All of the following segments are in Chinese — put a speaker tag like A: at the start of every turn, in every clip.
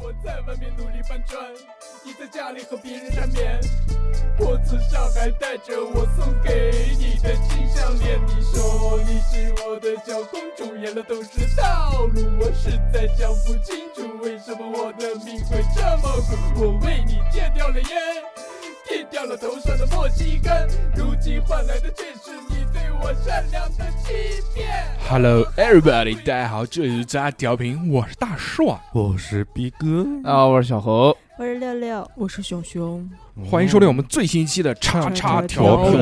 A: 我在外面努力搬砖，你在家里和别人缠绵。我此上还带着我送给你的金项链，你说你是我的小公主，言了都是道路。我实在想不清楚，为什么我的命会这么苦。我为你戒掉了烟，剃掉了头上的莫西干，如今换来的却是你对我善良的欺骗。
B: Hello everybody，大家好，这里是渣调频，我是大硕，
C: 我是逼哥，
D: 啊，我是小侯，
E: 我是六六，
F: 我是熊熊，
B: 欢迎收听我们最新一期的叉叉调
C: 调频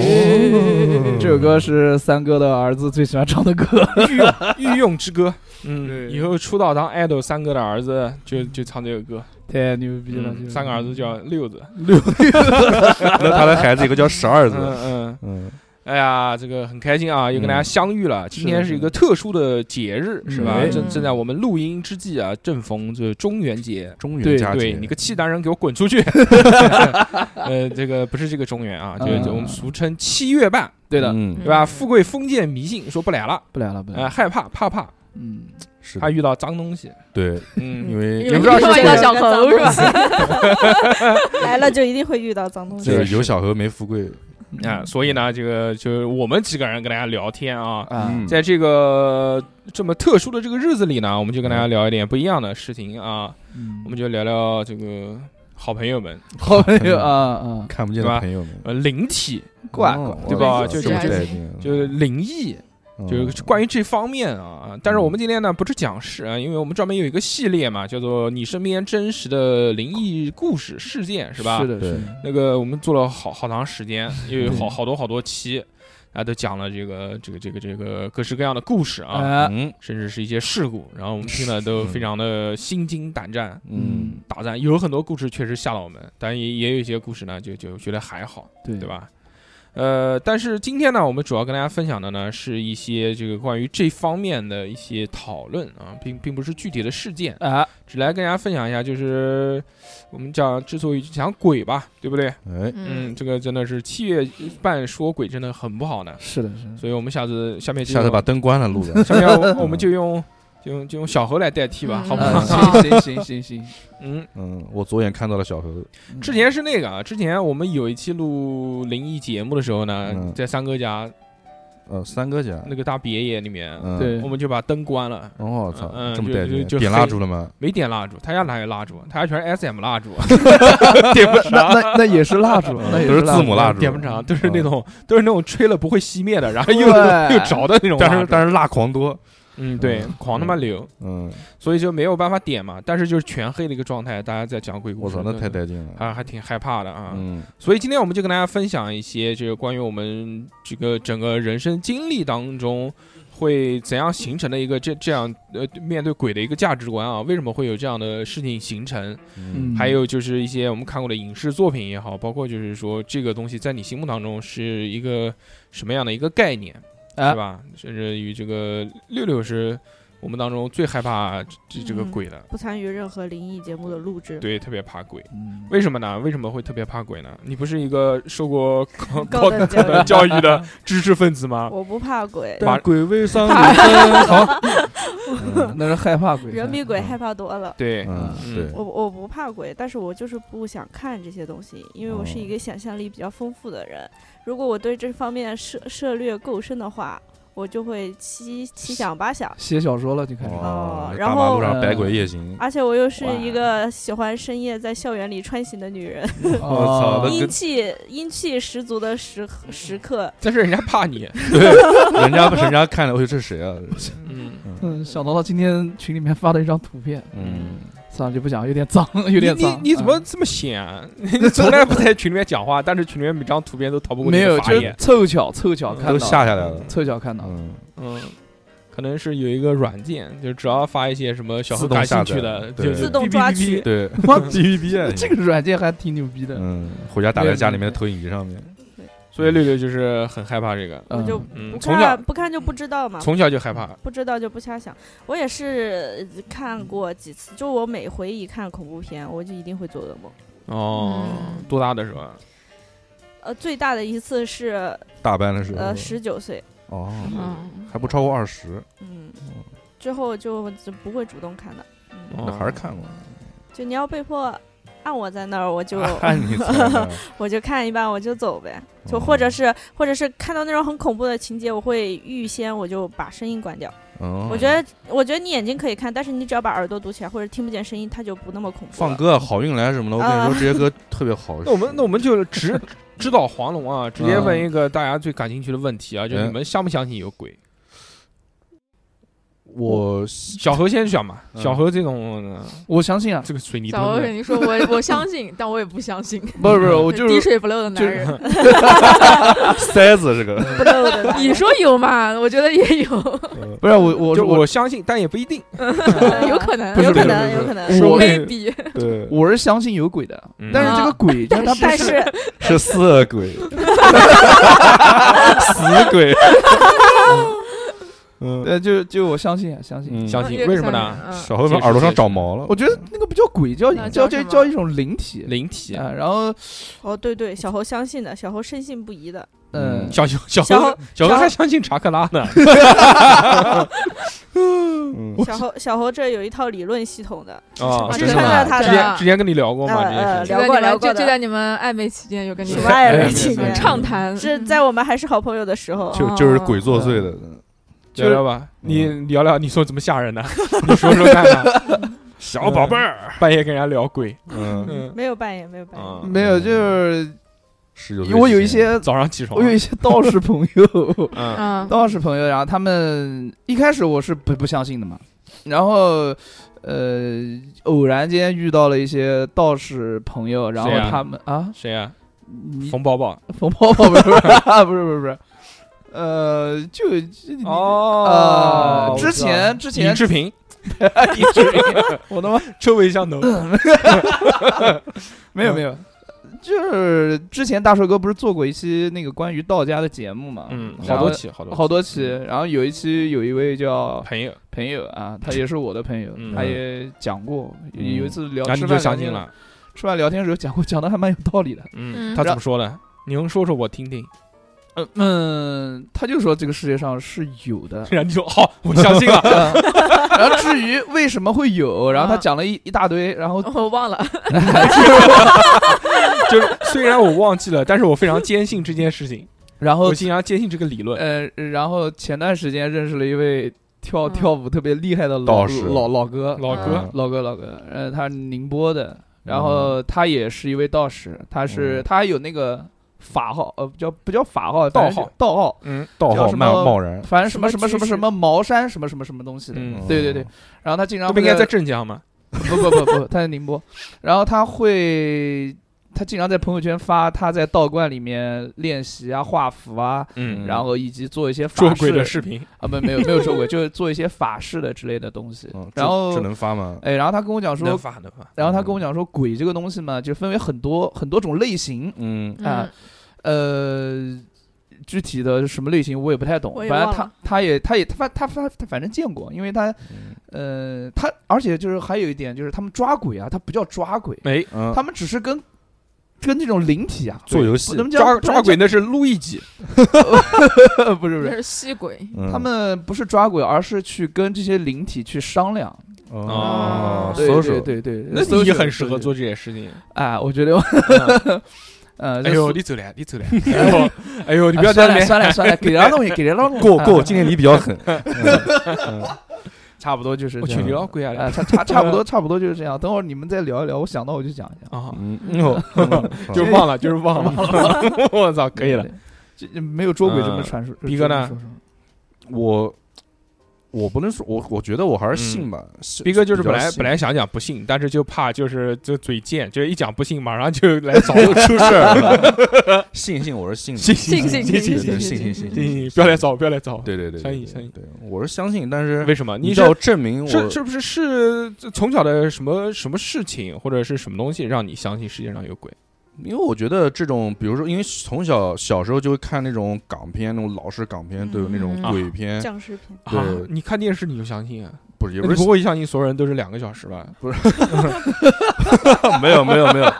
B: 频。
D: 这首歌是三哥的儿子最喜欢唱的歌。
B: 御用御用之歌，嗯，
D: 对
B: 以后出道当爱豆，三哥的儿子就就唱这个歌，
D: 太牛逼了！
B: 嗯三个儿子叫六子，
C: 那他的孩子有个叫十二
B: 嗯
C: 子，
B: 嗯，
C: 哦嗯，
B: 哎呀，这个很开心啊，又跟大家相遇了。今天是一个特殊的节日，是吧？
C: 嗯
B: 正正在我们录音之际啊，正逢这中元节。
C: 中
D: 对
C: 原佳
B: 对
C: 节，
B: 你个契丹人，给我滚出去！ 呃，这个不是这个中原啊，就
D: 嗯
B: 就我们俗称七月半，对的，
C: 嗯，
B: 对吧？富贵封建迷信，说不来了，
D: 不来了，不来
B: 呃，
D: 了。
B: 害怕怕怕，
D: 嗯，
C: 是
B: 怕
C: 的，
B: 遇到脏东 西。
C: 对，
B: 嗯，
C: 因为
B: 也不知道是
E: 为
F: 遇到小猴是吧？
E: 来了就一定会遇到脏东西。
C: 就是有小河没富贵，
B: 啊，所以呢，这个就是我们几个人跟大家聊天啊，
C: 嗯
D: 啊，
B: 在这个这么特殊的这个日子里呢，我们就跟大家聊一点不一样的事情啊，
D: 嗯
B: 我 们就聊聊这个好朋友们，
D: 好朋友啊啊，
C: 看不见
B: 对吧
C: 的朋友们，
B: 呃，灵体
D: 怪
C: 哦
B: 对吧
C: 哇
B: 就
C: 这么
F: 是
C: 带劲啊
B: 就是灵异，
C: 嗯
B: 就是关于这方面啊。但是我们今天呢不是讲事啊，因为我们专门有一个系列嘛，叫做你身边真实的灵异故事事件，是吧？
D: 是的，
C: 对
D: 是的。
B: 那个我们做了好好长时间，又有好
D: 对
B: 好多好多期，啊，都讲了这个这个这个这个各式各样的故事啊，
D: 啊，
C: 嗯
B: 甚至是一些事故，然后我们听了都非常的心惊胆战。
C: 嗯，
B: 打战有很多故事确实吓到我们，但也也有一些故事呢，就就觉得还好，
D: 对
B: 对？吧？呃，但是今天呢，我们主要跟大家分享的呢，是一些这个关于这方面的一些讨论啊，并并不是具体的事件，
D: 啊，
B: 只来跟大家分享一下，就是我们讲之所以讲鬼吧，对不对？
C: 哎，
B: 嗯，，这个真的是七月半说鬼真的很不好呢，
D: 是的，是的。
B: 所以我们下次下面就
C: 下次把灯关
B: ，
C: 了，录的
B: 下面我我们就用就用就用小何来代替吧，
F: 嗯
B: 好不
D: 啊
B: 好？
D: 行行行行行，
B: 嗯，
C: 嗯，我左眼看到了小河，
B: 之前是那个啊，之前我们有一期录灵异节目的时候呢
C: 嗯，
B: 在三哥家
C: 呃，三哥家，
B: 那个大别野里面，
C: 嗯，
D: 对
B: 我们就把灯关了。
C: 哦，我操
B: 嗯嗯，
C: 这么带
B: 就
C: 劲
B: 就，就
C: 点蜡烛了吗？
B: 没点蜡烛，他家哪有蜡烛？他家全是 S M 蜡烛，
D: 点不那那那也是蜡烛，那也
C: 都是字母
D: 烛。
C: 蜡烛，嗯
B: 点不着，都是那种都是那种吹了不会熄灭的，然后又
D: 对
B: 又着的那种蜡
C: 但
B: 烛。
C: 是但是蜡狂多，
B: 嗯，对，狂他妈流，
C: 嗯，
B: 所以就没有办法点嘛。但是就是全黑的一个状态，大家在讲鬼故
C: 我
B: 事，啊
C: 操，那太带劲了，
B: 还还挺害怕的啊。
C: 嗯，
B: 所以今天我们就跟大家分享一些这个关于我们这个整个人生经历当中会怎样形成的一个这这样呃面对鬼的一个价值观啊，为什么会有这样的事情形成？
C: 嗯
B: 还有就是一些我们看过的影视作品也好，包括就是说这个东西在你心目当中是一个什么样的一个概念，
D: 啊
B: 是吧？甚至于这个六六是我们当中最害怕这这个
E: 嗯
B: 鬼的，
E: 不参与任何灵异节目的录制。
B: 对，特别怕鬼。
D: 嗯
B: 为什么呢？为什么会特别怕鬼呢？你不是一个受过高高
E: 高等教育
B: 等教育 的知识分子吗？
E: 我不怕鬼，
B: 把
C: 鬼未伤你 分，好，嗯
D: 那是害怕鬼，哎
E: 人比鬼害怕多了。
B: 嗯对，
C: 嗯，对，
E: 我我不怕鬼，但是我就是不想看这些东西，因为我
B: 哦
E: 是一个想象力比较丰富的人。如果我对这方面涉涉略够深的话，我就会七七想八想。
D: 写小说了就开始。
C: 哦，
E: 然
C: 大
E: 后
C: 马路上百鬼夜
B: 嗯
C: 行，
E: 而且我又是一个喜欢深夜在校园里穿行的女人，
C: 我
D: 哦
C: 操那跟
E: 阴气阴气十足的时
B: 嗯
E: 时刻，
B: 但是人家怕你，
C: 对，人家人家看了，哎呦，这是谁啊？
B: 嗯，
D: 嗯，想到他今天群里面发的一张图片，
C: 嗯，
D: 算了就不讲，有点脏， 有点
B: 你你
D: 脏。
B: 你怎么
D: 嗯
B: 这么闲啊？ 你从来不在群里面讲话，但是群里面每张图片都逃不过你
D: 没有？
B: 的法
D: 就
B: 眼
D: 是。凑巧凑巧
B: 嗯
D: 看到
C: 都
D: 的，
C: 下下来了，
D: 凑巧看到 的。
C: 嗯，
B: 嗯，可能是有一个软件，就只要发一些什么小何
C: 自动
B: 感兴
C: 下
B: 趣
C: 载
B: 的，
C: 对
B: 就
C: 自
E: 动
B: 哔哔
E: 抓
B: 哔哔
E: 取
C: 对，
D: 哇
C: GVB 啊，
D: 这个软件还挺牛逼的。
C: 嗯，回家打在家里面的投影仪上面，
B: 所以六六就是很害怕这个，
D: 嗯
E: 我就
B: 嗯
E: 不
B: 从小
E: 看不看就不知道嘛，
B: 从小就害怕。
E: 不知道就不瞎想。我也是呃看过几次，就我每回一看恐怖片，我就一定会做噩梦。
B: 哦，
F: 嗯
B: 多大的时候啊？
E: 呃，最大的一次是
C: 大班的时候
E: 呃，十九岁，
C: 哦，
F: 嗯，
C: 还不超过二十，
E: 嗯，之后就就不会主动看的。嗯
B: 哦
C: 那还是看过，
E: 就你要被迫按我在那儿，我就、
C: 看 你在那儿
E: 我就看一半我就走呗，就或者是、或者是看到那种很恐怖的情节，我会预先我就把声音关掉。
C: 嗯，
E: 我觉得我觉得你眼睛可以看，但是你只要把耳朵堵起来或者听不见声音，它就不那么恐怖了。
C: 放歌啊好运来什么的，我跟你说这些歌特别好。
B: 那我们那我们就 直指导黄龙啊，直接
D: 嗯
B: 问一个大家最感兴趣的问题啊，就
C: 哎
B: 你们相不相信有鬼？
C: 我
B: 小何先讲嘛，
C: 嗯
B: 小何这种呃
D: 我相信啊，
B: 这个水泥
F: 小欧
B: 墩
F: 跟
B: 子，
F: 你说，我我相信，但我也不相信。
D: 不是不是，我就
F: 滴
D: 是
F: 水不漏的男
D: 就是
F: 人，
C: 塞子这个，
E: 不漏的
F: 你说有嘛？我觉得也有，
C: 嗯
D: 不是我我
B: 就
D: 我
B: 我相信，但也不一定。
F: 有可能，
E: 有
F: 有
E: 可
F: 可
E: 能
F: 能。
E: 有可能，
D: 我
F: maybe
C: 对，
D: 我是相信有鬼的
B: 嗯，
D: 但是这个
F: 啊
D: 鬼， 但他不
E: 但是
C: 是色鬼， 死鬼。 嗯，
D: 呃，就就我相信啊相信，
C: 嗯
B: 相信为什么呢？
F: 嗯
C: 小何从耳朵上长毛了
D: 我，觉得那个不叫鬼，叫
F: 那
D: 叫
F: 叫
D: 叫叫
F: 什么
D: 一种灵体
B: 灵体，
D: 啊。然后
E: 哦对对，小猴相信的，小猴深信不疑的。
D: 嗯，
B: 小小小
E: 小猴
B: 何小何还相信查克拉呢，
C: 嗯
E: 小猴小猴这有一套理论系统的，
B: 啊
E: 我
F: 是
E: 是
B: 真
E: 看
B: 的吗？
E: 到他
B: 之
F: 这样
E: 的
B: 前之前跟你聊过吗？
E: 呃
B: 这件
E: 呃
B: 事
E: 聊
B: 情
E: 过
F: 就在你
E: 聊
F: 们
E: 过的
F: 就就在你们暧昧期间，有嗯跟你
E: 什么爱
B: 哎
E: 人情
B: 对对
E: 人
B: 对，
F: 畅谈，
E: 是在我们还是好朋友的时候。
C: 就就是鬼作祟的，
B: 聊聊吧，你
C: 嗯
B: 聊聊，你说怎么吓人的？你说说看看，
C: 小宝贝儿，
B: 半夜跟人家聊鬼，
C: 嗯，
B: 嗯
E: 没有扮演，没有扮演。
B: 啊，
D: 没有，就是
C: 十九，
D: 我有一，些
B: 早上起床，
D: 我有一些道士朋友，
B: 嗯
F: 嗯，
D: 道士朋友，然后他们一开始我是不不相信的嘛，然后呃，偶然间遇到了一些道士朋友，然后
B: 谁啊
D: 他们啊，
B: 谁啊？
D: 你
B: 冯宝宝
D: 冯宝宝不是不 是不是不是不是，呃，就呃，
B: 哦我
D: 之
B: 知道
D: 前之前
B: 尹志平，
D: 我他妈
B: 臭味相投，
D: 没
B: 嗯
D: 有没有，就是之前大帅哥不是做过一期那个关于道家的节目嘛，
B: 嗯，
D: 然
B: 好
D: 后
B: 多期，嗯好多期
D: 好多期，然后有一期有一位叫
B: 朋友，
D: 朋友啊，他也是我的朋友，
B: 嗯
D: 他也讲过，有
C: 嗯
D: 有一次聊
B: 然
D: 吃
B: 后你
D: 饭
B: 就
D: 聊
B: 相信
D: 天，
B: 了，
D: 吃饭聊天的时候讲过，讲的还蛮有道 理的。
B: 嗯，
F: 嗯
B: 他怎么说的？你能说说我听 听？。
D: 嗯嗯，他就说这个世界上是有的
B: 然后你说好，我相信啊了，
D: 嗯然后至于为什么会有，然后他
F: 啊
D: 讲了一一大堆，然
E: 哦
D: 后
F: 我忘了，
B: 就是虽然我忘记了，但是我非常坚信这件事 情，
D: 然后
B: 我经常坚信这个理论。
D: 呃，然后前段时间认识了一位跳
F: 嗯
D: 跳舞特别厉害的老
C: 道士
D: 老老哥，
B: 老哥，
D: 老哥老哥，呃，他是宁波的，然
B: 嗯
D: 后他也是一位道士，他是
C: 嗯
D: 他还有那个法号，呃，不叫不叫法号，反正是
B: 道号
D: 道号，
B: 嗯
C: 道
D: 叫
C: 号
D: 什
C: 漫
D: 么
C: 贸然，
D: 反正什么什
F: 什
D: 么
F: 么
D: 什么
F: 知
D: 什么茅山什么什么什么东西的。
B: 嗯，
D: 对对对，然后他经常
B: 这
D: 会
B: 不应该在镇江吗？
D: 不不不不，他在宁波，然后他会他经常在朋友圈发他在道观里面练习啊、画符啊，
B: 嗯，
D: 然后以及做一些法
B: 捉鬼的
D: 事
B: 视频，
D: 啊，没没有没有做过，就是做一些法事的之类的东西
C: 嗯。
D: 然
C: 这
D: 后
C: 这能发吗？
D: 哎，然后他跟我讲
B: 能
D: 说，
B: 发能发，
D: 然后他跟我讲说，鬼这个东西嘛，就分为很多很多种类型，
C: 嗯
D: 啊呃。具体的什么类型我也不太懂
E: 我，也
D: 反正
E: 忘
D: 他
E: 了
D: 他也他也他他他他反正见过，因为他呃他而且就是还有一点就是他们抓鬼啊，他不叫抓鬼，
B: 哎，
C: 嗯，
D: 他们只是跟跟这种灵体啊
C: 做游戏
D: 不，能叫
B: 抓
D: 不能
B: 抓鬼那是路易吉，
D: 叫不是不
F: 那
D: 是，
F: 是吸鬼，
C: 嗯
D: 他们不是抓鬼，而是去跟这些灵体去商量，
C: 哦，
D: 对
C: 搜
D: 对
C: 索
D: 对对，
B: 那
D: 搜
B: 你也
D: 索
B: 很适合
D: 搜索
B: 做这些事情。
D: 啊，我觉得 我呃，就
B: 哎呦，
D: 是啊
B: 你走了，你走了，哎呦， 哎呦，你不要
D: 算
B: 在
D: 了
B: 那边
D: 算了算了，给点 东西，给点东西，
C: 过过，
D: 啊
C: 今天你比较狠，
D: 差不多就是
B: 我
D: 这
B: 去
D: 样
B: 你老鬼啊！
D: 啊，差差差不多差不多就是这样。等会儿你们再聊一聊，我想到我就讲一下。
B: 啊，
C: 嗯嗯，
B: 就是忘了，就是 忘了，我操，可以了。
D: 对，这这没有捉鬼这么
B: 嗯
D: 传说。
B: 逼哥呢
D: 这么说说
C: 我我不能说，我我觉得我还是信吧。是
B: 逼哥就是本
C: 比较
B: 来
C: 信
B: 本来想讲不信，但是就怕就是就嘴贱，就是一讲不信，马上就来找我
C: 出 事儿，信信我是信的，
B: 信
F: 信信信
C: 信
F: 信
C: 信信信
B: 信，不要来找我，不要来找我。
C: 对对对，对
B: 相信
C: 对
B: 相信
C: 对，我是相信，但是
B: 为什么？你
C: 你要证明
B: 是
C: 我
B: 是不是是从小的什么什么事情或者是什么东西让你相信世界上有鬼？
C: 因为我觉得这种，比如说，因为从小小时候就会看那种港片，那种老式港片都有那种
F: 嗯
C: 鬼片，
E: 僵尸片，
C: 对
B: 啊，你看电视你就相信啊？
C: 不是也
B: 那
C: 不
B: 你
C: 是
B: 不会相信所有人都是两个小时吧？
C: 没有没有没有，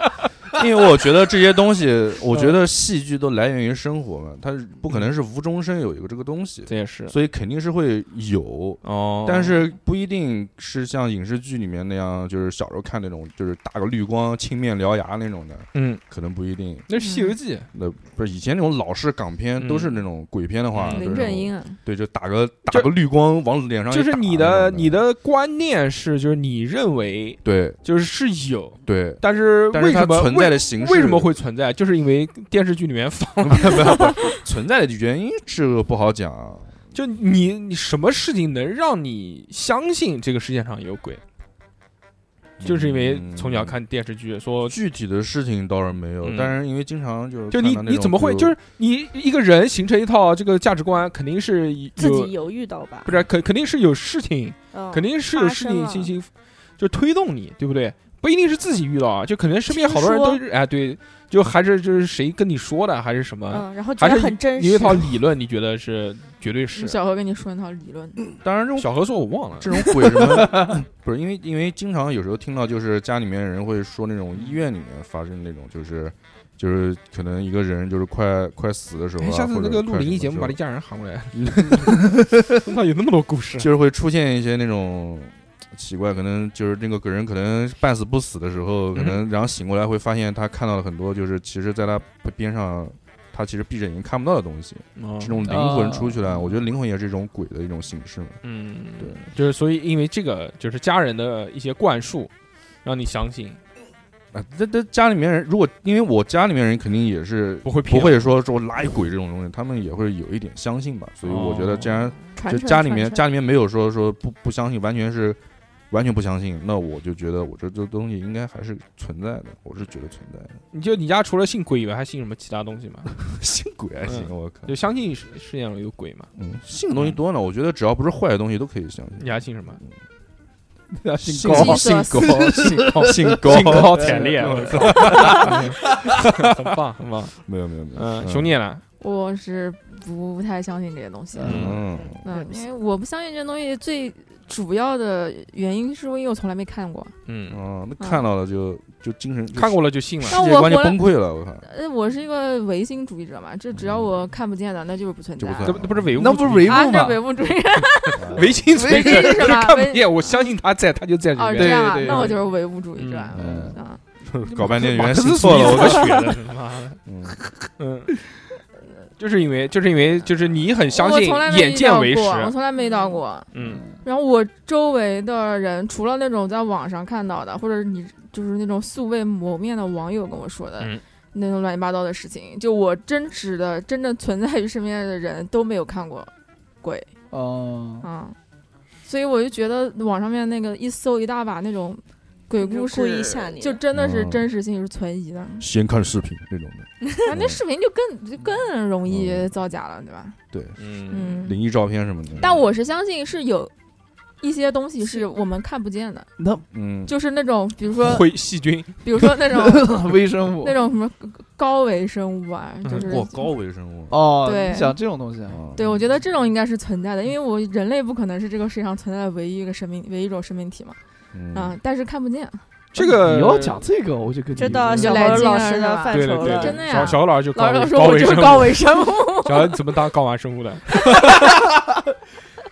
C: 因为我觉得这些东西，我觉得戏剧都来源于生活嘛，它不可能是无中生有有这个东西，
B: 这也是
C: 所以肯定是会有。
B: 哦，
C: 但是不一定是像影视剧里面那样，就是小时候看那种，就是打个绿光、青面獠牙那种的，
B: 嗯，
C: 可能不一定。
B: 那是《西游记》
C: 那不是以前那种老式港片，都是那种鬼片的话，
B: 嗯
C: 就是
F: 林
C: 那
F: 正
C: 种
F: 英啊，
C: 对，就打个打个绿光往脸上一
B: 就
C: 打
B: 是
C: 那种，
B: 你的你的观念是，就是你认为
C: 对
B: 就是是有，
C: 对，
B: 但是
C: 但是
B: 为
C: 它
B: 什么
C: 存在的形式
B: 为为什 么会存在？就是因为电视剧里面放了，
C: 存在的原因这个不好讲。
B: 就你你什么事情能让你相信这个世界上有鬼？ 就是因为从小看电视剧说。
C: 嗯具体的事情倒是没有，
B: 嗯
C: 但是因为经常就是
B: 就
C: 看
B: 你
C: 到那
B: 你
C: 种
B: 怎么会
C: 比如
B: 就是你一个人形成一套这个价值观，肯定是有
E: 自己有遇到吧
B: 不？是肯肯定是有事情
E: 嗯
B: 肯定是有事情进行，就推动你，对不对？不一定是自己遇到啊，就可能身边好多人都是哎，对，就还是就是谁跟你说的，还是什么，
E: 嗯，然后觉
B: 还
E: 得
B: 是
E: 很真
B: 你有一
E: 实，
B: 套理论，你觉得是绝对是。
F: 小何跟你说那套理论，
C: 当然这种
B: 小何说我忘了，
C: 这种鬼什么 不是因为因为经常有时候听到就是家里面人会说那种医院里面发生那种就是就是可能一个人就是快快死的时候、啊
B: 哎，下次
C: 或者
B: 那个录
C: 快
B: 灵异
C: 什
B: 节
C: 么
B: 目
C: 时
B: 把
C: 候
B: 你家人喊过 来，怎么有那么多故事？
C: 就是会出现一些那种奇怪，可能就是那个个人可能半死不死的时候，可
B: 嗯
C: 能然后醒过来会发现他看到了很多，就是其实在他边上，他其实闭着眼睛看不到的东西。
B: 哦
C: 这种灵魂
D: 哦
C: 出去了，我觉得灵魂也是一种鬼的一种形式嘛。
B: 嗯，
C: 对，
B: 就是所以因为这个就是家人的一些灌输，让你相信
C: 啊，这这家里面人如果因为我家里面人肯定也是
B: 不会骗
C: 不
B: 我
C: 会说说拉鬼这种东西，他们也会有一点相信吧。所以我觉得，既然
F: 传
C: 就
F: 承
C: 家里面
F: 传承
C: 家里面没有说说不不相信，完全是完全不相信，那我就觉得我这这东西应该还是存在的，我是觉得存在的。
B: 你就你家除了信鬼以外，还信什么其他东西吗？
C: 信鬼还行，
B: 嗯
C: 我靠
B: 就，相信世世界上有鬼嘛？
C: 嗯，信的东西多呢，我觉得只要不是坏的东西都可以相信。
B: 你还信什么？
D: 要
C: 信
D: 姓
F: 高
C: 高，信高，
F: 高
C: 信高，信高，
B: 兴高采烈，很棒很棒。
C: 没有没有没有，
B: 嗯，兄弟呢？
F: 我是不太相信这些东西的，
C: 嗯，
F: 嗯，因为我不相信这东西最主要的原因是因为我从来没看过，
C: 嗯
B: 嗯，
C: 哦，那看到了就就精神
B: 看过了就信了。
C: 世界观就崩溃了，我靠，
F: 呃，我是一个唯心主义者嘛，这只要我看不见的，那就是不存
C: 就
F: 在
C: 不
F: 啊。
C: 存
B: 这不这不是唯物主义，
D: 那不是唯物
F: 啊，这
D: 嘛？
F: 唯物主义呃
B: 唯心主义
F: 唯心
B: 者，
F: 是
B: 就是
F: 吧
B: 看不
F: 唯
B: 见，我相信他在，他就在里
F: 哦，
B: 面。
F: 这样啊
D: 对对，
F: 那我就是唯物主义者啊
C: 嗯
F: 啊。
C: 搞半天原
B: 马
C: 来
B: 克思
C: 信
B: 主
C: 错
B: 义
C: 了，
B: 怎
C: 我
B: 么
C: 靠，
B: 学的？妈的，
C: 嗯
B: 嗯，就是因为就是因为就是你很相信
F: 我从来没
B: 眼见为
F: 遇
B: 实
F: 到，过我从来没遇到过。
B: 嗯
F: 然后我周围的人，除了那种在网上看到的，或者你就是那种素未谋面的网友跟我说的。
B: 嗯
F: 那种乱七八糟的事情，就我真实的、真正存在于身边的人都没有看过鬼
D: 哦，
F: 啊、所以我就觉得网上面那个一搜一大把那种鬼故事，
E: 故意吓你的
F: 就真的是
C: 嗯
F: 真实性是存疑的。
B: 嗯
C: 先看视频那种的，
F: 啊，那视频就更就更容易
C: 嗯
F: 造假了，对吧？
C: 对，
B: 嗯，
F: 嗯
C: 灵，异照片什么的。
F: 但我是相信是有一些东西是我们看不见的，
D: 那
C: 嗯，
F: 就是那种比如说
B: 会细菌，
F: 比如说那种
D: 微生物
F: 那种什么高维生物啊，就是
C: 过高维生物，
D: 哦，
F: 对
D: 你想这种东西啊，
C: 啊
F: 对，我觉得这种应该是存在的，因为我人类不可能是这个世界上存在的唯一一个生命、唯一一种生命体嘛，啊
C: 嗯，，
F: 但是看不见，
B: 这个
D: 你要讲这个，我就跟你
E: 这到小
F: 来
E: 何
F: 劲
E: 老
F: 了
E: 师
F: 是
E: 的
F: 吧
E: 范
B: 对对
E: 畴
B: 对，
E: 了。
B: 对
F: 真的呀
B: 小小老师就高
F: 老师
B: 维
F: 说
B: 高
F: 我
B: 维
F: 就是
B: 生
F: 高
B: 物，
F: 维生物，
B: 小孩怎么当高玩生物的？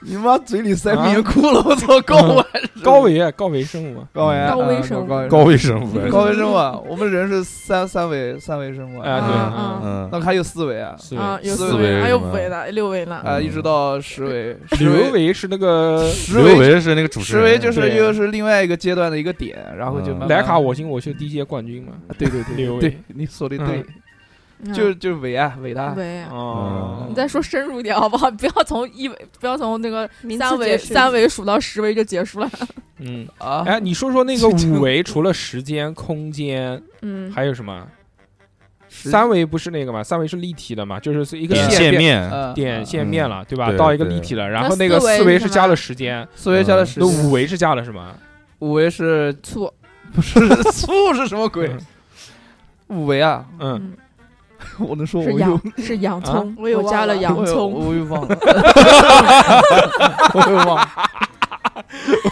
D: 你妈嘴里塞棉裤了，我操，高维
B: 啊嗯高维高维生物啊，
D: 高维
F: 高维生 物
D: 高
C: 高维生物，
D: 高维生物啊，我们人是三三维三维生物啊，
B: 哎对
F: 嗯嗯
C: 嗯
D: 那还有四维啊，
B: 是
F: 啊，有
D: 四
F: 四
C: 维
F: 维，还有
C: 是吧
F: 五维的，六维呢，
D: 啊，一直到十维，十
B: 刘维是 那个
D: 十
C: 刘
D: 维，
C: 维是那个主持
D: 十
C: 人，
D: 维就是
B: 对
D: 又是另外一个阶段的一个点，然后就
C: 嗯
D: 慢慢
B: 莱卡我行我秀第一届冠军嘛，
D: 啊对对对
B: 刘
D: 对
B: 维
D: 对，你说的
B: 嗯
D: 对，就
F: 嗯
D: 就维啊维他，
F: 维。
B: 哦
C: 嗯
F: 你再说深入一点好不好？不要从一维， 不要从那个
E: 名
F: 三
E: 词
F: 维
E: 解释
F: 三维数到十维就结束了。
B: 嗯，
F: 哦
D: 啊，
B: 哎，你说说那 个五维，除了时间、空间，
F: 嗯，
B: 还有什么？
D: 十
B: 三维不是那个嘛？三维是立体的嘛，就是一个
C: 点
B: 线
C: 线
B: 变
C: 面，
D: 嗯
B: 点线面了，对吧？
C: 对
B: 到一个
C: 对
B: 立体了，然
F: 那
B: 后那个
F: 四维
B: 四维
F: 是
B: 是
F: 什
B: 加
F: 么
B: 了时间，
D: 四嗯维加了十
B: 那，五维是加了什么？啊
D: 五维 是
F: 醋，
D: 不是醋是什么鬼？五维啊，
B: 嗯，
F: 嗯，
D: 我能说我
F: 是
D: 又
F: 洋是洋葱，
E: 我也忘
D: 啊
F: 加了
E: 了
F: 洋
D: 我又
F: 葱，
D: 我又忘了，我又忘了，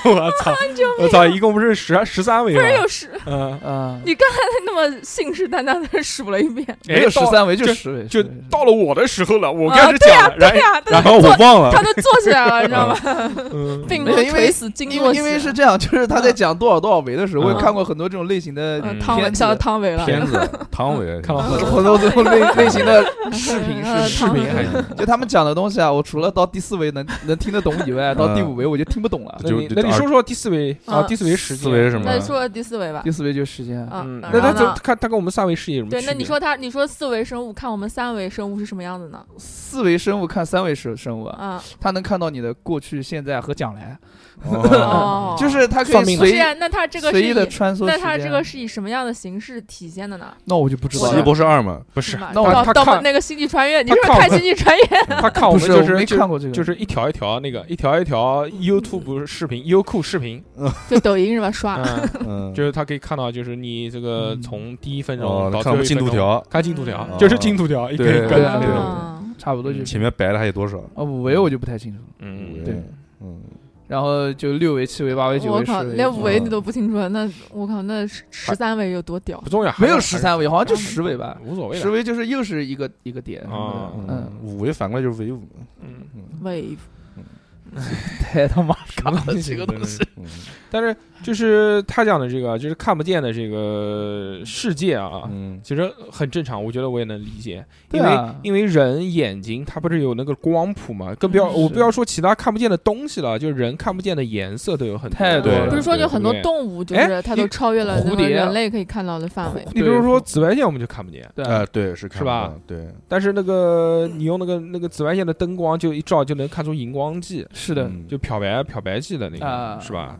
B: 我 操！我操！一共不是十十三维
F: 不是
B: 吗？
F: 有十？
B: 嗯，
D: 啊，
F: 你刚才那么信誓旦旦的数了一遍，
D: 没有
B: 哎
D: 十
B: 到
D: 三维就
B: 这
D: 十维，
B: 就
D: 对
B: 到了我的时候了，我
F: 啊
B: 开始
F: 对
B: 讲
F: 呀
B: 了， 然
F: 对呀，
C: 然后我忘了
F: 他，就坐起来了，你知道吗？
B: 嗯
F: 病
D: 没
F: 如
D: 有因为
F: 垂死，经
D: 因
F: 过
D: 为
F: 血
D: 因为是这样，就是他在讲多少多少维的时候，我也
B: 嗯
D: 看过很多这种类型的
F: 嗯
B: 嗯
F: 汤唯，
D: 片子
F: 小汤唯了，
C: 片子汤唯
B: 看到后
D: 很多这种 类类型的视频
F: 嗯
D: 视
F: 汤
D: 视
F: 唯
D: 频
B: 哎
D: 还
C: 了
D: 就他们讲的东西啊，我除了到第四维能能听得懂以外，到第五维我就听不懂了。
B: 那
C: 就
B: 你
C: 就
B: 那你
C: 二
B: 说说第四维啊，
F: 啊
B: 第四维时间，
C: 四维是什么
F: 那说第四位吧
D: 第。四维就是时间啊，
F: 嗯，
B: 那他
F: 然后
B: 就
F: 呢？
B: 看他跟我们三维世界有什么
F: 对，
B: 区别？
F: 那你说他，你说四维生物，看我们三维生物是什么样子呢？
D: 四维生物看三维生生物啊，
B: 呃
F: 啊，
D: 它能看到你的过去、现在和将来，
C: 哦
F: 哦，
D: 就是它可
B: 算
D: 以
B: 命
F: 是
D: 随
F: 呀。那他这个是
D: 随意的
F: 以，
D: 穿梭时
F: 那
D: 间。
F: 他这个是以什么样的形式体现的呢？
D: 那我就不知道
C: 奇异
D: 了。
C: 博士二嘛，
B: 不是
F: 吗
B: 他
D: 那我
F: 到
B: 他
F: 到
B: 看
F: 那个星际穿越，你
B: 他
F: 是
B: 看我
F: 看
B: 们
F: 星际 穿越？
B: 他看我
D: 不是，
B: 们就
D: 我
B: 是
D: 没
B: 就是
D: 看过这个，
B: 就是一条一条那个一条一条 YouTube 视频、优酷视频，
F: 就抖音是吧？刷
B: 嗯，
C: 嗯，
B: 就是他可以看到，就是你这个
D: 嗯
B: 从第一分
C: 哦
B: 钟，到最
C: 看我
B: 后
C: 们
B: 一
C: 进
B: 分
C: 度
B: 钟，
C: 条，
B: 看进度条，
C: 哦
B: 就是进度条，一根一根
C: 对
D: 嗯
B: 的那种，
F: 啊
D: 差不多就是
C: 前面白的还有多少？
D: 啊，五维我就不太清楚了。
B: 嗯，
D: 对，
C: 嗯，
D: 然后就六维、七维、八维、九
F: 我
D: 维、十
F: 靠，
D: 维，
F: 连五维
C: 嗯
F: 你都不清楚，那我靠，那十三维有多屌
B: 不？重要，
D: 没有
B: 还是
D: 十，三维，好像就
F: 还是
D: 十维吧
B: 还。是无所谓
D: 十
B: 的，
D: 维就是又是一个一个点什么的，
C: 嗯
D: 嗯，，
C: 五维反过来就是维五，
B: 嗯，
F: 喂，
D: 太他妈
B: 什么东西？东西。
C: 嗯
B: 但是就是他讲的这个，就是看不见的这个世界啊，
C: 嗯
B: 其实很正常，我觉得我也能理解，
D: 对
B: 因
D: 啊
B: 为因为人眼睛它不是有那个光谱嘛，更不要
F: 嗯
D: 是
B: 我不要说其他看不见的东西了，就人看不见的颜色都有很多
D: 太多
C: 对
F: 不是说有很多
B: 呃对
F: 动物，就
B: 哎
F: 是它都超越了
D: 蝴
F: 那个
D: 蝶
F: 人类可以看到的范围。
B: 你比如说紫外线我们就看不见，
D: 对
C: 啊，
D: 啊，
C: 对，是看
B: 是吧
C: 不到？对，
B: 但是那个你用那个那个紫外线的灯光就一照就能看出荧光剂，
D: 是的，
C: 嗯
B: 就漂白漂白剂的那
D: 啊
B: 个是吧？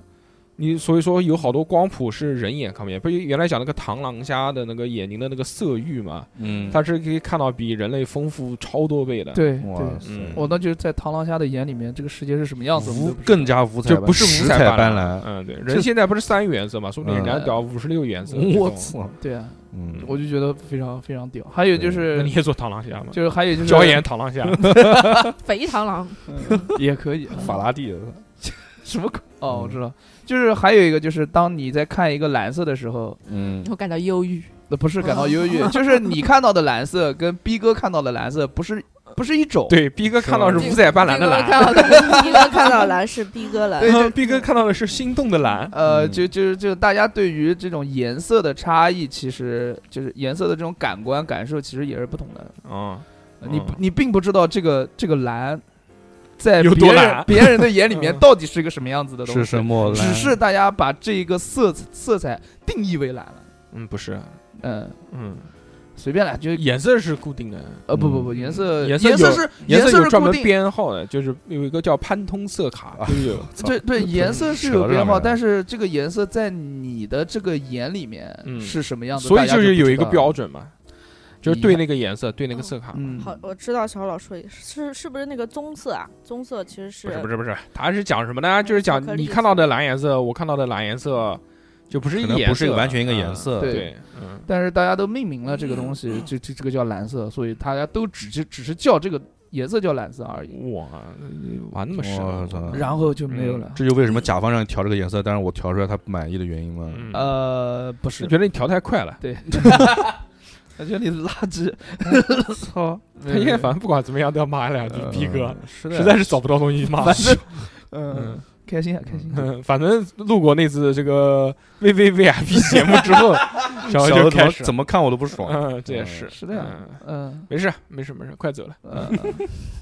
B: 你所以说有好多光谱是人眼看不见，不是原来讲那个螳螂虾的那个眼睛的那个色域嘛，
C: 嗯，
B: 它是可以看到比人类丰富超多倍的，
D: 对
C: 哇
D: 对，
C: 塞，
B: 嗯
D: 我那就是在螳螂虾的眼里面，这个世界是什么样子，我们
C: 五
D: 都不知道
C: 更加五彩
B: 就
C: 斑，
B: 不是
C: 十
B: 五
C: 彩
B: 斑
C: 斓。
B: 嗯，对，人现在不是三原色嘛，说不定人家
D: 嗯
B: 搞五十六原色。
C: 我
B: 这种！
C: 操！
D: 对啊，
C: 嗯，
D: 我就觉得非常非常屌。还有就
B: 那
D: 是
B: 你也做螳螂虾吗？
D: 就是还有就是
B: 椒盐螳螂虾，
F: 肥螳螂，
D: 也可以啊，
C: 法拉第的，
D: 什么鬼？哦，我知道，就是还有一个就是当你在看一个蓝色的时候，
C: 嗯
F: 你，会感到忧郁。
D: 那不是感到优越， 就是你看到的蓝色跟逼哥看到的蓝色不是不是一种。
B: 对，逼哥看到是
F: 这个
B: 五彩斑斓的
F: 这个
B: 蓝，
F: 看到的
E: 逼哥看到蓝是逼哥蓝，
B: 嗯 逼哥看到的是心动的蓝。
D: 呃，
C: 嗯
D: 就就是就大家对于这种颜色的差异，其实就是颜色的这种感官感受，其实也是不同的。哦
B: 啊，
D: 你
B: 嗯
D: 你并不知道这个这个蓝，在
B: 有
D: 别
B: 多
D: 人
B: 蓝
D: 别人的眼里面
B: 嗯
D: 到底是一个什么样子的东西？
C: 是什么蓝？
D: 只是大家把这一个色色彩定义为蓝了。
B: 嗯，不是，
D: 嗯，
B: 嗯，
D: 随便啦，就
B: 颜色是固定的，
D: 呃不不
C: 嗯
D: 不，颜色
B: 颜色
D: 色
B: 有
D: 是
B: 颜
D: 色
B: 有
D: 是
B: 专
D: 固
B: 门
D: 定，啊
B: 编号的，就是有一个叫潘通色卡，就是有
D: 对对，
B: 嗯
D: 颜色是
C: 扯
D: 有
C: 到
D: 编
C: 上面
D: 号，
C: 了
D: 但是这个颜色在你的这个眼里面
B: 嗯
D: 是什么样子，
B: 所
D: 大
B: 以
D: 家
B: 就
D: 就是不
B: 有
D: 知
B: 一个
D: 道
B: 标准嘛，就是对那个颜色，对那个色卡。
D: 嗯，
E: 好，我知道小老说是是不是那个棕色啊？棕色其实是
B: 不是不是不是，他是讲什么
D: 嗯
B: 呢？就是讲
E: 巧克力
B: 你看到的蓝颜色，我看到的蓝颜色，就不是一
C: 可
B: 个
C: 能
B: 颜色，
C: 不是完全一个颜
B: 嗯。
C: 色。
D: 对
B: 对，嗯，
D: 但是大家都命名了这个东西，这这这个叫蓝色，所以大家都只是只是叫这个颜色叫蓝色而已，
B: 嗯哇，玩那么深啊，
C: 我操
D: 然后就没有
B: 嗯
D: 了。
C: 这就为什么甲方让你调这个颜色，但是我调出来他不满意的原因吗？
B: 嗯，
D: 呃，不
B: 我
D: 是，
B: 觉得你调太快了。
D: 对，我觉得你垃圾，操，
B: 他 现在反正不管怎么样都要骂两句
D: 呃
B: 逼哥，
C: 是
B: 实在是找不到东西骂
D: 反。正
B: 嗯
D: 嗯，开心啊，开心啊。
B: 嗯，反正路过那次这个 V V V I P 节目之后，小
C: 小
B: 何就
C: 何怎
B: 开
C: 么
B: 始
C: 怎么看我都不爽。
B: 嗯，这也是
D: 是的呀
B: 嗯
D: 嗯
B: 没事，没事，没事，快走了。
D: 呃，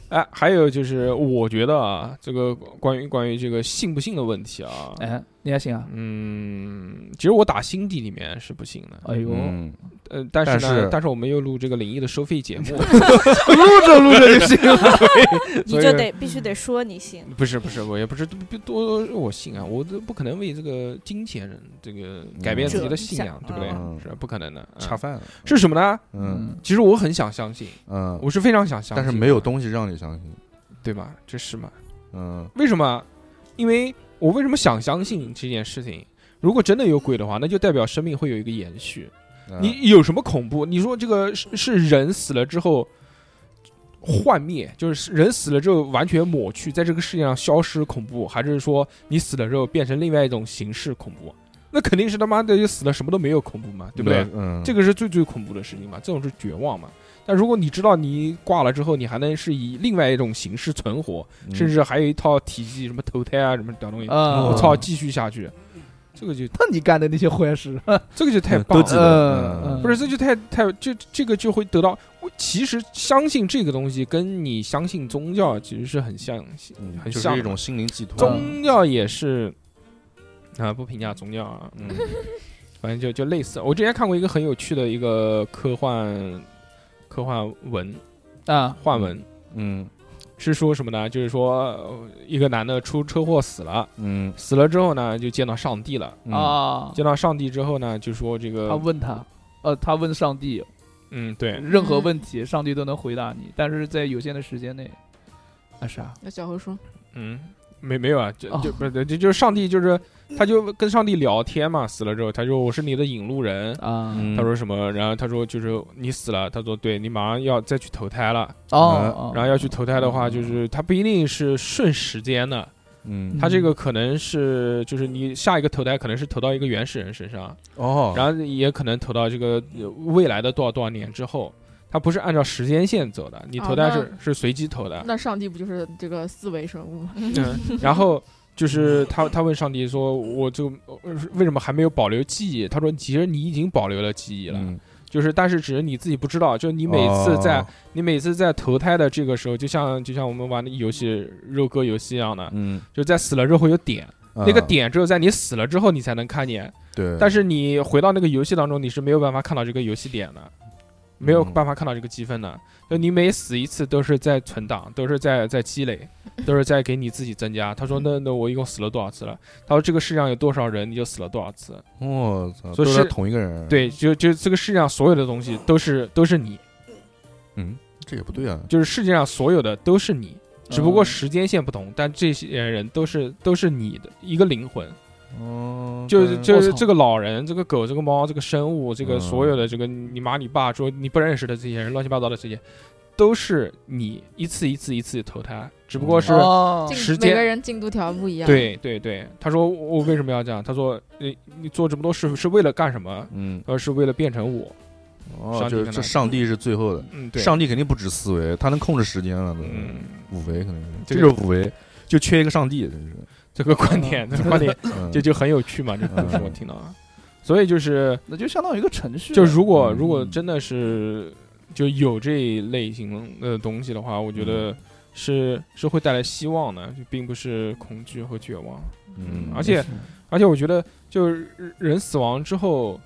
B: 哎，还有就是，我觉得啊，这个关于关于这个信不信的问题啊，
D: 哎，你还行啊？
B: 嗯，其实我打心底里面是不信的，
D: 哎呦，录
C: 嗯，
B: 呃，但是呢，
C: 但是
B: 我们又录这个灵异的收费节 目，
D: 着录着就行了。
E: 你就得必须得说你信，
B: 不是不是，我也不是多多我信啊，我都不可能为这个金钱人这个改变自己的信仰，
E: 嗯
B: 对不对？
C: 嗯
B: 是不可能的。
C: 恰
B: 嗯、
C: 饭了。
B: 是什么呢？
C: 嗯
B: 其实我很想相信，
C: 嗯，
B: 我是非常想相信，
C: 但是没有，东西让你相信。
B: 对吧？这是吗？
C: 嗯
B: 为什么？因为我为什么想相信这件事情？如果真的有鬼的话，那就代表生命会有一个延续。
C: 嗯
B: 你有什么恐怖？你说这个是是人死了之后幻灭，就是人死了之后完全抹去，在这个世界上消失恐怖，还是说你死了之后变成另外一种形式恐怖？那肯定是他妈的就死了什么都没有恐怖嘛，对不对？？
C: 嗯，
B: 这个是最最恐怖的事情嘛，这种是绝望嘛。但如果你知道你挂了之后，你还能是以另外一种形式存活，
C: 嗯
B: 甚至还有一套体系，什么投胎啊，什么屌东西，
D: 啊
B: 我操，继续下去，这个就
D: 那你干的那些坏事，
B: 这个就太
C: 嗯
B: 棒
C: 都
B: 了
C: 记。得
D: 嗯
C: 嗯
D: 嗯
B: 不是，这就太太这这个就会得到。我其实相信这个东西跟你相信宗教其实是很像，
C: 嗯
B: 很
C: 就是
B: 像
C: 一种心灵寄托。
B: 宗教也是啊，不评价宗教啊，嗯， 反正就就类似。我之前看过一个很有趣的一个科幻科幻文
D: 啊
B: 幻文，
C: 嗯
B: 是说什么呢？就是说呃一个男的出车祸死了，
C: 嗯
B: 死了之后呢，就见到上帝了。
C: 嗯
D: 啊！
B: 见到上帝之后呢，就说这
D: 他
B: 个，
D: 问他，呃，他问上帝，
B: 嗯，对，
D: 任何问题上帝都能回答你，但是在有限的时间内，啊啥？
F: 那小何说，
B: 嗯，没没有啊，就
D: 哦
B: 就不是，就就是上帝，就是他就跟上帝聊天嘛，死了之后，他说我是你的引路人，
D: 啊，
C: 嗯
B: 他说什么，然后他说就是你死了，他说对你马上要再去投胎了，
D: 哦，
B: 然后要去投胎的话，就是他不一定是顺时间的，
C: 嗯
B: 他这个可能是就是你下一个投胎可能是投到一个原始人身上，
C: 哦，
B: 然后也可能投到这个呃未来的多少多少年之后。他不是按照时间线走的，你
F: 哦
B: 投胎是、
F: 那
B: 是随机投的，
F: 那上帝不就是这个四维生物吗？
B: 嗯，然后就是他，他问上帝说：“我就呃为什么还没有保留记忆？”他说：“其实你已经保留了记忆了，
C: 嗯
B: 就是但是只是你自己不知道。就你每次在、
C: 哦
B: 你每次在投胎的这个时候，就像就像我们玩的游戏肉鸽游戏一样的，
C: 嗯
B: 就在死了之后会有点，那个
C: 啊
B: 点只有在你死了之后你才能看见，
C: 对，
B: 但
C: 是
B: 是你回到那个游戏当中，你是没有办法看到这个游戏点的。”没有
C: 嗯
B: 办法看到这个积分的，就你每死一次都是在存档，都是在在积累，都是在给你自己增加。他
C: 嗯
B: 说：“那那我一共死了多少次了？”他说：“这个世上有多少人，你就死了多少
C: 嗯
B: 次。
C: 我操，
B: 所以是
C: 都是同一个人。”，
B: 对，就就这个世界上所有的东西都是都是你，
C: 嗯，这也不对啊。
B: 就是世界上所有的都是你，只不过
D: 嗯
B: 时间线不同，但这些人都是都是你的一个灵魂。
C: 哦，
B: 就是
C: 对
B: 就是
D: 我操
B: 这个老人、这个狗、这个猫、这个生物、这个
C: 嗯
B: 所有的这个你妈、你爸说你不认识的这些人，乱七八糟的这些，都是你一次一次一次投胎，只不过是、
D: 哦
F: 进
B: 时间
F: 每个人进度条不一样。，
B: 对对对。他说我为什么要这样？他说你你做这么多事是为了干什么？
C: 嗯，
B: 他说是为了变成我。
C: 哦
B: 上，帝
C: 就是
B: 跟
C: 这
B: 他
C: 上帝是最后的，
B: 嗯，对，
C: 上帝肯定不止四维，他能控制时间了，都
B: 嗯，
C: 五维可能是，
B: 这
C: 这
B: 个
C: 就是五维，就缺一个上帝，真是。
B: 这个观点，这个观点
C: 嗯
B: 就就很有趣 嘛，这个故事我听到啊。所以就是
D: 那就相当于一个程序了，
B: 就如果
C: 嗯
B: 如果真的是就有这一类型的东西的话，我觉
C: 嗯
B: 得是是会带来希望的，就并不是恐惧和绝望。
C: 嗯，
B: 而且而且我觉得，就是人死亡之后，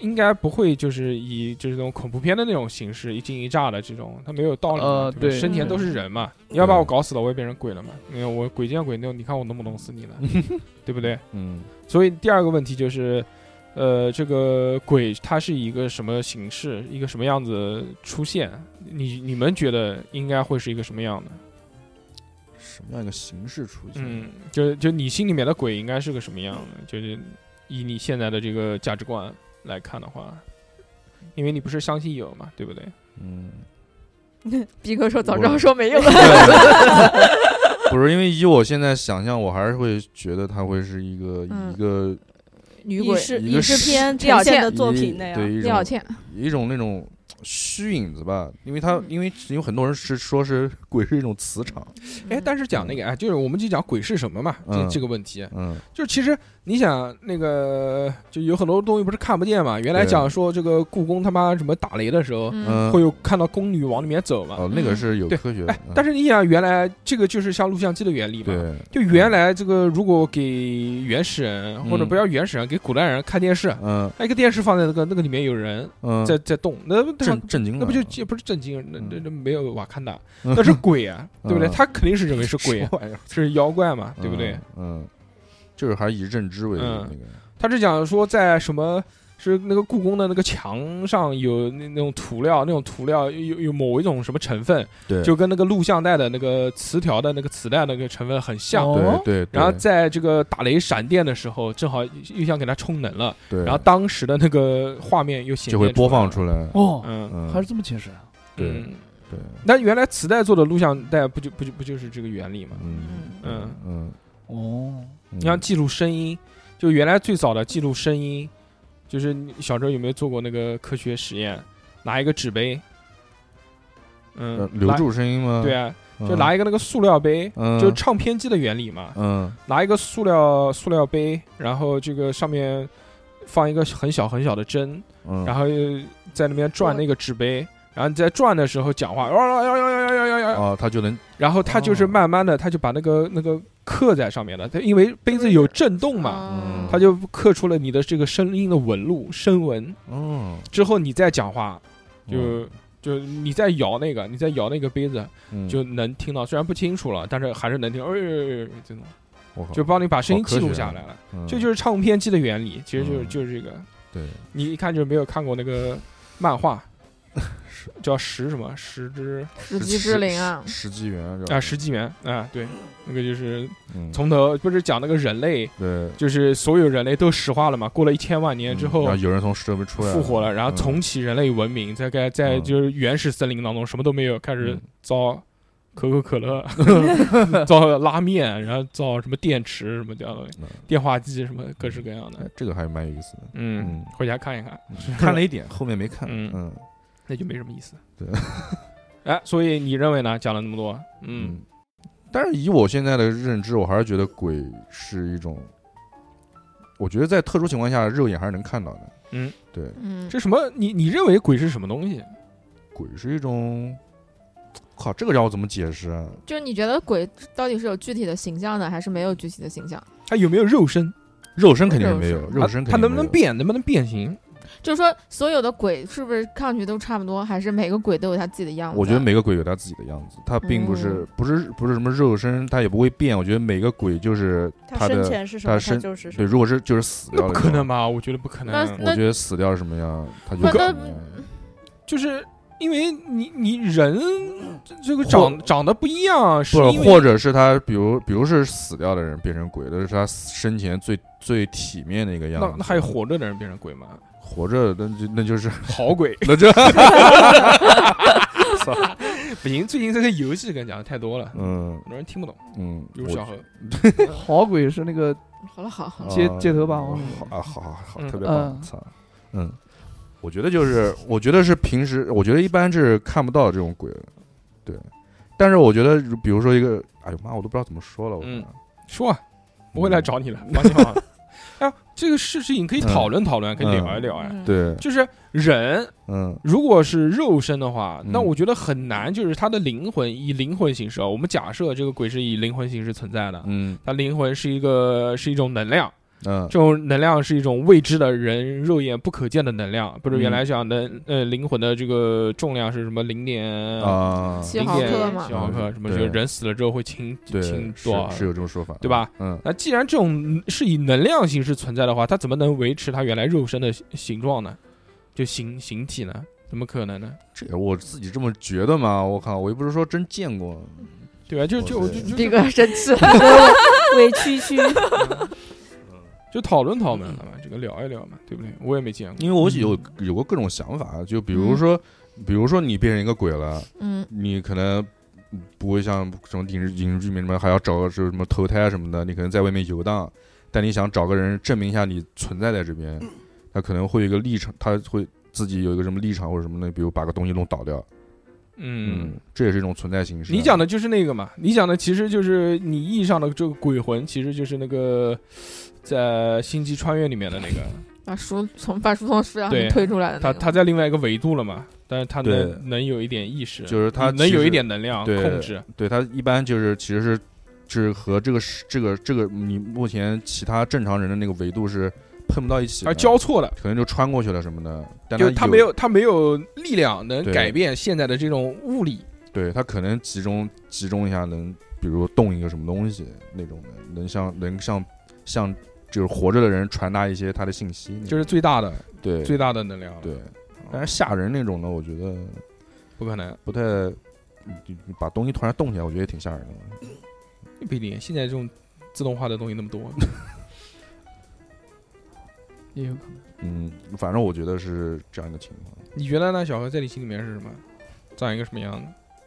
B: 应该不会就是以就是那种恐怖片的那种形式一惊一乍的这种，它没有道理嘛。
D: 呃
B: 对不对，
D: 对
B: 生前都是人嘛，
C: 嗯
B: 你要把我搞死了，我也变成鬼了嘛。因为我鬼见鬼弄，你看我弄不弄死 你了，对不对？
C: 嗯
B: 所以第二个问题就是，呃，这个鬼它是一个什么形式，一个什么样子出现？你你们觉得应该会是一个什么样的？
C: 什么样一个形式出现？
B: 嗯，就就你心里面的鬼应该是个什么样的？就是以你现在的这个价值观来看的话，因为你不是相信有嘛，对不对？
C: 嗯，
F: 逼哥说早知
C: 我
F: 道说没有了。
C: 不是，因为以我现在想象，我还是会觉得它会是一个
F: 嗯
C: 一个
F: 女
E: 影
F: 鬼
E: 视
C: 一
E: 影
C: 个
E: 视
C: 视
E: 片
F: 表
E: 呈现
F: 现
E: 的呃作
C: 一
E: 品那样。
C: 对一
F: 李小
C: 种
F: 倩，
C: 一种那种虚影子吧，因为
E: 嗯
C: 它因为有很多人是说是 鬼是一种磁场，
B: 哎，但是讲那个啊，就是我们就讲鬼是什么嘛，这
C: 嗯
B: 这个问题，
C: 嗯
B: 就是其实你想那个，就有很多东西不是看不见嘛。原来
C: 对
B: 讲说这个故宫他妈什么打雷的时候，
F: 嗯，
C: 嗯，
B: 会有看到宫女往里面走嘛。
C: 哦，那
E: 嗯
C: 个是有
B: 对
C: 科学的嗯
B: 哎，，但是你想，原来这个就是像录像机的原理
C: 嗯对
B: 嘛。就原来这个，如果给原始人或者
C: 嗯
B: 不要原始人，给古代人看电视，哎
C: 嗯
B: 那个电视放在那个那个里面有人
C: 嗯，
B: 在在动，那他
C: 震震惊了，
B: 那不就也不是震惊，那那
C: 嗯
B: 那没有瓦 坎达，
C: 嗯
B: 那是鬼啊，对不对？
C: 嗯
B: 他肯定是认为是鬼啊，
C: 什么玩意儿
B: 是妖怪嘛，对不对？？嗯
C: 嗯，嗯就是还是以认知为那个，
B: 他是讲说在什么是那个故宫的那个墙上有那那种涂料，那种涂料有有某一种什么成分，
C: 对，
B: 就跟那个录像带的那个磁条的那个磁带那个成分很像。
D: 哦
C: 对对，对
B: 然后在这个打雷闪电的时候，正好又想给它充能了，
C: 对，
B: 然后当时的那个画面又显
C: 就会
B: 现
C: 播
B: 来
C: 放
B: 了
C: 出来，
D: 哦，
B: 嗯，
C: 嗯，
D: 还是这么解释啊？
C: 对
B: 嗯，
C: 对，
B: 那原来磁带做的录像带不就不就不就是这个原理吗？
C: 嗯
E: 嗯，
B: 嗯，
C: 嗯，
D: 哦，
B: 你像记录声音，就原来最早的记录声音，就是你小时候有没有做过那个科学实验？拿一个纸杯，嗯
C: 呃，留
B: 拿
C: 住声音吗？
B: 对啊，
C: 嗯，
B: 就拿一个那个塑料杯，
C: 嗯，
B: 就是唱片机的原理嘛，
C: 嗯
B: 拿一个塑料塑料杯，然后这个上面放一个很小很小的针，
C: 嗯，
B: 然后在那边转那个纸杯，然后你在转的时候讲话，
C: 哦，他就能
B: 然后它就是慢慢的，它就把那个那个刻在上面了，它因为杯子有震动嘛，
C: 嗯
F: 嗯，
B: 它就刻出了你的这个声音的纹路声纹，
C: 哦，
B: 之后你再讲话
C: 嗯
B: 就。就你在摇那个，你在摇那个杯子，
C: 嗯
B: 就能听到，虽然不清楚了，但是还是能听。哎呦，这种
C: 我靠
B: 就帮你把声音
C: 哦好科
B: 记
C: 学
B: 录下
C: 啊
B: 来了。
C: 嗯
B: 这就是唱片机的原理，其实就是
C: 嗯
B: 就是这个。
C: 对，
B: 你一看就没有看过那个漫 画，叫十什么十之
F: 时机之灵啊，
C: 十纪元
B: 啊十纪元啊，对，那个就是
C: 嗯
B: 从头不是讲那个人类，
C: 对
B: 就是所有人类都石化了嘛，过了一千万年之
C: 嗯然
B: 后
C: 后。有人从石头里出来了
B: 复活了，然后
C: 嗯
B: 重启人类文明，在该在
C: 嗯
B: 就是原始森林当中什么都没有，开始
C: 嗯
B: 造可口可 乐，造拉面，然后造什么电池什么这样的东西
C: 嗯
B: 电话机什么各式各样的
C: 哎，这个还蛮有意思的，
B: 嗯
C: 嗯，
B: 回家看一看，
C: 看了一点，后面没看，
B: 嗯
C: 嗯
B: 那就没什么意思。
C: 对，
B: 哎，所以你认为呢？讲了那么多，嗯，
C: 嗯，但是以我现在的认知，我还是觉得鬼是一种，我觉得在特殊情况下，肉眼还是能看到的。
B: 嗯，
C: 对，
F: 嗯，
B: 这什么？你你认为鬼是什么东西？
C: 鬼是一种，靠，这个让我怎么解释啊？
F: 就是你觉得鬼到底是有具体的形象的，还是没有具体的形象？
B: 它有没有肉身？
C: 肉身肯定是没有，
F: 肉
C: 肉身
B: 它它
C: 肯定
B: 能不
C: 没有
B: 能？变？能不能变形？
F: 就是说，所有的鬼是不是看上去都差不多，还是每个鬼都有他自己的样子？
C: 我觉得每个鬼有他自己的样子，他并不是、不是
E: 嗯
C: 不是什么肉身，他也不会变。我觉得每个鬼就是
E: 他生
C: 的，
E: 前是什
C: 他
E: 么，
C: 生
E: 他就是什
C: 对，
E: 么。
C: 如果是就是死掉
B: 那
C: 了，
B: 不可能？吧？我觉得不可能。
C: 我觉得死掉是什么样，他就
F: 那
C: 是什
F: 那
C: 么样。
B: 就是因为你你人这这个长长得不一样，是
C: 不
B: 因
C: 是，
B: 为
C: 或者是他，比如，比如是死掉的人变成鬼的，是他生前最最体面的一个样
B: 那
C: 子。
B: 那还有活着的人变成鬼吗？
C: 活着的，那就 那就是
B: 好 鬼
C: 那就，
B: 操不行，最近这个游戏跟你讲的太多了，
C: 嗯
B: 很多人听不懂。
C: 嗯，
B: 有
C: 我
B: 小何，
D: 好鬼是那个
F: 好了好好，
D: 街
C: 啊
D: 街头霸王
C: 好啊，好好好，
B: 嗯
C: 特别
D: 嗯
C: 棒，操，嗯，我觉得就是，我觉得是平时，我觉得一般是看不到这种鬼的，对。但是我觉得，比如说一个，哎呦妈，我都不知道怎么说了，我
B: 嗯
C: 靠
B: 说啊，不会来找
C: 嗯
B: 你了，放心 好了。哎，这个事情可以讨论讨论，可以聊一聊哎。
E: 嗯，
C: 对，
B: 就是人
C: 嗯
B: 如果是肉身的话，
C: 嗯
B: 那我觉得很难，就是他的灵魂以灵魂形式啊。我们假设这个鬼是以灵魂形式存在的，
C: 嗯
B: 他灵魂是一个是一种能量，
C: 嗯
B: 这种能量是一种未知的人肉眼不可见的能量，不是
C: 嗯
B: 原来讲的呃灵魂的这个重量是什么零点
C: 啊，
F: 七
B: 零
F: 毫
B: 点
F: 克
E: 嘛
B: 七毫克什么，就
C: 对
B: 是人死了之后会轻
C: 对，
B: 轻
C: 是
B: 多少
C: 是有这种说法，
B: 对吧？
C: 嗯
B: 那既然这种是以能量形式存在的话，它怎么能维持它原来肉身的形形状呢？就形形体呢？怎么可能呢？
C: 这个我自己这么觉得嘛，我靠，我又不是说真见过，
B: 对吧？就就
C: 我
B: 就就
C: 觉得
F: 这
B: 就
F: 个生气了，
E: 委屈屈，
B: 就讨论讨论了
C: 嗯
B: 嘛，这个聊一聊嘛，对不对？我也没见过，
C: 因为我有
B: 嗯
C: 有过各种想法，就比如说，比如说你变成一个鬼了，
F: 嗯，
C: 你可能不会像什么影视影视剧里面什么还要找个是什么投胎什么的，你可能在外面游荡，但你想找个人证明一下你存在在这边，
B: 嗯
C: 他可能会有一个立场，他会自己有一个什么立场或者什么的，比如把个东西弄倒掉，
B: 嗯。，
C: 这也是一种存在形式。啊
B: 你讲的就是那个嘛，你讲的其实就是你意义上的这个鬼魂，其实就是那个在《星际穿越》里面的那个，
C: 嗯
F: 把书从把书从书上
B: 对
F: 推出来的那
B: 他
F: 个
B: 他在另外一个维度了嘛，但是他
C: 对
B: 能能有一点意识，
C: 就是他
B: 能
C: 其
B: 有一
C: 实
B: 点能量
C: 对
B: 控制，
C: 对他一般就是其实是是和这个是这个这个你目前其他正常人的那个维度是碰不到一起
B: 而
C: 的，
B: 交错了。
C: 可能就穿过去了什么的，但
B: 就
C: 他
B: 他没有他没有力量能
C: 对嗯
B: 改变现在的这种物理，
C: 对他可能集中集中一下能，比如动一个什么东西那种的，能向能向向就是活着的人传达一些他的信息，
B: 就是是最大的
C: 对
B: 最大的能量了。
C: 对，啊
B: 嗯，
C: 但是吓人那种的，我觉得
B: 不可能，
C: 不太。你你把东西突然动起来，我觉得也挺吓人的。
B: 不一定。现在这种自动化的东西那么多，
D: 也有可能。
C: 嗯，反正我觉得是这样一个情况。
B: 你原来呢？小何在你心里面是什么？长一个什么样子？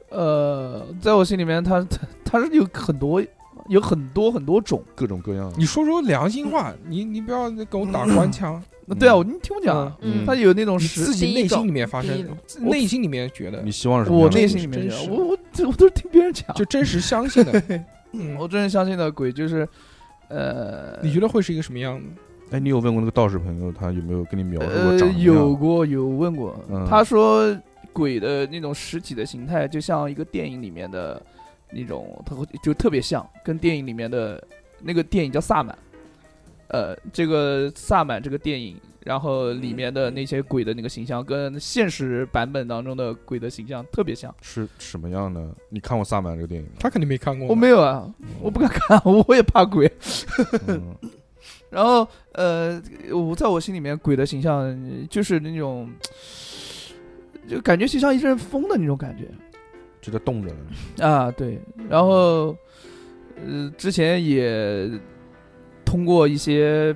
D: 呃，在我心里面，它它它是有很多有很多很多种。
C: 各种各样的。
B: 你说说良心话， 你你不要给我打官腔，
D: 那对啊，
C: 嗯
D: 我你听我讲啊，
C: 嗯
D: 它有那种
B: 你
D: 实
B: 自己内心里面发
F: 第一
B: 生
F: 个，
B: 自内心里面觉得
C: 你希望是什么
D: 我
C: 样的
D: 内
C: 故
D: 心里
C: 事
D: 面
B: 真
D: 觉得
B: 是
D: 我我我都是听别人讲，
B: 就真实相信 的，嗯，
D: 我真正相信的鬼就是，呃，
B: 你觉得会是一个什么样子？
C: 哎，你有问过那个道士朋友，他有没有跟你描述过
D: 呃
C: 长什么样？
D: 有过有问过，
C: 嗯
D: 他说鬼的那种实体的形态，就像一个电影里面的那种，特就特别像，跟电影里面的那个电影叫《萨满》，呃，这个《萨满》这个电影，然后里面的那些鬼的那个形象，跟现实版本当中的鬼的形象特别像。
C: 是什么样的？你看过《萨满》这个 电影吗？
B: 他肯定没看过，
D: 我没有啊，我不敢看， 我也怕鬼。
C: 嗯
D: 然后呃，我在我心里面鬼的形象呃就是那种，就感觉就像一阵风的那种感觉
C: 就在冻着呢。
D: 啊，对。然后呃，之前也通过一些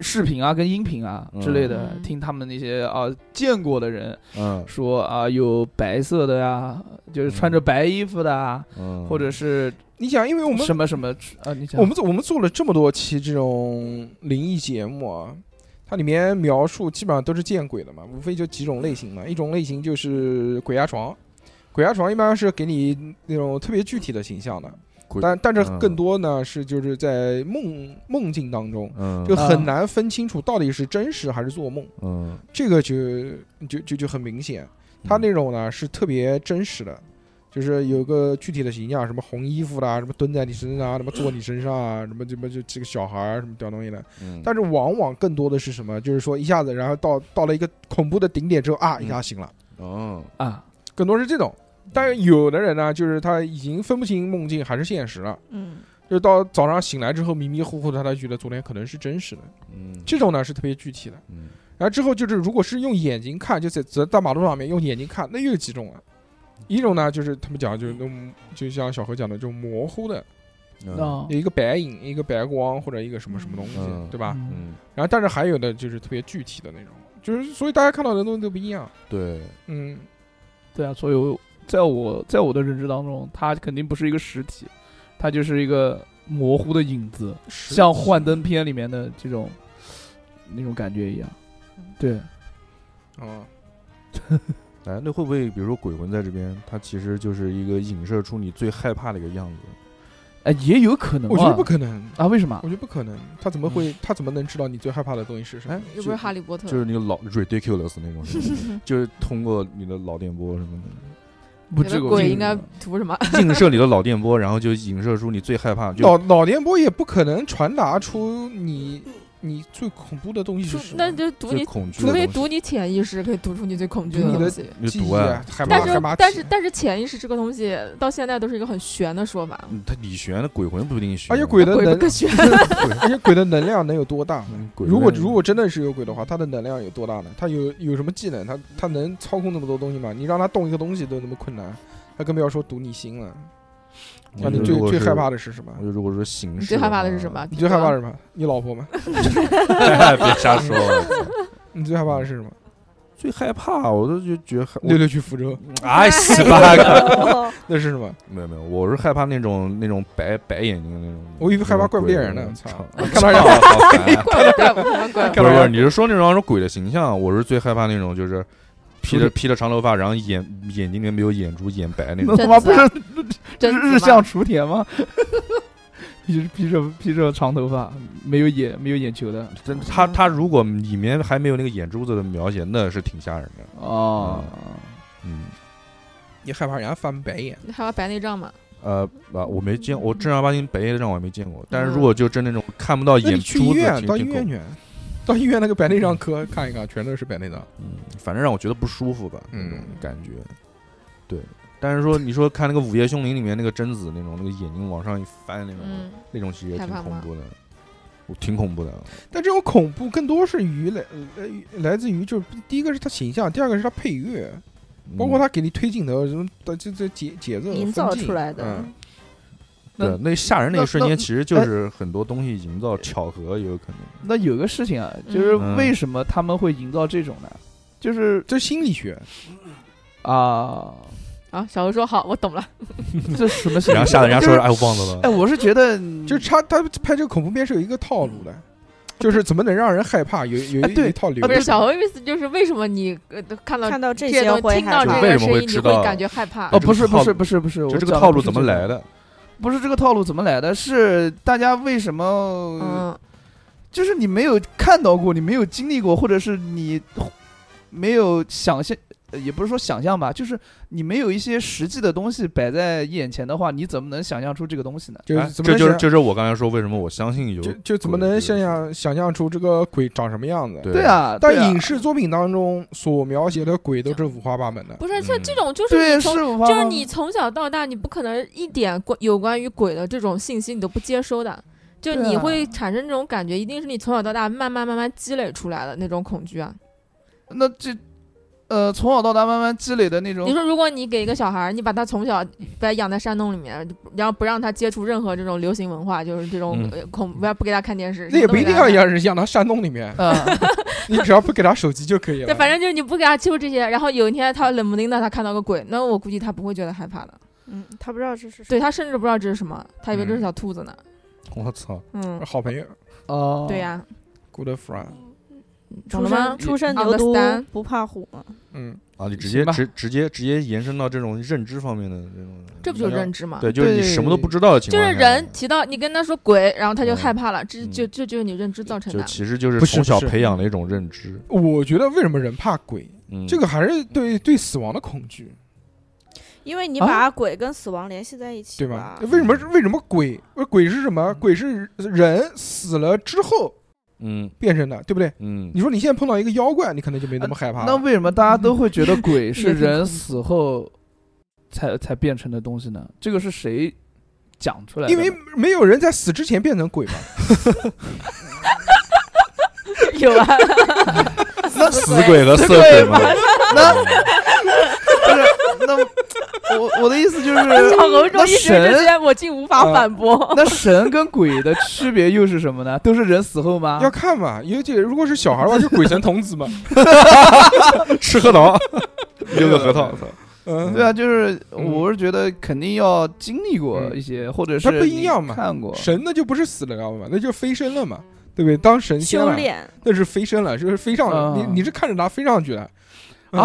D: 视频啊、跟音频啊之类的，
F: 嗯
D: 听他们那些啊见过的人
C: 嗯
D: 说啊，有白色的呀、就是穿着白衣服的啊，
C: 嗯，
D: 或者是
B: 你想，嗯因为我们
D: 什么什么啊，你讲
B: 我们做我们做了这么多期这种灵异节目啊，它里面描述基本上都是见鬼的嘛，无非就几种类型嘛。一种类型就是鬼压床，鬼压床一般是给你那种特别具体的形象的，
C: 鬼
B: 但但是
C: 嗯
B: 更多呢是就是在梦梦境当中，
C: 嗯
B: 就很
D: 啊
B: 难分清楚到底是真实还是做梦，
C: 嗯，
B: 这个就就就就很明显。他那种呢是特别真实的，就是有个具体的形象，什么红衣服啦，什么蹲在你身上啊，什么坐你身上啊，什么什么就这个小孩儿什么屌东西的。
C: 嗯，
B: 但是往往更多的是什么？就是说一下子，然后到到了一个恐怖的顶点之后啊，一下醒了，
C: 哦，
D: 啊，
B: 更多是这种。但是有的人呢，就是他已经分不清梦境还是现实了，
E: 嗯，
B: 就到早上醒来之后迷迷糊糊的，他觉得昨天可能是真实的。
C: 嗯，
B: 这种呢是特别具体的。
C: 嗯
B: 然后之后就是，如果是用眼睛看，就在在大马路上面用眼睛看，那又有几种了。啊一种呢，就是他们讲，就是那种，就像小何讲的，就模糊的，
C: 嗯
D: 啊
B: 有一个白影，一个白光，或者一个什么什么东西，
C: 嗯
B: 对吧？
D: 嗯
C: 嗯，
B: 然后，但是还有的就是特别具体的那种，就是所以大家看到的东西都不一样。
C: 对，
B: 嗯，
D: 对啊，所以我在我在我的认知当中，它肯定不是一个实体，它就是一个模糊的影子，
B: 是
D: 像幻灯片里面的这种那种感觉一样。
F: 嗯
D: 对，
B: 啊，
C: 哎，那会不会比如说鬼魂在这边，它其实就是一个影射出你最害怕的一个样子？
D: 哎，也有可能、啊，
B: 我觉得不可能，
D: 啊？为什么
B: 我？觉得不可能，他怎么
D: 嗯
B: 会，他怎么能知道你最害怕的东西是什么
C: 哎？
F: 又不是哈利波特，
C: 就是那个老 ridiculous 那种 是吧，就是通过你的脑电波什么的，
D: 不
F: 觉
D: 这
F: 得
D: 个
F: 鬼应该图什么？
C: 映射你的脑电波，然后就影射出你最害怕，就
B: 脑脑电波也不可能传达出你你最恐怖的东西是什么。
F: 那就读
C: 最
F: 你，
C: 恐惧
F: 除
C: 的
F: 非
C: 东西，
F: 读你潜意识，可以读出你最恐惧
B: 读
F: 的
B: 你
F: 东
B: 的
F: 西。
C: 你
B: 记
C: 就
B: 忆
C: 读啊
B: 啊，，害怕
C: 对
F: 但
C: 吧
B: 害
F: 是
B: 怕
F: 但
B: 起
F: 是但是潜意识这个东西到现在都是一个很玄的说法，
C: 嗯它李玄的鬼魂不一定玄，
B: 而且啊鬼的
F: 鬼不
B: 能，
F: 可玄。
B: 而且鬼的能量能有多大？
C: 嗯 鬼
B: 如果
C: 魂
B: 如果真的是有鬼的话，他的能量有多大呢？他有有什么技能？他他能操控那么多东西吗？你让他动一个东西都那么困难，他更不要说读你心了。那啊你
C: 就
B: 最
C: 如果
B: 最
C: 是
B: 害怕的是什么？
C: 我就如果说形
F: 你
C: 式，
F: 最害怕的是什么？？
B: 你最害怕的是什么？你老婆吗？
C: 别瞎说，
B: 你最害怕的是什么？
C: 最害怕，我都就觉得害我
B: 六六去福州，
C: 哎，十八个，
E: 哦
B: 那是什么？
C: 没有没有，我是害怕那种那种白白眼睛的那种。
B: 我以为害怕怪物猎人呢
C: 那种
B: 操
C: 鬼
B: 看到人
C: 啊好烦 啊
F: 怪不怪不怪不怪
C: 不是不是，你是说那种说鬼的形象？我是最害怕那种就是披着披着长头发，然后眼眼睛里面没有眼珠，眼白那
D: 那
C: 种。
D: 他妈不是
F: 啊真
D: 日日向雏田吗？ 披着披着披着长头发，没有眼没有眼球的
C: 真
B: 哦
C: 他他如果里面还没有那个眼珠子的描写，那是挺吓人的。
D: 哦。
C: 嗯，
B: 你害怕人家翻白眼？
F: 你害怕白内障吗？
C: 呃，啊，我没见，我正儿八经白夜的让我也没见过。但是如果就真那种看不到
B: 嗯那
C: 眼
B: 你去
C: 珠
B: 医
C: 子，
B: 院，
C: 挺
B: 到医
C: 挺恐
B: 院去，到医院那个白内障科看一看，全都是白内障。
C: 嗯，反正让我觉得不舒服吧，那
B: 嗯
C: 种感觉。对，但是说你说看那个《午夜凶铃》里面那个贞子那种，那个眼睛往上一翻那种，
F: 嗯，
C: 那种其实也挺
F: 害怕
C: 恐
F: 吗
C: 怖的，我挺恐怖的。
B: 但这种恐怖更多是于来呃来自于就是第一个是他形象，第二个是他配乐，
C: 嗯
B: 包括他给你推进的什么的这这节节奏
E: 营造
B: 分镜
E: 出来的
B: 嗯
C: 对
D: 那
C: 那吓人那
D: 那
C: 一瞬
D: 那
C: 间，
B: 哎
C: 其实就是很多东西营造巧合也有可能。
D: 那有个事情啊，就是
C: 嗯
D: 为什么他们会营造这种呢？就是
B: 这是心理学，
D: 啊，
F: 啊，小欧说好，我懂了。
D: 这什么事情？
C: 然后吓得人家
D: 就
C: 说
D: 是
C: 哎我忘 了
D: 哎，
C: 了，
D: 我是觉得
B: 就是他他拍这个恐怖片是有一个套路的，就是怎么能让人害怕，有有
D: 哎
B: 一
D: 对
B: 有一套流
F: 不
B: 程
F: 是。小欧意思就是为什么你呃看到
E: 看到这
F: 这些
E: 些
F: 东西，
E: 会
F: 听到
E: 害
F: 这
E: 怕
C: 就。为什
F: 个声
C: 么会
F: 音，你
C: 知
F: 会
C: 道
F: 感觉害怕
D: 哦，。不是
C: 套
D: 不是
C: 路
D: 不是不是，
C: 就
D: 我
C: 这个
D: 讲
C: 套
D: 的不
C: 路
D: 是
C: 怎么
D: 这个
C: 来？的？
D: 不是这个套路怎么来的，是大家为什么？
F: 嗯，
D: 就是你没有看到过，你没有经历过，或者是你没有想象，呃也不是说想象吧，就是你没有一些实际的东西摆在眼前的话，你怎么能想象出这个东西呢？
B: 就是
C: 哎
B: 怎么能
C: 这就是
B: 想
C: 这就是我刚才说为什么我相信有
B: 就就怎么
C: 鬼
B: 能
C: 这个
B: 想象想象出这个鬼长什么样子？
C: 对
D: 对啊，对啊
B: 但影视作品当中所描写的鬼都是五花八门的，
F: 不是像
C: 嗯
F: 这种就是
D: 对
F: 你从
D: 是五花
F: 就是
D: 八门
F: 你从小到大，你不可能一点关有关于鬼的这种信息你都不接收的，就
D: 对啊
F: 你会产生这种感觉，一定是你从小到大慢慢慢慢积累出来的那种恐惧啊。
D: 那这呃从小到大慢慢积累的那种
F: 你，说，如果你给一个小孩儿，你把他从小把他养在山洞里面，然后不让他接触任何这种流行文化，就是这种
C: 嗯
F: 呃恐，不要不给他看电视，
B: 那也不一定要
F: 养。
B: 让人养到山洞 里面，
D: 嗯，
B: 你只要不给他手机就可以
F: 对，
B: 了。
F: 反正就是你不给他接触这些，然后有一天他冷不丁的他看到个鬼，那我估计他不会觉得害怕的，
E: 嗯，他不知道这是什
F: 对
E: 么。
F: 他甚至不知道这是什么，他以为这
C: 嗯
F: 是小兔子呢。
C: 我操，
F: 嗯，
B: 好朋友
D: 哦，
F: 对呀、
B: ，good friend，
E: 初
F: 懂了吗
E: 生？初生
F: 你
E: 牛犊
F: understand？
E: 不怕虎嘛。
B: 嗯，
C: 啊，你直
D: 行
C: 接
D: 吧
C: 直直接直接延伸到这种认知方面的这种，
F: 这不就是认知吗？
C: 对，就是你什么都不知道的情
F: 就
C: 况
F: 是
C: 下，
F: 人提到你跟他说鬼，然后他就
C: 嗯
F: 害怕了，这
C: 嗯
F: 就这就是你认知造成
C: 就
F: 的。
C: 其实就是
B: 不是
C: 从
B: 不
C: 小
B: 是
C: 培养的一种认知。
B: 我觉得为什么人怕鬼，
C: 嗯，
B: 这个还是对对死亡的恐惧，
E: 因为你
D: 啊
E: 把鬼跟死亡联系在一起
B: 对
E: 吧
B: 吧？？为什么
D: 嗯
B: 为什么鬼？呃鬼是什么？鬼是人死了之后
C: 嗯
B: 变成的，对不对？
C: 嗯
B: 你说你现在碰到一个妖怪，你可能就没那么害怕了。
D: 呃那为什么大家都会觉得鬼
F: 也
D: 是
F: 挺恐怖
D: 人死后才才变成的东西呢？这个是谁讲出来的
B: 因
D: 呢？
B: 为没有人在死之前变成鬼嘛，
F: 有啊，
D: 那
C: 死鬼和色鬼嘛，
D: 那不是那我我的意思就是
F: 小猴说
D: 那
F: 一时之
D: 神
F: 间我竟无法反驳。
D: 那神跟鬼的区别又是什么呢？都是人死后吗
B: 要？看嘛。尤其如果是小 孩的话，就鬼神童子嘛。
C: 吃核桃，六个核桃，
B: 嗯，
D: 对啊，就是
B: 嗯
D: 我是觉得肯定要经历过
B: 嗯
D: 一些，或者
B: 它
D: 是
B: 不一样嘛
D: 你看过
B: 神那就不是死了，知道吗？那就飞升了嘛，对不对？当神仙
E: 修
B: 了，
E: 炼，
B: 那是飞升了，就是飞上了。
D: 啊
B: 你你是看着它飞上去的
D: 啊，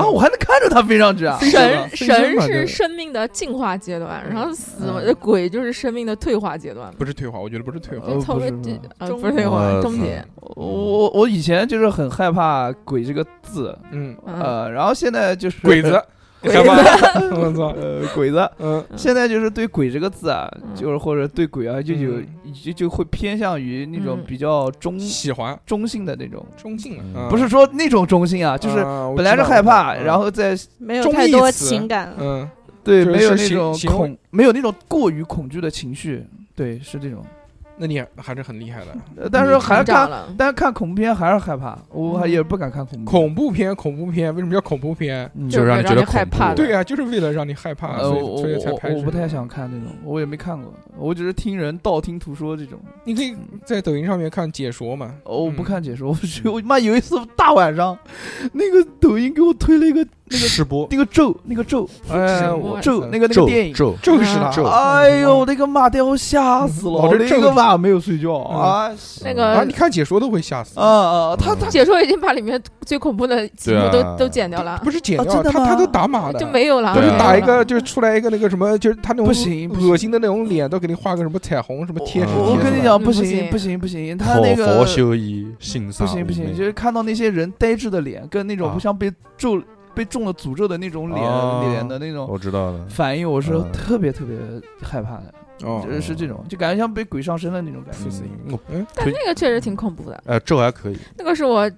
B: 嗯
D: 我还能看着他飞上去啊！
B: 非
F: 神
B: 非常
F: 神
B: 嘛
F: 是
B: 对
F: 生命的进化阶段，然后死
D: 嗯
F: 呃鬼就是生命的退化阶段，
B: 不是退化，我觉得不是退化。
D: 呃
F: 就
D: 不
F: 凑合
D: 是不是
F: 这呃
E: 终
F: 不是退化
C: 我
F: 终结。
D: 我我我以前就是很害怕“鬼”这个字，
B: 嗯，
F: 嗯，
D: 呃，然后现在就是
B: 鬼子，
F: 鬼
B: 害怕，我 操，
D: 呃，鬼子，
B: 嗯，
F: 嗯
D: 现在就是对“鬼”这个字啊，
F: 嗯
D: 就是或者对鬼啊，就有就就会偏向于那种
F: 嗯
D: 比较中
B: 喜欢
D: 中性的那种，
B: 中性了，
C: 嗯
B: 嗯
D: 不是说那种中性啊，就是
B: 啊我
D: 本来
B: 知
D: 是
B: 道
D: 害怕，
B: 我知道
D: 然后再
E: 没有
B: 中
E: 太
B: 意
E: 多
B: 词
E: 情感了。
B: 嗯，
D: 对
B: 就是
D: 没有
B: 是
D: 那
B: 形
D: 种
B: 形容
D: 恐，没有那种过于恐惧的情绪，对，是这种。
B: 那你还是很厉害的。
D: 呃但是还是
F: 成长
D: 看，
F: 了。
D: 但是看恐怖片还是害怕，我还
F: 嗯
D: 也不敢看恐怖片。
B: 恐怖片，恐怖片，为什么叫恐怖片？
D: 嗯
C: 就是让你觉得恐
F: 害怕
C: 怖。
F: 的
B: 对啊，就是为了让你害怕，
D: 呃，
B: 所
D: 我
B: 以
D: 我
B: 所以才拍。
D: 我我不太想。看那种，我也没看过，我只是听人道听途说这种。
B: 你可以在抖音上面看解说嘛。
D: 哦，我不
B: 嗯
D: 看解说，我去，我妈有一次大晚上，那个抖音给我推了一个那个
C: 吃播
D: 那个咒，那个咒，
B: 什
D: 哎，
B: 么
D: 我
F: 玩意
D: 咒
B: 儿
D: 那个那个
C: 咒
D: 电影，
C: 咒，嗯
B: 就是他，
C: 咒
D: 哎呦，我的个妈蛋，我吓死了！
B: 老
D: 我
B: 是
D: 那
B: 咒
D: 个
B: 你
D: 晚上没有睡觉
B: 嗯
D: 啊！
F: 那
B: 啊！
F: 个
B: 你看解说都会吓死
D: 啊啊，他他
F: 解说已经把里面最恐怖的几幕
C: 对
F: 都
C: 啊
F: 都剪掉了，
B: 不是剪
D: 啊
B: 掉，
D: 真的
B: 他
D: 吗
B: 他都打哦码的，
F: 就没有了。
B: 不是
C: 对啊
B: 打一个，就是出来一个那个什么，就是他那种
D: 不行不行
B: 恶心的那种脸，都给你画个什么彩虹什么贴纸。啊
C: 是
D: 我我
B: 贴
D: 跟你
B: 出来
D: 讲，
F: 嗯
D: 不
F: 不
D: 行
F: 行
D: 不行不行，他
C: 佛
D: 那个
C: 佛修一性
D: 不
C: 萨
D: 行不
C: 妩
D: 行，
C: 媚
D: 就是看到那些人呆滞的脸，跟那种
C: 啊
D: 不像被咒被中了诅咒的那种
C: 哦
D: 脸脸的那种
C: 我知道了。
D: 反应，我是
C: 嗯
D: 特别特别害怕的，
B: 哦
D: 就是是这种，就感觉像被鬼上身了那种感觉。
C: 嗯我
F: 但那个确实挺恐怖的，
C: 哎，咒还可以，
F: 那个是我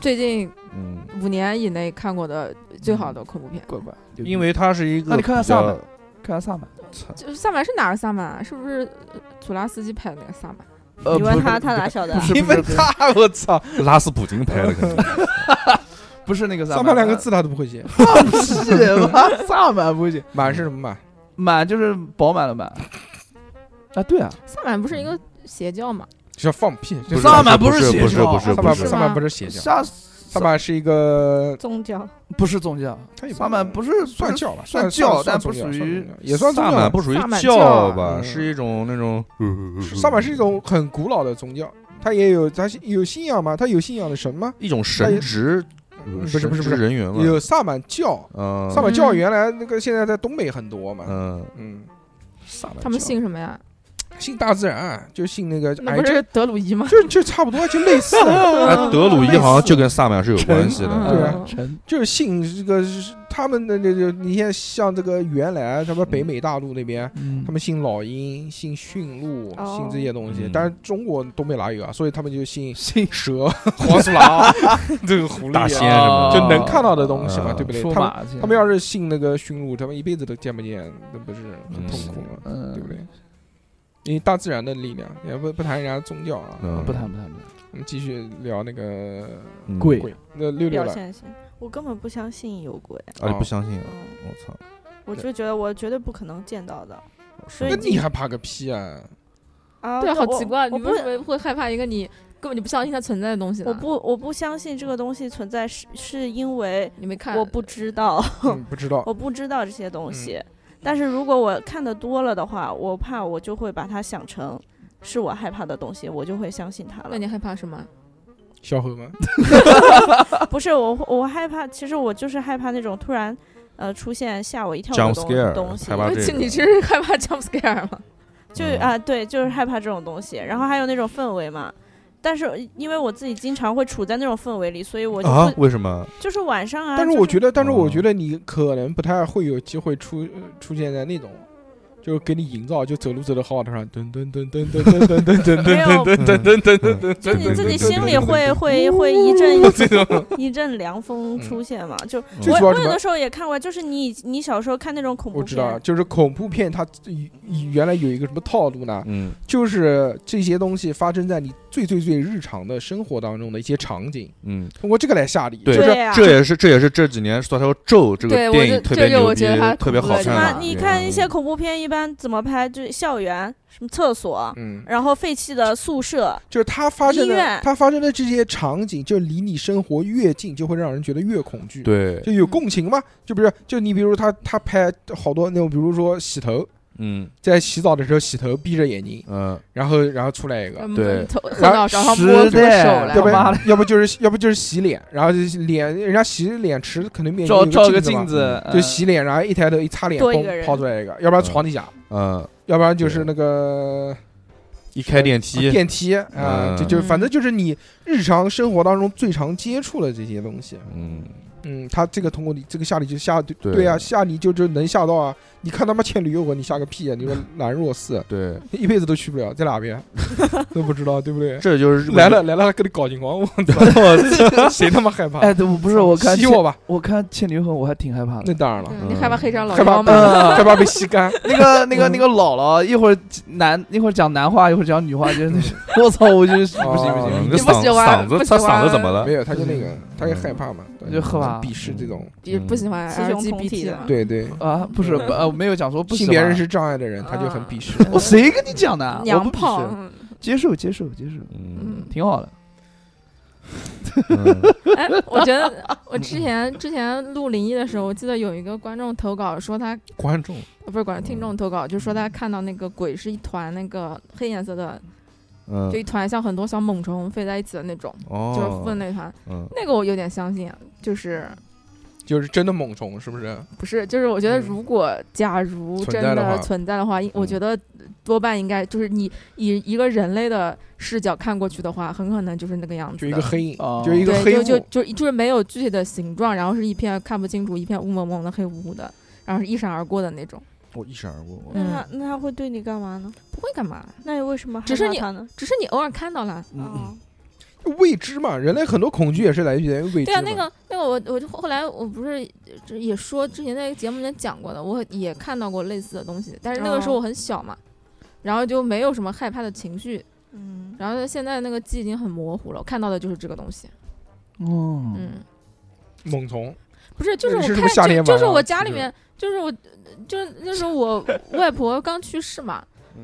F: 最近
C: 嗯，
F: 五年以内看过的最好的恐怖片。
D: 乖乖，牛逼
C: 因为它是一个
D: 那你看看
C: 比较
D: 萨满看看萨满，
F: 就是萨满是哪儿萨满啊？是不是呃祖拉斯基拍的那个萨满？
D: 呃，
E: 你问
D: 不是
E: 他，
D: 不
E: 他
D: 是
E: 哪晓得啊？
D: 不是
B: 你
D: 不是
B: 问
D: 不是
C: 哎
B: 他，我操，
C: 拉斯普京拍的，肯定
D: 不是那个萨啊
B: 三八两个，字他都不会写，
D: 是 吧？萨满不行，
B: 满是什么满？
D: 满就是饱满的满。啊，对啊，
F: 萨满不是一
E: 嗯
F: 个邪教吗？
B: 就要放屁，
C: 不是
D: 萨满
C: 不
D: 不是邪
C: 不是
D: 教
C: 不是
B: 三八
C: 不
F: 是
C: 是
B: 三八
F: 吗
B: 不是邪教，
D: 萨
B: 萨满是一个
E: 宗教
D: 不是宗教，
B: 它也不
D: 萨满不是
B: 算教吧，
D: 算
B: 教，
D: 但
B: 宗
D: 不
B: 教
D: 属
B: 算
D: 于
B: 宗教也算宗
C: 萨
B: 教啊吧。
C: 满不呃属于
F: 萨满
C: 教
F: 教
C: 吧，
B: 嗯
C: 是一种那种。
B: 萨满是一种很古老的宗教，它也有它是有信仰吗？它有信仰的神吗？
C: 一种神职，
B: 嗯
C: 呃
B: 不是不是
C: 神
B: 不
C: 职
B: 是
C: 人员嘛，
B: 有萨满教，
C: 嗯，
B: 萨满教
F: 嗯
B: 原来那个现在在东北很多嘛，
C: 嗯，
B: 嗯，
C: 萨满
F: 他们
C: 教
F: 信什么呀？
B: 信大自然，啊就信那个
F: 那
B: 癌
F: 不
B: 症，
F: 是德鲁伊吗？
B: 就就差不多，就类似的，
C: 哎，德鲁伊好像就跟萨满是有关 系
F: 嗯
C: 的，
B: 对啊
F: 嗯
D: 陈
B: 就是信这个是他们的那个，你现在像这个原来他们北美大陆那边，
D: 嗯
B: 他们信老鹰、信驯鹿、
E: 哦
B: 信这些东西
C: 嗯，
B: 但是中国东北哪有啊？所以他们就信
D: 信
B: 蛇、黄鼠狼、这个狐狸、
C: 大
B: 啊、
C: 仙什么的
B: 就能看到的东西嘛，
C: 啊
B: 对不对？
D: 说
B: 他们
D: 马去，
B: 他们要是信那个驯鹿，他们一辈子都见不见，那不是很痛苦吗？
D: 嗯
B: 对不对？因为大自然的力量，也不不谈人家宗教啊。
C: 嗯，
D: 不谈不谈不谈，
B: 我们继续聊那个
C: 嗯
D: 贵
B: 鬼，那六六
E: 表
B: 了，
E: 现性，我根本不相信有鬼，
C: 啊，你不相信啊？
E: 嗯，
C: 我操！
E: 我就觉得我绝对不可能见到的所以
B: 那你还怕个屁 啊！
E: 啊
F: 对啊，好
E: 我
F: 奇怪，
E: 我
F: 你
E: 不
F: 为。什么会害怕一个你根本就不相信它存在的东西呢？
E: 我不，我不相信这个东西存在，是是因为
F: 你没看，
E: 我不知道，
B: 嗯不知道，
E: 我不知道这些东西。但是如果我看的多了的话，我怕我就会把它想成是我害怕的东西，我就会相信它了
F: 那。你害怕什么？
B: 小何吗？
E: 不是我，我害怕，其实我就是害怕那种突然。呃，出现吓我一跳
C: Jump
E: 的东
C: scare，
E: 东西
C: 害，怕这个
F: 你其实害怕 jump scare 吗？
E: 就
C: 嗯
E: 啊、对，就是害怕这种东西。然后还有那种氛围嘛，但是因为我自己经常会处在那种氛围里，所以我就不、
C: 啊，为什么？
E: 就是晚上啊。
B: 但是
E: 就
B: 我觉得，但是我
C: 哦
B: 觉得你可能不太会有机会出呃出现在那种，就是给你营造，就走路走的好好的，上噔噔噔噔噔噔噔噔噔
E: 没有
B: 噔噔噔噔噔噔，
E: 就你自
C: 对对对
E: 己心
C: 对
E: 里
C: 对
E: 会会会一阵一
B: 这种
E: 一阵凉风
B: 嗯
E: 出现嘛？就
C: 最
E: 我
B: 主要
E: 我
B: 什
E: 有
B: 么
E: 的时候也看过，就是你你小时候看那种恐怖
B: 我
E: 片，
B: 知道，就是恐怖片它呃原来有一个什么套路呢？
C: 嗯
B: 就是这些东西发生在你最最最日常的生活当中的一些场景，
C: 嗯，
B: 通过这个来吓你。
C: 对
B: 就是
E: 对呀、
C: 这也是这也是这几年说头咒这个
F: 啊对我
C: 电
F: 就
C: 影特别
F: 这就
C: 牛
F: 我
C: 逼
F: 觉得它，
C: 特别
F: 恐
C: 好
F: 怖
E: 什
F: 的
C: 看
E: 么？
C: 的。
E: 你
C: 对
E: 看一些
C: 嗯
E: 恐怖片一般怎么拍？就是校园、什么厕所，
B: 嗯，
E: 然后废弃的宿舍，
B: 就是它发生
E: 医
B: 的
E: 院
B: 它发生的这些场景，就离你生活越近，就会让人觉得越恐惧。
C: 对，
B: 就有
E: 嗯
B: 共情嘛？就比如就你比如他他拍好多那种，比如说洗头，
C: 嗯
B: 在洗澡的时候洗头闭着眼睛，
C: 嗯
B: 然后然后出来一
F: 嗯
B: 个，
C: 对
F: 头后脑勺上摸
D: 时
F: 出个
D: 代
F: 手来
B: 要不
D: 妈
B: 然
D: 的
B: 要不就是要不就是洗脸，然后就是脸人家洗脸池可能面前
D: 照
B: 有
D: 照个
B: 镜
D: 镜
B: 嘛，
D: 子，嗯
B: 就洗脸，然后一抬头一擦脸，
E: 多一个
B: 嘣
E: 人
B: 跑出来一个，要不然床底下，
C: 嗯，
B: 要不然就是那个
C: 一开电
B: 啊
C: 梯，
B: 电梯啊，
C: 嗯
B: 就就
F: 嗯
B: 反正就是你日常生活当中最常接触的这些东西。
C: 嗯，
B: 嗯，他这个通过你这个吓你就吓对
C: 对
B: 对啊，吓你就就能吓到啊！你看他妈《倩女幽魂》，你吓个屁啊！ 你说兰若寺
C: 对，
B: 一辈子都去不了，在哪边 都不知道，对不对？
C: 这就是
B: 来了，来了，跟你搞情况，我 操，嗯谁他妈害怕？
D: 哎，对，我不是我看
B: 吸
D: 倩
B: 我吧，
D: 我看《倩女幽魂》，我还挺害怕
B: 那
D: 的。
B: 当然了，
F: 嗯你害怕黑山老
B: 害怕
F: 妖吗？
B: 害
D: 嗯，
B: 怕被吸 干。
D: 那个、那
B: 嗯
D: 个、那个姥姥，一会儿男，一会儿讲男话，一会儿讲女话，就是那种，
B: 嗯
D: 我操，我就是
B: 哦
D: 不行不行，
C: 嗯这
F: 你不
C: 嗓
F: 喜欢
C: 嗓子
F: 不
C: 他
F: 喜欢
C: 嗓子怎么了
B: 没？有，他就嗯那个，他也害怕嘛，对
D: 就害怕
B: 鄙视这种，
F: 也不喜欢
E: 雌雄同体
F: LGBT
E: 的
F: 嘛
B: 对对，
D: 啊，不是，呃，我没有讲说不喜
B: 嗯性
D: 欢
B: 别认，识障碍的人，他就
F: 啊
B: 很 鄙视。
D: 我谁跟你讲
E: 啊
D: 的？啊我
F: 娘
D: 不鄙视
F: 炮，嗯
D: 接受接受接受，
C: 嗯
D: 挺好的。
C: 嗯
F: 哎，我觉得我之前之前录灵异的时候，我记得有一个观众投稿说他
C: 观众
F: 呃不是
B: 嗯
F: 观众听众投稿，就说他看到那个鬼是一团那个黑颜色的，
C: 嗯
F: 就一团像很多小猛虫飞在一起的那种，
C: 哦，
F: 就是附近那团。
C: 嗯
F: 那个我有点相信，啊就是
B: 就是真的猛虫，是不是？
F: 不是就是我觉得
B: 嗯
F: 如果假如
B: 存
F: 真
B: 在的话嗯
F: 的存在的话，我觉得多半应该就是你以一个人类的视角看过去的话，很可能就是那个样子
B: 就
F: 的。
B: 一个黑影
D: 哦，
B: 就一个黑
F: 对，就
B: 幕，
F: 就就就是没有具体的形状，然后是一片看不清楚、一片雾蒙蒙的黑乎乎的，然后是一闪而过的那种，
C: 我一闪而过，我
E: 嗯那他那他会对你干嘛呢？
F: 不会干嘛，
E: 那你为什么害
F: 只是
E: 怕
F: 你
E: 他呢？
F: 只是你偶尔看到了。
E: 哦，
B: 未知嘛，人类很多恐惧也是来源于未知
F: 对
B: 嘛。
F: 啊，那个那个我我就后来我不是也也说之前在节目里面讲过的，我也看到过类似的东西，但是那个时候
E: 哦
F: 我很小嘛，然后就没有什么害怕的情绪，
E: 嗯，
F: 然后现在那个记忆已经很模糊了，我看到的就是这个东西，
D: 哦，
F: 嗯。
B: 猛虫，
F: 不是，就是
B: 那
F: 我
B: 是什么
F: 看，
B: 夏天
F: 就
B: 晚上啊
F: 就是我家里
B: 是
F: 面，就是我，就是那时 候我外婆刚去世嘛，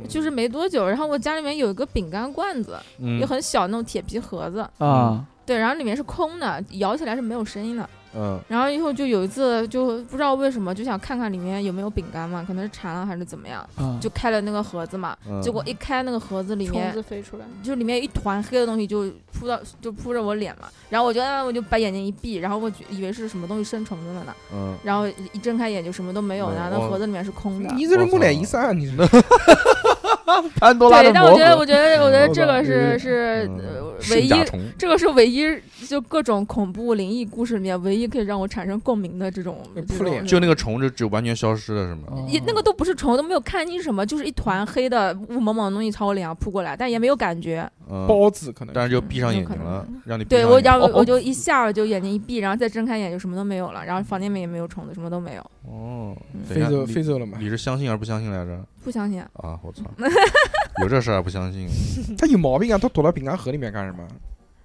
F: 就是没多久，然后我家里面有一个饼干罐子，
C: 嗯
F: 也很小那种铁皮盒子，
D: 啊，
F: 对，然后里面是空的，摇起来是没有声音的。
C: 嗯
F: 然后以后就有一次就不知道为什么就想看看里面有没有饼干嘛，可能是馋了还是怎么样，
D: 啊
F: 就开了那个盒子嘛。
C: 嗯，
F: 结果一开那个盒子里
G: 虫
F: 面
G: 子飞出来，
F: 就里面一团黑的东西就扑到就扑着我脸嘛，然后我就啊我就把眼睛一闭，然后我觉以为是什么东西生虫子了呢，
C: 嗯，
F: 然后一睁开眼就什么都没有了，
C: 嗯
F: 那
C: 哇
F: 盒子里面是空的。
D: 你
C: 这是木乃伊
B: 三，啊你
D: 潘多拉
F: 对
D: 的，
F: 但
D: 魔
F: 我觉得，
D: 盒，
F: 我觉得，我觉得
D: 嗯
F: 这个
D: 嗯
F: 是是呃唯
C: 嗯是
F: 一，
C: 甲虫，
F: 这个是唯一就各种恐怖灵异故事里面唯一可以让我产生共鸣的这种
B: 呃。
F: 这
B: 扑
F: 种
B: 脸
C: 就那个虫就就完全消失了，是
D: 哦
C: 吗？
F: 也
B: 嗯
F: 那个都不是虫，都没有看清是什么，就是一团黑的雾蒙蒙的东西朝我脸上扑过来，但也没有感觉。
C: 嗯，
B: 包子可能
C: 但
B: 是
C: 是就闭上
F: 有
C: 眼
F: 可
C: 睛了
F: 能，
C: 让你闭
F: 对
C: 上
F: 我，
C: 眼
F: 然后
D: 哦
F: 我就一下就眼睛一闭，然后再睁开眼就什么都没有了，然后房间里面也没有虫子，什么都没有。
C: 哦，
F: 嗯
C: 等
B: 飞
C: 一下
B: 走
C: 你
B: 飞走了嘛？
C: 你是相信还是不相信来着？
F: 不相信，
C: 啊，我操， 有这事儿还不相 信？
B: 他有毛病啊！他躲到饼干盒里面干什么？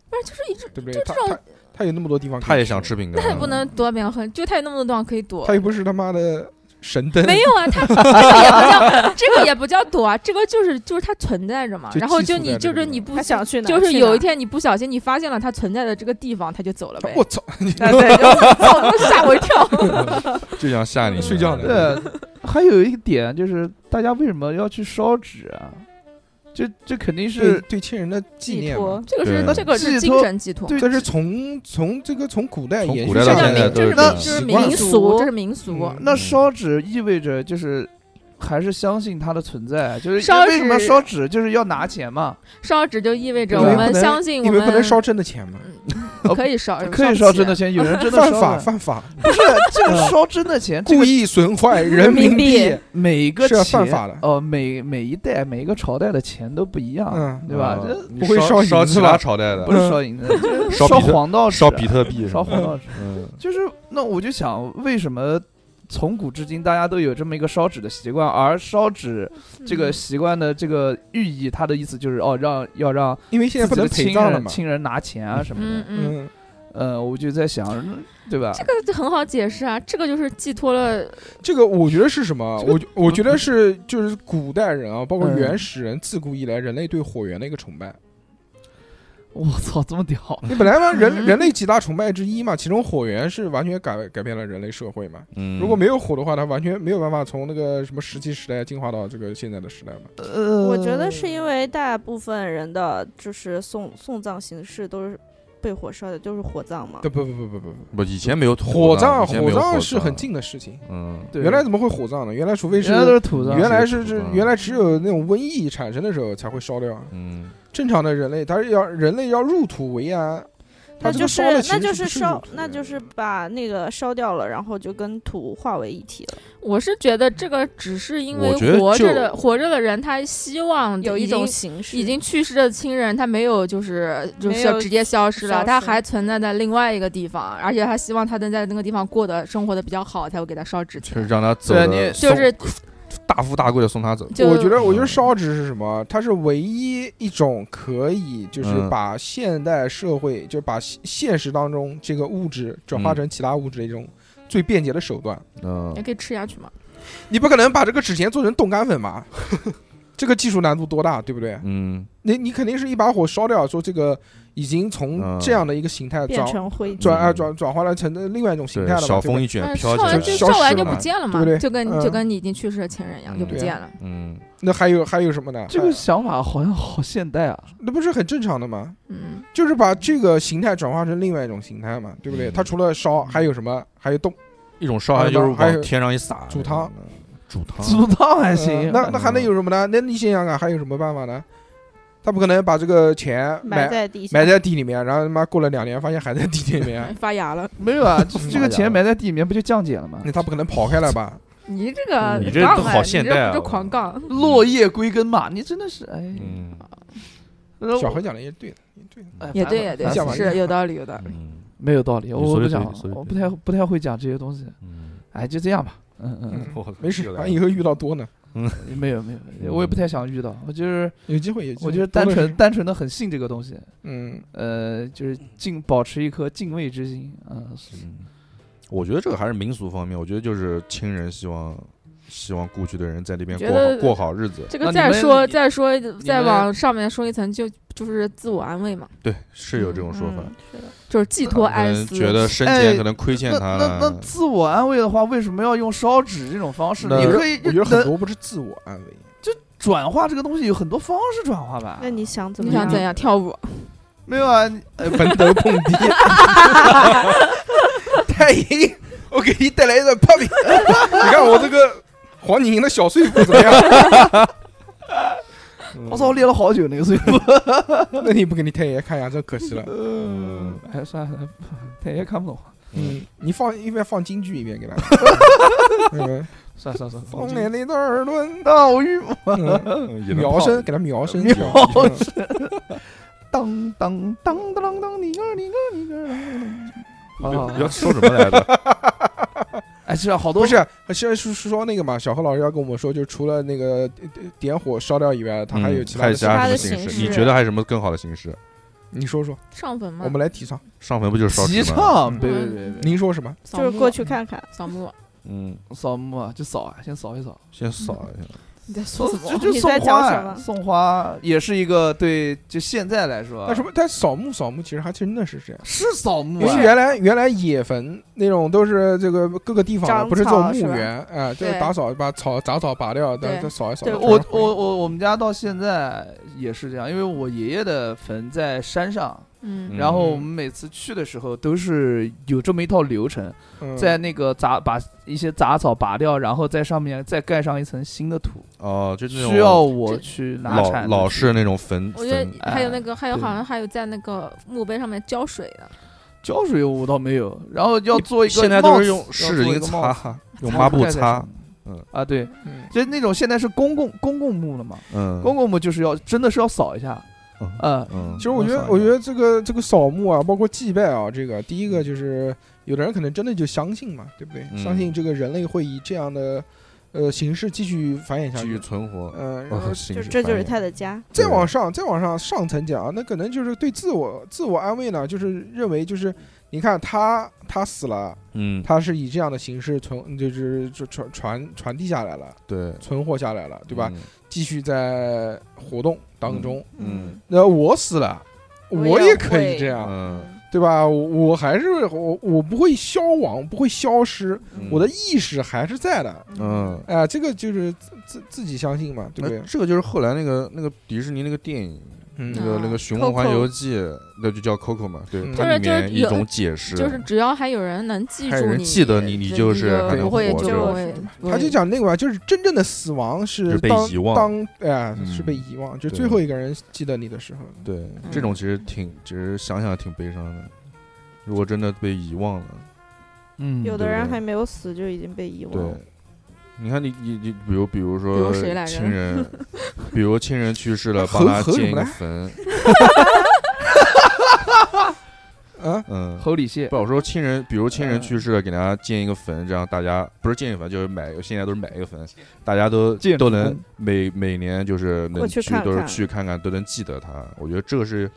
F: 不是就是一直，
B: 对不对？
F: 就
B: 他
F: 这种
B: 他他有那么多地方可以，
C: 他也想吃饼干，啊
F: 那也 不能躲表很，就他有那么多地方可以躲。
B: 他又不是他妈的神灯，
F: 没有啊，它 这个也不叫这个也不叫躲啊，这个就是就是它存在着嘛。
B: 就
F: 然后
B: 寄
F: 就
B: 宿在
F: 你
B: 这
F: 就
B: 个
F: 是
B: 地
F: 你
B: 方
F: 不
E: 他想去哪？
F: 就是
E: 去
F: 有
E: 哪
F: 一天你不小心你发现了它存在的这个地方，它就走了呗。
B: 我操！
D: 哎 对，就
F: 操，吓我一跳！
C: 就想吓你
B: 睡觉呢
C: 对，
D: 对，还有一点就是，大家为什么要去烧纸啊？这这肯定
B: 对
D: 是
B: 对亲人的纪念嘛，
F: 这个是
C: 对
F: 这个是
D: 寄
F: 精
D: 托
F: 神寄托，
D: 对
B: 这是从从这个从古代
C: 从
B: 延
C: 古
B: 续
C: 代
F: 这
B: 下
C: 到
F: 叫
B: 来
C: 现在
B: 的
F: 民
C: 都
F: 这
C: 是这样
F: 是民这是
B: 习惯了
E: 嗯
F: 民俗，这是民俗。
B: 嗯
D: 那烧纸意味着就是还是相信它的存在，啊就是
F: 烧
D: 为什么
F: 纸
D: 烧纸就是要拿钱嘛？
F: 烧纸就意味着
B: 因
F: 我
B: 为
F: 们
B: 不能
F: 相信我
B: 你们不能
F: 们
B: 烧真的钱吗？
F: 嗯可以烧
D: 可以烧真的钱，
F: 钱，
D: 有人真的
B: 犯
D: 烧
B: 法
D: 的
B: 犯法，嗯
D: 不是这个烧真的钱，这
B: 故
D: 个
B: 意损坏人民币。
D: 每一个
B: 是要
D: 钱
B: 犯法的
D: 哦，每每一代每一个朝代的钱都不一样，
B: 嗯
D: 对吧？
C: 嗯
D: 这
C: 你
B: 不会
C: 烧
B: 烧
C: 烧
B: 银子
C: 其他
B: 吧
C: 朝代
D: 不
C: 的，
D: 是烧 银子，这是
C: 烧
D: 烧
C: 比特
D: 黄道纸，啊
C: 烧比特币，
D: 烧黄道纸，
C: 嗯，
D: 就是那我就想，为什么从古至今大家都有这么一个烧纸的习惯，而烧纸这
B: 嗯
D: 个习惯的这个寓意，它的意思就是哦，让要让
B: 因为现在
D: 自
B: 不
D: 己的亲
B: 能陪葬了
D: 人
B: 嘛。
D: 亲人拿钱啊什么
F: 嗯
D: 的，
F: 嗯。
B: 嗯，
D: 呃，我就在想，对吧？
F: 这个很好解释啊，这个就是寄托了，
B: 这个我觉得是什么？
D: 这个
B: 我觉我觉得是就是古代人啊，包括
D: 嗯
B: 原始人，自古以来人类对火源的一个崇拜。
D: 我操，这么屌！
B: 你本来嘛，人
F: 嗯
B: 人类几大崇拜之一嘛，其中火源是完全改改变了人类社会嘛。
C: 嗯
B: 如果没有火的话，它完全没有办法从那个什么石器时代进化到这个现在的时代嘛。
D: 呃，
E: 我觉得是因为大部分人的就是送送葬形式都是被火烧的，就是火葬嘛。
B: 对，不不不不不不，
C: 不以前没有
B: 火
C: 葬，
B: 葬
C: 以前没有
B: 葬是很，近的事情。
C: 嗯，
D: 对
B: 原来怎么会火葬呢？原来除非是
D: 原来都是土
C: 葬
B: 原来
C: 是
B: 是
C: 土
B: 是
C: 葬
B: 原来只有那种瘟疫产生的时候才会烧掉。啊
C: 嗯，
B: 正常的人类，它是要人类要入土为安，它
E: 那
B: 这
E: 就
B: 个
E: 是
B: 烧的其
E: 那
B: 实
E: 就是
B: 不是入
E: 烧
B: 土，
E: 那
B: 的
E: 就是把那个烧掉了，然后就跟土化为一体了。
F: 我是觉得这个只是因为
C: 我觉得
F: 活着
C: 就
F: 的活着的人，他希望
E: 有
F: 已
E: 一种
F: 经
E: 形式
F: 已经去世的亲人，他没有就是就
E: 没
F: 是
E: 有
F: 直接消失了，
E: 消
F: 他
E: 失
F: 还存在在另外一个地方，而且还希望他能在那个地方过得生活的比较好，才会给他烧纸
C: 就是
F: 钱。
C: 让他走
D: 对
C: 的，
D: 你
F: 就是
C: 送大富大贵的送他走，
F: 就
B: 我觉得，我觉
C: 嗯
B: 得烧纸是什么？它是唯一一种可以，就是
C: 嗯
B: 把现代社会，就把现现实当中这个物质转化成其他物质的一种最便捷的手段。
C: 嗯
F: 也，可以吃下去嘛。
B: 你不可能把这个纸钱做成冻干粉吧？ 这个技术难度多大，对不对？
C: 嗯，
B: 你你肯定是一把火烧掉，说这个已经
C: 嗯
B: 从这样的一个形态
E: 变
B: 转
E: 成灰烬。
B: 转啊
C: 嗯
B: 转转化了成另外一种形
C: 对
B: 态，了嘛，
C: 小
B: 对吧
C: 风一卷
F: 嗯，
C: 飘
F: 烧
C: 起来
F: 完
C: 了，
F: 就
B: 消
F: 烧完
B: 失
F: 就
B: 了
F: 不见了
B: 对不
F: 嘛，
B: 对
F: 就跟
B: 嗯
F: 就跟你已经去世的亲人一样，就不
B: 对啊
F: 见了。
C: 嗯，
B: 那还有还有什么呢？
D: 这
B: 还
D: 个想法好像好现代啊，
B: 那不是很正常的吗？
F: 嗯，
B: 就是把这个形态转化成另外一种形态嘛，对不对？
C: 嗯
B: 它除了烧，还有什么？还有动
C: 一种烧还就是
B: 还有
C: 往天上一撒，
B: 煮汤，
C: 煮汤，
D: 煮汤还行
B: 呃，啊那那还能有什么呢？那你想想啊看，还有什么办法呢？他不可能把这个钱
E: 埋
B: 埋
E: 在地下，
B: 埋在地里面，然后他妈过了两年发现还在地 里面，
F: 发芽了。
D: 没有 啊？这这
B: 妈呀
D: 个钱埋在地里面不就降解了吗？
B: 那他不可能跑开了吧？
F: 你这个
C: 你这
F: 杠
C: 都
F: 哎
C: 好
F: 你
C: 现
F: 这
C: 代啊
F: 不就
C: 我
F: 狂杠？
D: 落叶归根嘛，你真的是哎，
C: 嗯
D: 然后
B: 小何讲的也对的，也对的。
D: 哎
F: 也
D: 烦
F: 对
D: 了
F: 也对
D: 烦死
B: 想
D: 了
B: 法，
F: 是有道理有道理。
C: 嗯
D: 没有道理，
C: 你
D: 我
C: 说
D: 不
C: 的
D: 讲
C: 对你说，的
D: 我
C: 对
D: 不太不太会讲这些东西，
C: 嗯，
D: 哎，就这样吧，嗯嗯
B: 嗯
C: 我
B: 没事，
C: 来
B: 反正以后遇到多呢，
D: 嗯，没有没有，我也不太想遇到，我就是
B: 有机会有机会。
D: 我就是单
B: 多的
D: 纯
B: 是，
D: 单纯的很信这个东西，
B: 嗯，
D: 呃，就是敬保持一颗敬畏之心，嗯，
C: 嗯，我觉得这个还是民俗方面，我觉得就是亲人希望希望故去的人在那边
F: 觉
C: 过好
F: 得
C: 过好日子。
F: 这
D: 那
F: 个
D: 你
F: 再
D: 们
F: 说
D: 你
F: 再说再
D: 们
F: 往上面说一层，就就是自我安慰嘛，
C: 对，是有这种说法。
E: 嗯是的
F: 就是寄托
C: 可
F: 安
C: 能
F: 思。
C: 嗯觉得生前可能亏欠
D: 那
C: 他
D: 那哎那
C: 了。
D: 自我安慰的话，为什么要用烧纸这种方式？
C: 那
D: 你可以
B: 我觉得很
D: 能
B: 多不是自我安慰，
D: 转化这个东西有很多方式转化吧？
B: 嗯
E: 那啊你想怎
F: 你
E: 么
F: 想
E: 样？
F: 怎样跳舞？
D: 没有啊？你呃，
B: 坟头碰地。
D: 太阴，我给你带来一段 p o p
B: 你看我这个黄景莹的小碎步怎么样？
D: 我操，，练了好久那个碎步。
B: 那你不给你太爷看一下，真可惜了。
D: 嗯， 哎，算了，太爷看不懂。
B: 嗯，你放一边放京剧一边给他。 嗯
D: 算了算了算了，
B: 风来的耳轮，
D: 当我遇
C: 嗯也能
B: 描
C: 泡
B: 声给他描声，
D: 瞄
B: 嗯
D: 当当当当当当，你个你个你个。好了好
C: 要
D: 了，
C: 说什么 来着？
D: 哎，是啊好多
B: 不是，现在是是说那个嘛，小何老师要跟我们说，就除了那个呃呃点火烧掉以外，他还有
C: 嗯
B: 其他
C: 还
B: 的
C: 有其
B: 事。
C: 他
E: 其
C: 什么
E: 他的
C: 形
E: 形
C: 式？
E: 式
C: 你觉得还有什么更好的形式？
B: 你说说，
F: 上坟嘛，
B: 我们来提倡。
C: 上坟不就是烧
D: 提
C: 纸吗？
D: 倡，对对对对，
B: 您说什么？
C: 啊
F: 扫
E: 就是
F: 墓
E: 过去看看，
F: 扫
B: 啊
F: 墓。
C: 嗯，
D: 扫墓啊，就扫啊，先扫一扫。
C: 先扫一下。
F: 你在说什么？
D: 就就
E: 你
D: 送
E: 在
D: 花
E: 讲
D: 呀
E: 什么
D: 送花也是一个对，就现在来说啊，
B: 但是但扫墓扫墓其实还真的是这样。
D: 是扫墓
B: 尤
D: 啊
B: 其，原来原来野坟那种都是这个各个地方的，
E: 长
B: 不是
E: 草
B: 这种墓
E: 是吧
B: 园啊，就是
F: 对
B: 打扫把草杂草拔掉，再
F: 对
B: 再扫一扫
E: 对。
D: 我
B: 全是灰
D: 我我我们家到现在也是这样，因为我爷爷的坟在山上，
F: 嗯，
D: 然后我们每次去的时候都是有这么一套流程，
B: 嗯
D: 在那个杂把一些杂草拔掉，然后在上面再盖上一层新的土，
C: 哦，就那种
D: 需要我去拿
C: 老
D: 铲子
C: 老
D: 去
C: 式那种坟
F: 我觉得
C: 坟，
F: 还有
D: 哎
F: 那个，还有
D: 对
F: 好像还有在那个墓碑上面浇水啊的，
D: 浇水我倒没有，然后要做一个
C: 现在都
D: mouse，
C: 是用
D: 要
C: 湿
D: 做
C: 纸
D: 一
C: 巾
D: 个 mouse
C: 擦，用抹布
D: 盖在
C: 擦
D: 上。面
C: 嗯
D: 啊，对，
B: 嗯
D: 就那种现在是公共公共墓了嘛，
C: 嗯，
D: 公共墓就是要真的是要扫一下，
C: 嗯
D: 呃，
C: 嗯
B: 其，实我觉
D: 我扫
B: 得，
D: 一
B: 我
D: 下
B: 觉得这个这个扫墓啊，包括祭拜啊，这个第一个就是有的人可能真的就相信嘛，对不对？
C: 嗯
B: 相信这个人类会以这样的呃形式继续繁衍下
C: 继
B: 去
C: 续。存活。
B: 嗯，然后
C: 哦形
E: 就
C: 式
E: 这就是
C: 繁衍
E: 他的家。
B: 再往上，再往上上层讲啊，那可能就是对自我自我安慰呢，就是认为就是你看他他死了，
C: 嗯，
B: 他是以这样的形式存，嗯就是就传传传递下来了，
C: 对，
B: 存活下来了，对吧？
C: 嗯？
B: 继续在活动当中。
C: 嗯
B: 那我死了，
E: 我
B: 我
E: 也
B: 也可以
E: 会
B: 这样。
C: 嗯，
B: 对吧？我我还是我我不会消亡，不会消失，
C: 嗯
B: 我的意识还是在的。
C: 嗯，
B: 哎、这个就是自自自己相信嘛，对不
C: 那
B: 对？
C: 这个就是后来那个那个迪士尼那个电影，
B: 嗯
C: 那个
F: 啊
C: 那个《寻梦环
F: Coco
C: 游记》，那就叫 Coco 嘛，对
B: 嗯，
C: 它里
F: 就是就是
C: 面一
F: 有
C: 种解释，
F: 就是只要还有人能记
C: 还有
F: 住
C: 人
F: 你，
C: 记得你你
F: 这
C: 就是还
F: 就
C: 能
F: 不会
C: 活
F: 就
C: 着
F: 不会，不
B: 他
F: 会
B: 就讲那个吧，就是真正的死亡是
C: 是被
B: 当
C: 遗忘
B: 当哎、是
C: 嗯
B: 被遗忘，就
C: 对嗯
B: 最后一个人记得你的时候。
C: 对，这种其实挺，其实想想挺悲伤的。如果真的被遗忘了，
D: 嗯
E: 有的
C: 对
E: 人还没有死就已经被遗忘
C: 对
E: 了。，
C: 你看你你你，比如比如
F: 比
C: 说
F: 如谁来着
C: 亲人，比如亲人去世了，
B: 何
C: 帮他
B: 何
C: 建
B: 什
C: 一
B: 么
C: 个
B: 来
C: 坟，
B: 啊，
C: 嗯。
D: 侯礼谢
C: 不，我说亲人，比如亲人去世了，给大家建一个坟，这样大家不是建一个坟，就是买，现在都是买一个坟，大家都
D: 建
C: 都能
D: 坟
C: 每每年就是能
E: 过去看
C: 都是
E: 看
C: 去看看，都能记得他。我觉得这是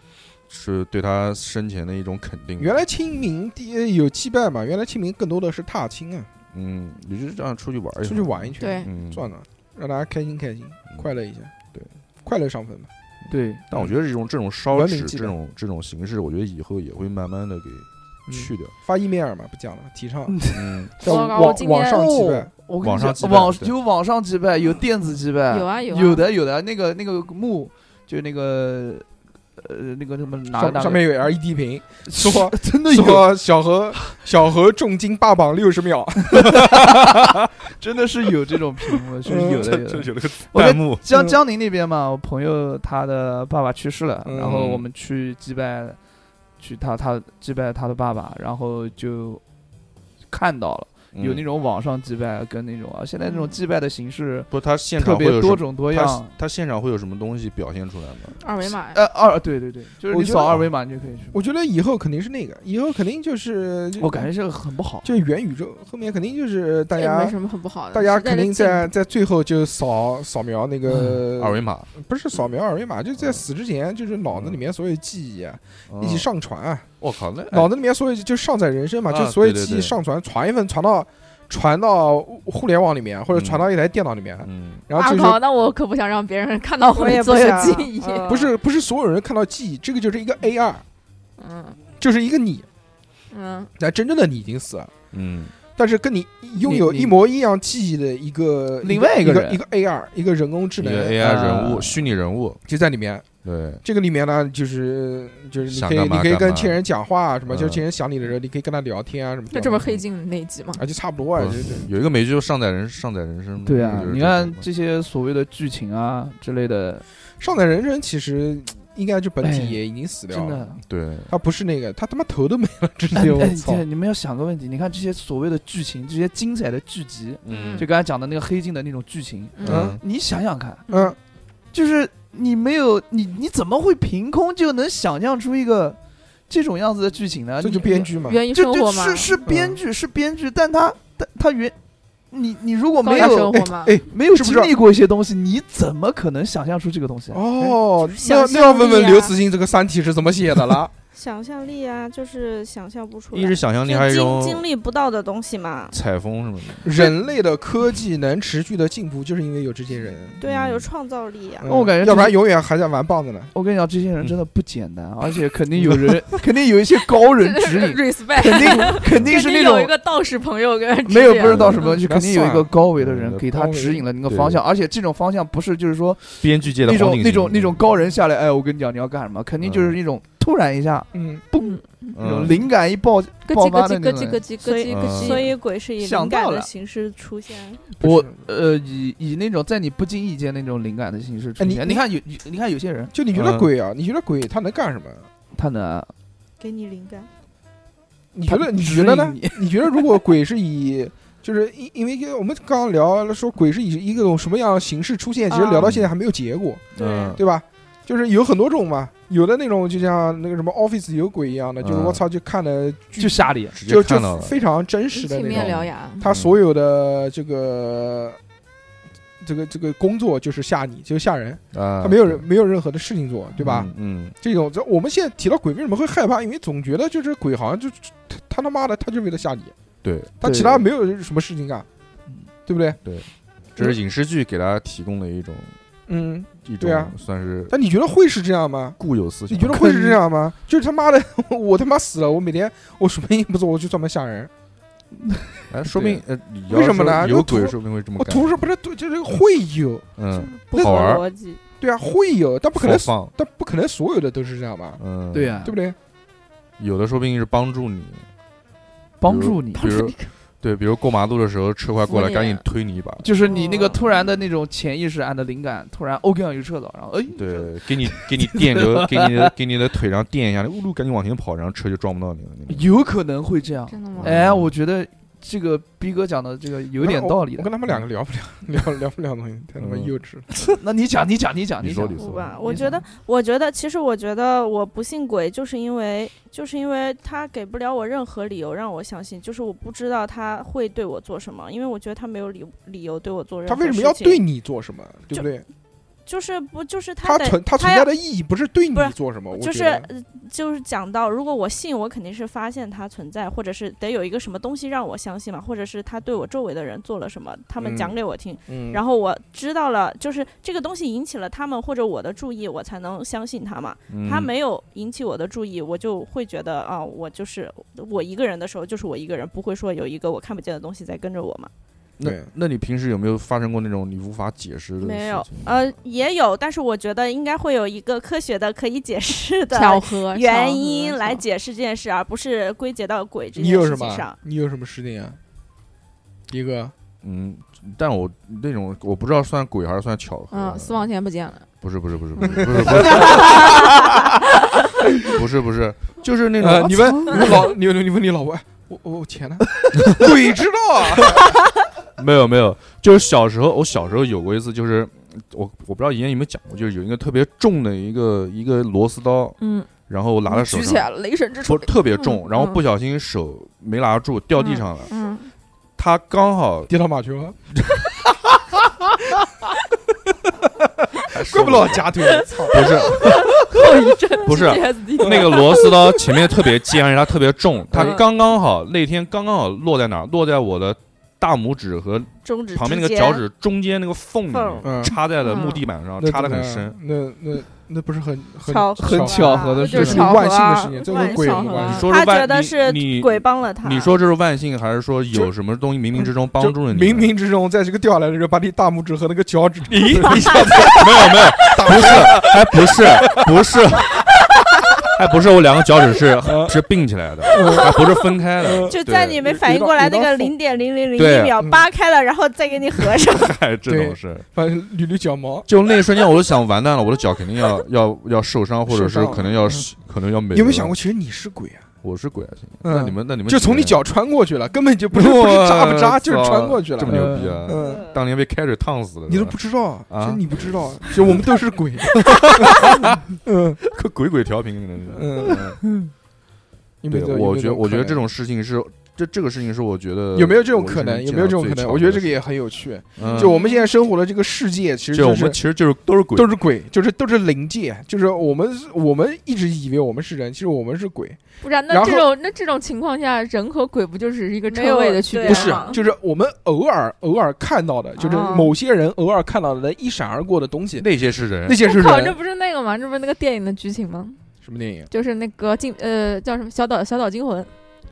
C: 是对他生前的一种肯定。
B: 原来清明第呃有祭拜嘛，原来清明更多的是踏青啊，
C: 嗯，你就这样出去玩一下，
B: 出去玩一圈，
F: 对，
C: 嗯，
B: 转转，让大家开心开心，
C: 嗯
B: 快乐一下，
C: 对，
B: 快乐上坟嘛。
D: 对，
C: 但我觉得这种这种烧
B: 文明
C: 纸
B: 祭
C: 这
B: 拜
C: 种这种形式，我觉得以后也会慢慢的给
B: 嗯
C: 去 掉。
B: 发伊梅尔嘛，不讲了，提倡
C: 嗯，
B: 在
F: 我靠
B: 网
F: 我今
B: 网
F: 天
B: 上祭拜
D: 哦。我跟你
C: 网上
D: 讲
C: 祭拜
D: 网
C: 对
D: 有网上祭拜，有电子祭拜，
F: 有啊有啊
D: 有的有的那个那个墓，就那个呃那个什么哪个
B: 上
D: 哪
B: 上面有 LED 屏，说
D: 真的有，
B: 说 小何小何重金霸榜六十秒，
D: 真的是有这种屏幕，是
C: 嗯
D: 有的有的。
C: 有了个
D: 我在
C: 幕，
D: 江江宁那边嘛，我朋友他的爸爸去世了，
B: 嗯
D: 然后我们去祭拜，去他他祭拜他的爸爸，然后就看到了有那
C: 种
D: 种网上祭拜跟那种啊，现在
F: 嗯
D: 这种祭拜的形式
C: 不，他现
D: 特
C: 场会
D: 别
C: 有
D: 多
C: 什么？
D: 种多
C: 他
D: 样。
C: 他现场会有什么东西表现出来吗？
F: 二维码呀，
D: 呃，二对对对，就是
B: 我
D: 你
B: 觉
D: 扫
B: 得
D: 二维码你就可以去。
B: 我觉得以后肯定是那个，以后肯定就是
D: 我感觉这个很不好。
B: 就元宇宙后面肯定就是大
F: 这也没
B: 家
F: 什么很不好的，
B: 大家
F: 时代
B: 肯
F: 的
B: 定
F: 进
B: 在在最后就扫扫描那
D: 嗯呃
B: 个
C: 二维码
B: 不是扫描二维码，就在死之前就是脑子里面所有记忆啊
D: 哦
B: 一起。
C: 嗯
B: 上传啊，
C: 我靠，那
B: 脑子里面所有就上载人生嘛，
C: 啊
B: 就所有
C: 对对
B: 记忆
C: 对
B: 上传传一份传到传到互联网里面，或者传到一台电脑里面，
C: 嗯，
B: 然后
F: 啊
B: 这
F: 靠，
B: 是
F: 那我可不想让别人看到我
E: 我也
F: 的
E: 不
F: 所有
E: 想
F: 记忆。
E: 嗯
B: 不是不是所有人看到记忆，这个就是一个 AR，
F: 嗯
B: 就是一个你，
F: 嗯，
B: 但真正的你已经死了，
C: 嗯，
B: 但是跟你拥有
D: 你
B: 一模一样记忆的一个
D: 另外
B: 一
D: 一
B: 个
D: 个
B: 一
D: 人
B: 个 AR 一个人工智
C: 一
B: 能
C: 个 AI 人物，
D: 啊
C: 虚拟人物，
B: 就在里面。
C: 对，
B: 这个里面呢，就是就是你
C: 想
B: 可以
C: 干
B: 你
C: 嘛
B: 可以
C: 干
B: 跟
C: 嘛
B: 亲人讲话啊什么，
C: 嗯
B: 就是亲人想你的时候，你可以跟他聊天啊什么的。
F: 就这不是黑镜那一集吗？
B: 啊，就差不多啊，
C: 不
B: 就是
C: 有一个美剧就上载人上载人生嘛，
D: 对啊
C: 就是，
D: 你
C: 这
D: 看
C: 种嘛
D: 这些所谓的剧情啊之类的，
B: 上载人生其实应该就本
D: 哎
B: 体也已经死掉
D: 真
B: 了，
D: 的。
C: 对，
B: 他不是那个，他他妈头都没了，直
D: 哎
B: 接我
D: 哎
B: 操！
D: 对你们要想个问题，你看这些所谓的剧情，这些精彩的剧集，
F: 嗯
D: 就刚才讲的那个黑镜的那种剧情，啊
B: 嗯
D: 你想想看，
B: 嗯，
D: 就是你没有你你怎么会凭空就能想象出一个这种样子的剧情呢？
B: 这就
D: 你
B: 编剧嘛，
F: 源于
D: 这
F: 生
D: 这
F: 活嘛，
D: 是是编剧是编剧，但他但他原你你如果
F: 高
D: 没
F: 雅生
D: 有
F: 活嘛。
B: 哎
D: 没有
B: 是不
D: 经
B: 是
D: 历过一些东西，你怎么可能想象出这个东西？啊
B: 哦，那
E: 想
B: 要那要问问
E: 象力啊
B: 刘慈欣这个《三体》是怎么写的 了？
E: 想象力啊，就是想象不出来，
C: 一是想象力，还有一
E: 就经经
C: 种
E: 历不到的东西嘛。
C: 采风什么的，
B: 人类的科技能持续的进步，就是因为有这些人。
E: 对啊，
C: 嗯
E: 有创造力啊
B: 嗯。
D: 那我感觉
B: 要不
D: 这
B: 然永远还在玩棒子呢。
D: 我跟你讲，这些人真的不简单，而且肯定有人，肯定有一些高人指 引，肯
F: respect，
D: 定肯定是那
F: 有一
D: 种
F: 个道士朋友跟
D: 没有不知
C: 指
D: 道
C: 导
D: 什么，就
B: 那
D: 肯定有一
B: 算
D: 个
B: 了
D: 高维的人
C: 嗯
D: 给
B: 高
D: 他
B: 维
D: 指引了那个
C: 对
D: 方向，而且这种方向不是就是说
C: 编剧界的
D: 那
C: 黄
D: 种
C: 景
D: 那种
C: 行
D: 那
B: 嗯
D: 种高人下来，哎，我跟你讲你要干什么，肯定就是
C: 嗯
D: 那种突然一下
B: 嗯，
D: 那种
C: 嗯
D: 灵感一爆
F: 咯
D: 爆
F: 叽咯
D: 发的
F: 叽
D: 那
F: 咯叽
D: 种人。
E: 所
F: 咯叽咯叽
E: 以嗯
F: 咯叽，
E: 所以鬼是以
D: 想
E: 灵感
D: 到
E: 的
D: 了
E: 形式出现，
D: 我
B: 不是
D: 呃，以以那种在你不经意间那种灵感的形式出
B: 哎你
D: 现，
B: 你
D: 你看有有你看有些人
B: 就你觉得
C: 嗯
B: 鬼啊？你觉得鬼他能干什么？
D: 他能，
E: 给你灵感。
B: 你
D: 他
B: 觉得你
D: 指
B: 觉得呢
D: 引你？
B: 你觉得如果鬼是以就是因因为一个我们刚刚聊了说鬼是以一个种什么样的形式出现，其实
E: 啊
B: 聊到现在还没有结果，
C: 嗯
B: 对吧？就是有很多种嘛，有的那种就像那个什么 Office 有鬼一样的，就是
C: 嗯
B: 我操，就看的
D: 就吓你，
C: 直
B: 就
C: 接看到
B: 就
C: 了，
B: 非常真实的
F: 青
B: 那
F: 面
B: 种，
F: 獠牙，
B: 他所有的这个。这个这个工作就是吓你，就是吓人，
C: 啊，
B: 他没有人没有任何的事情做，对吧？
C: 嗯？嗯，
B: 这种，这我们现在提到鬼为什么会害怕？因为总觉得就是鬼好像就他他他妈的他就为了吓你，
C: 对，
B: 他
D: 对
B: 其他没有什么事情干
D: 嗯，
B: 对不对？
C: 这是影视剧给大家提供的一种
B: 嗯，
C: 一种
B: 对啊
C: 算是
B: 但你觉得会是这样吗？
C: 固有思想。
B: 你觉得会是这样吗？ 就是他妈的，我他妈死了，我每天我什么也不做，我就专门吓人。
C: 哎，说明呃，你要
B: 啊为什么呢
C: 说有
B: 那图
C: 鬼说不定会这么
B: 我
C: 干。
B: 图是不是对，就是会有，
C: 嗯，
E: 不合
C: 好玩儿
E: 逻辑。
B: 对啊，会有，但不可能
C: 好，放，
B: 但不可能所有的都是这样吧？
C: 嗯，
D: 对，啊呀
B: 对，不对？
C: 有的说不定是帮助你，
D: 帮助你，
C: 比如对，比如过马路的时候车快过来，
F: 扶你
C: 赶紧推你一把，
D: 就是你那个
F: 哦
D: 突然的那种潜意识按的灵感，突然哦，刚有个车道，然后哎，
C: 对，给你给你电流，给你的给你的腿上电一下，你呜噜赶紧往前跑，然后车就撞不到你了。那种
D: 有可能会这样。
F: 真的
C: 嗯
F: 吗？
D: 哎，我觉得这个逼哥讲的这个有点道理
B: 我
D: 的
B: 跟。他们两个聊不了，聊聊不了东西，太他妈
C: 嗯
B: 幼稚了。
D: 那你讲，你讲，你讲，
C: 你
D: 讲
C: 说。你
E: 不
C: 说
E: 吧，
D: 嗯
E: 我
D: 没
E: 觉得
D: 错，
E: 我觉得，其实我觉得我不信鬼，就是因为，就是因为他给不了我任何理由让我相信，就是我不知道他会对我做什么，因为我觉得他没有理理由对我啊做任
B: 他
E: 何事
B: 为
E: 情。
B: 什么要对？你做什么？对不对？
E: 就是不就是他
B: 他
E: 得
B: 存他存在的意义不是对你
E: 不是
B: 做什么，我
E: 就
B: 觉
E: 是
B: 得
E: 呃就是讲到，如果我信，我肯定是发现它存在，或者是得有一个什么东西让我相信嘛，或者是他对我周围的人做了什么，他们
B: 嗯
E: 讲给我听，
B: 嗯，
E: 然后我知道了，就是这个东西引起了他们或者我的注意，我才能相信他嘛。
C: 嗯
E: 他没有引起我的注意，我就会觉得啊，我就是我一个人的时候，就是我一个人，不会说有一个我看不见的东西在跟着我嘛。
C: 那
B: 对
C: 那你平时有没有发生过那种你无法解释的？
E: 没有，，呃，也有，但是我觉得应该会有一个科学的可以解释的
F: 巧合
E: 原因来，
F: 巧合
E: 解释这件事，而不是归结到鬼这
B: 你
E: 件
B: 有
E: 事
B: 什
E: 情上
B: 么。？你有什么事情啊？一个
C: 嗯，但我那种我不知道算鬼还是算巧合。啊
F: 嗯，私房钱不见了，
C: 不是不是不是不是不是不是不是不是，就是那
B: 呃，
C: 种
B: 你问你问老你问你问你老婆，哎我我我钱呢？ 鬼知道啊！
C: 没有没有，就是小时候我小时候有过一次，就是我我不知道以前有没有讲过，就是有一个特别重的一个一个螺丝刀，
F: 嗯，
C: 然后拿在手
F: 举起来
C: 上，
F: 了，雷神之
C: 不
F: 锤
C: 是，特别重，
F: 嗯
C: 然后
F: 嗯
C: 不小心手没拿住掉地上了，
F: 嗯，
C: 他刚好
B: 跌到马球了，怪
C: 怪
B: 不得老夹腿，操！
C: 不是不是啊
F: PTSD
C: 那个螺丝刀前面特别尖，而且它特别重，它
F: 嗯
C: 刚刚好那天刚刚好落在哪儿？落在我的大拇指和
E: 中指
C: 旁边那
E: 之
C: 个
E: 间
C: 脚趾中间那个缝里
E: 缝
C: 面
B: 嗯
C: 插在了
F: 嗯
C: 木地板上，
B: 那
C: 啊插的
B: 怎么样
C: 很
B: 啊
C: 深。。
B: 那那那不是很很
E: 巧合
B: 合
D: 很巧合的
E: 那
D: 事嗯
B: 这
E: 就是是
B: 个
E: 巧
B: 万
E: 合
B: 幸的
E: 啊
B: 事情，这
E: 万
B: 跟鬼有
F: 幸
B: 关
F: 啊
C: 你
B: 系。
C: 说
E: 他
C: 是
E: 觉
C: 万
E: 得是
C: 你
E: 鬼帮了他。
C: 你说这是万幸，还是说有什么东西冥冥之中帮助了你？
B: 冥冥之中，在这个掉下来的时候，把你大拇指和那个脚趾，
C: 咦， 一下子没有没有，不是，还不是不是， 还不是我两个脚趾是是并起来的，还不是分开的。
E: 就在你没反应过来那
B: 对
E: 个零点零零零
C: 对
E: 一秒
B: 嗯
E: 扒开了，然后再给你合上。
C: 嗨，这
B: 对
C: 种事，
B: 反正捋捋脚毛，
C: 就那一瞬间我就想完蛋了，我的脚肯 定要要要受伤，或者
B: 受
C: 是
B: 伤
C: 可能要
B: 嗯
C: 可能要没。
B: 有没有想过，？其实你是鬼啊？
C: 我是鬼啊！亲
B: 嗯
C: 那你们那你们
B: 就从你
C: 几个人
B: 脚穿过去了，根本就不是不是扎不扎，
C: 哇
B: 就是穿过去了。
C: 这么牛逼啊！
B: 嗯，
C: 当年被开水烫死的，
B: 你都不知道，
C: 啊
B: 就你不知道，就我们都是 鬼。 嗯
C: 可鬼鬼调频，可能是。
B: 嗯，有没
C: 对，
B: 有
C: 我觉
B: 有没有
C: 我觉得
B: 可能
C: 这种事情是这这个事情是我觉得
B: 有没有这种可
C: 我
B: 能？
C: 人
B: 有
C: 生
B: 没有这种可
C: 见到最
B: 能？
C: 长
B: 我觉得
C: 的
B: 这个也很有趣。
C: 嗯
B: 就我们现在生活的这个世界，其实
C: 就我
B: 是
C: 们其实就是都是鬼，
B: 都是鬼，就是都是灵界，就是我们我们一直以为我们是人，其实我们是鬼，
F: 不然那
B: 然后
F: 这种那这种情况下，人和鬼不就是一个
E: 没
F: 称
E: 有
F: 谓的区别
E: 对
F: 吗？
B: 不是，就是我们偶尔偶尔看到的，就是
F: 哦
B: 某些人偶尔看到的能一闪而过的东西，
C: 那些是人
B: 那，些是
F: 我靠，这
B: 人。
F: 不是那个吗？这不是那个电影的剧情吗？
B: 什么电影？
F: 就是那个惊呃叫什么小岛小岛惊魂，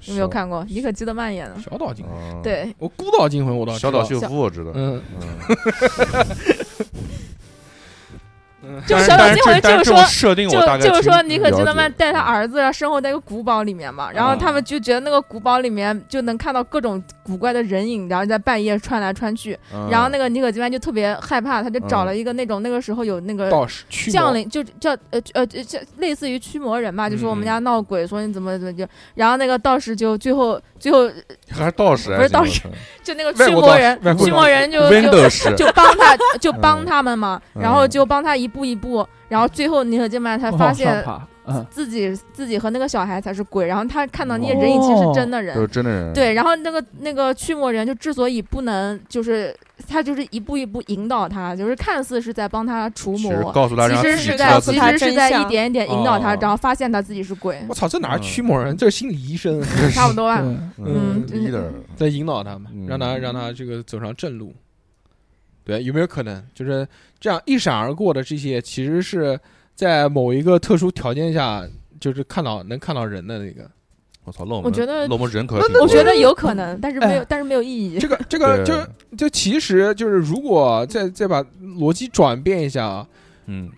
F: 有没有
C: 小？
F: 看过？妮可基德曼演的。
B: 小岛惊魂，
C: 嗯，
F: 对，
B: 我孤岛惊魂我倒知
C: 小
B: 道
C: 岛秀
F: 小
C: 夫我知道，
B: 嗯，
C: 嗯
B: 嗯
F: 就
C: 但是
F: 小岛
C: 但是
F: 惊魂
C: 这但这
F: 就是说
C: 种设定
F: 就
C: 我大概
F: 就是说，
C: 清
F: 妮可基德
C: 了
F: 曼
C: 解嗯
F: 带他儿子，然后生活在一个古堡里面嘛，然后他们就觉得那个古堡里面就能看到各种古怪的人影，然后在半夜穿来穿去，
C: 嗯
F: 然后那个妮可基曼就特别害怕，他就找
C: 嗯
F: 了一个那种那个时候有那个
B: 道士驱魔
F: 降临就叫呃呃就就类似于驱魔人吧，就说我们
C: 嗯
F: 家闹鬼，说你怎么怎么就，然后那个道士就最后最后
C: 嗯还是道士，
F: 不是道士，就那个驱
B: 外国道
F: 魔
B: 士
F: 人
B: 外国道士
F: 驱魔人就
C: 温
F: 就
C: 斗士，
F: 就帮他就
C: 嗯
F: 帮他们嘛，
C: 嗯哦
F: 然后就帮他一步一步，然后最后妮可基曼才发现
D: 爬，嗯，
F: 自己自己和那个小孩才是鬼，然后他看到那些人影其实是真的人。
C: 哦都是真的人，
F: 对，然后那个那个驱魔人就之所以不能，就是他就是一步一步引导他，就是看似是在帮他除
C: 其
F: 魔，
C: 实告诉他，
F: 其
C: 让他
F: 实
C: 自己
F: 是
C: 知
F: 在
C: 道自
F: 其
C: 己
E: 知道
F: 实
E: 自己
F: 是在
E: 真
F: 一
E: 相
F: 点一点引导他，
B: 哦
F: 然后发现他自己是鬼，
B: 我操，这
C: 嗯
B: 哪是驱魔人？这是心理医 生，
F: 差不多吧。
B: 嗯
F: 嗯
C: 嗯，leader，
B: 在引导他们，
C: 嗯
B: 让他让他这个走上正路。对，有没有可能就是这样一闪而过的这些，其实是在某一个特殊条件下，就是看到能看到人的那个。
C: 我操，漏
F: 我觉得
C: 漏门人可
F: 我觉得有可能，但是没有
C: 嗯
B: 哎，
F: 但是没有意 义。
B: 这个这个就
C: 就
B: 就其实就是如果再再把逻辑转变一下啊，
C: 嗯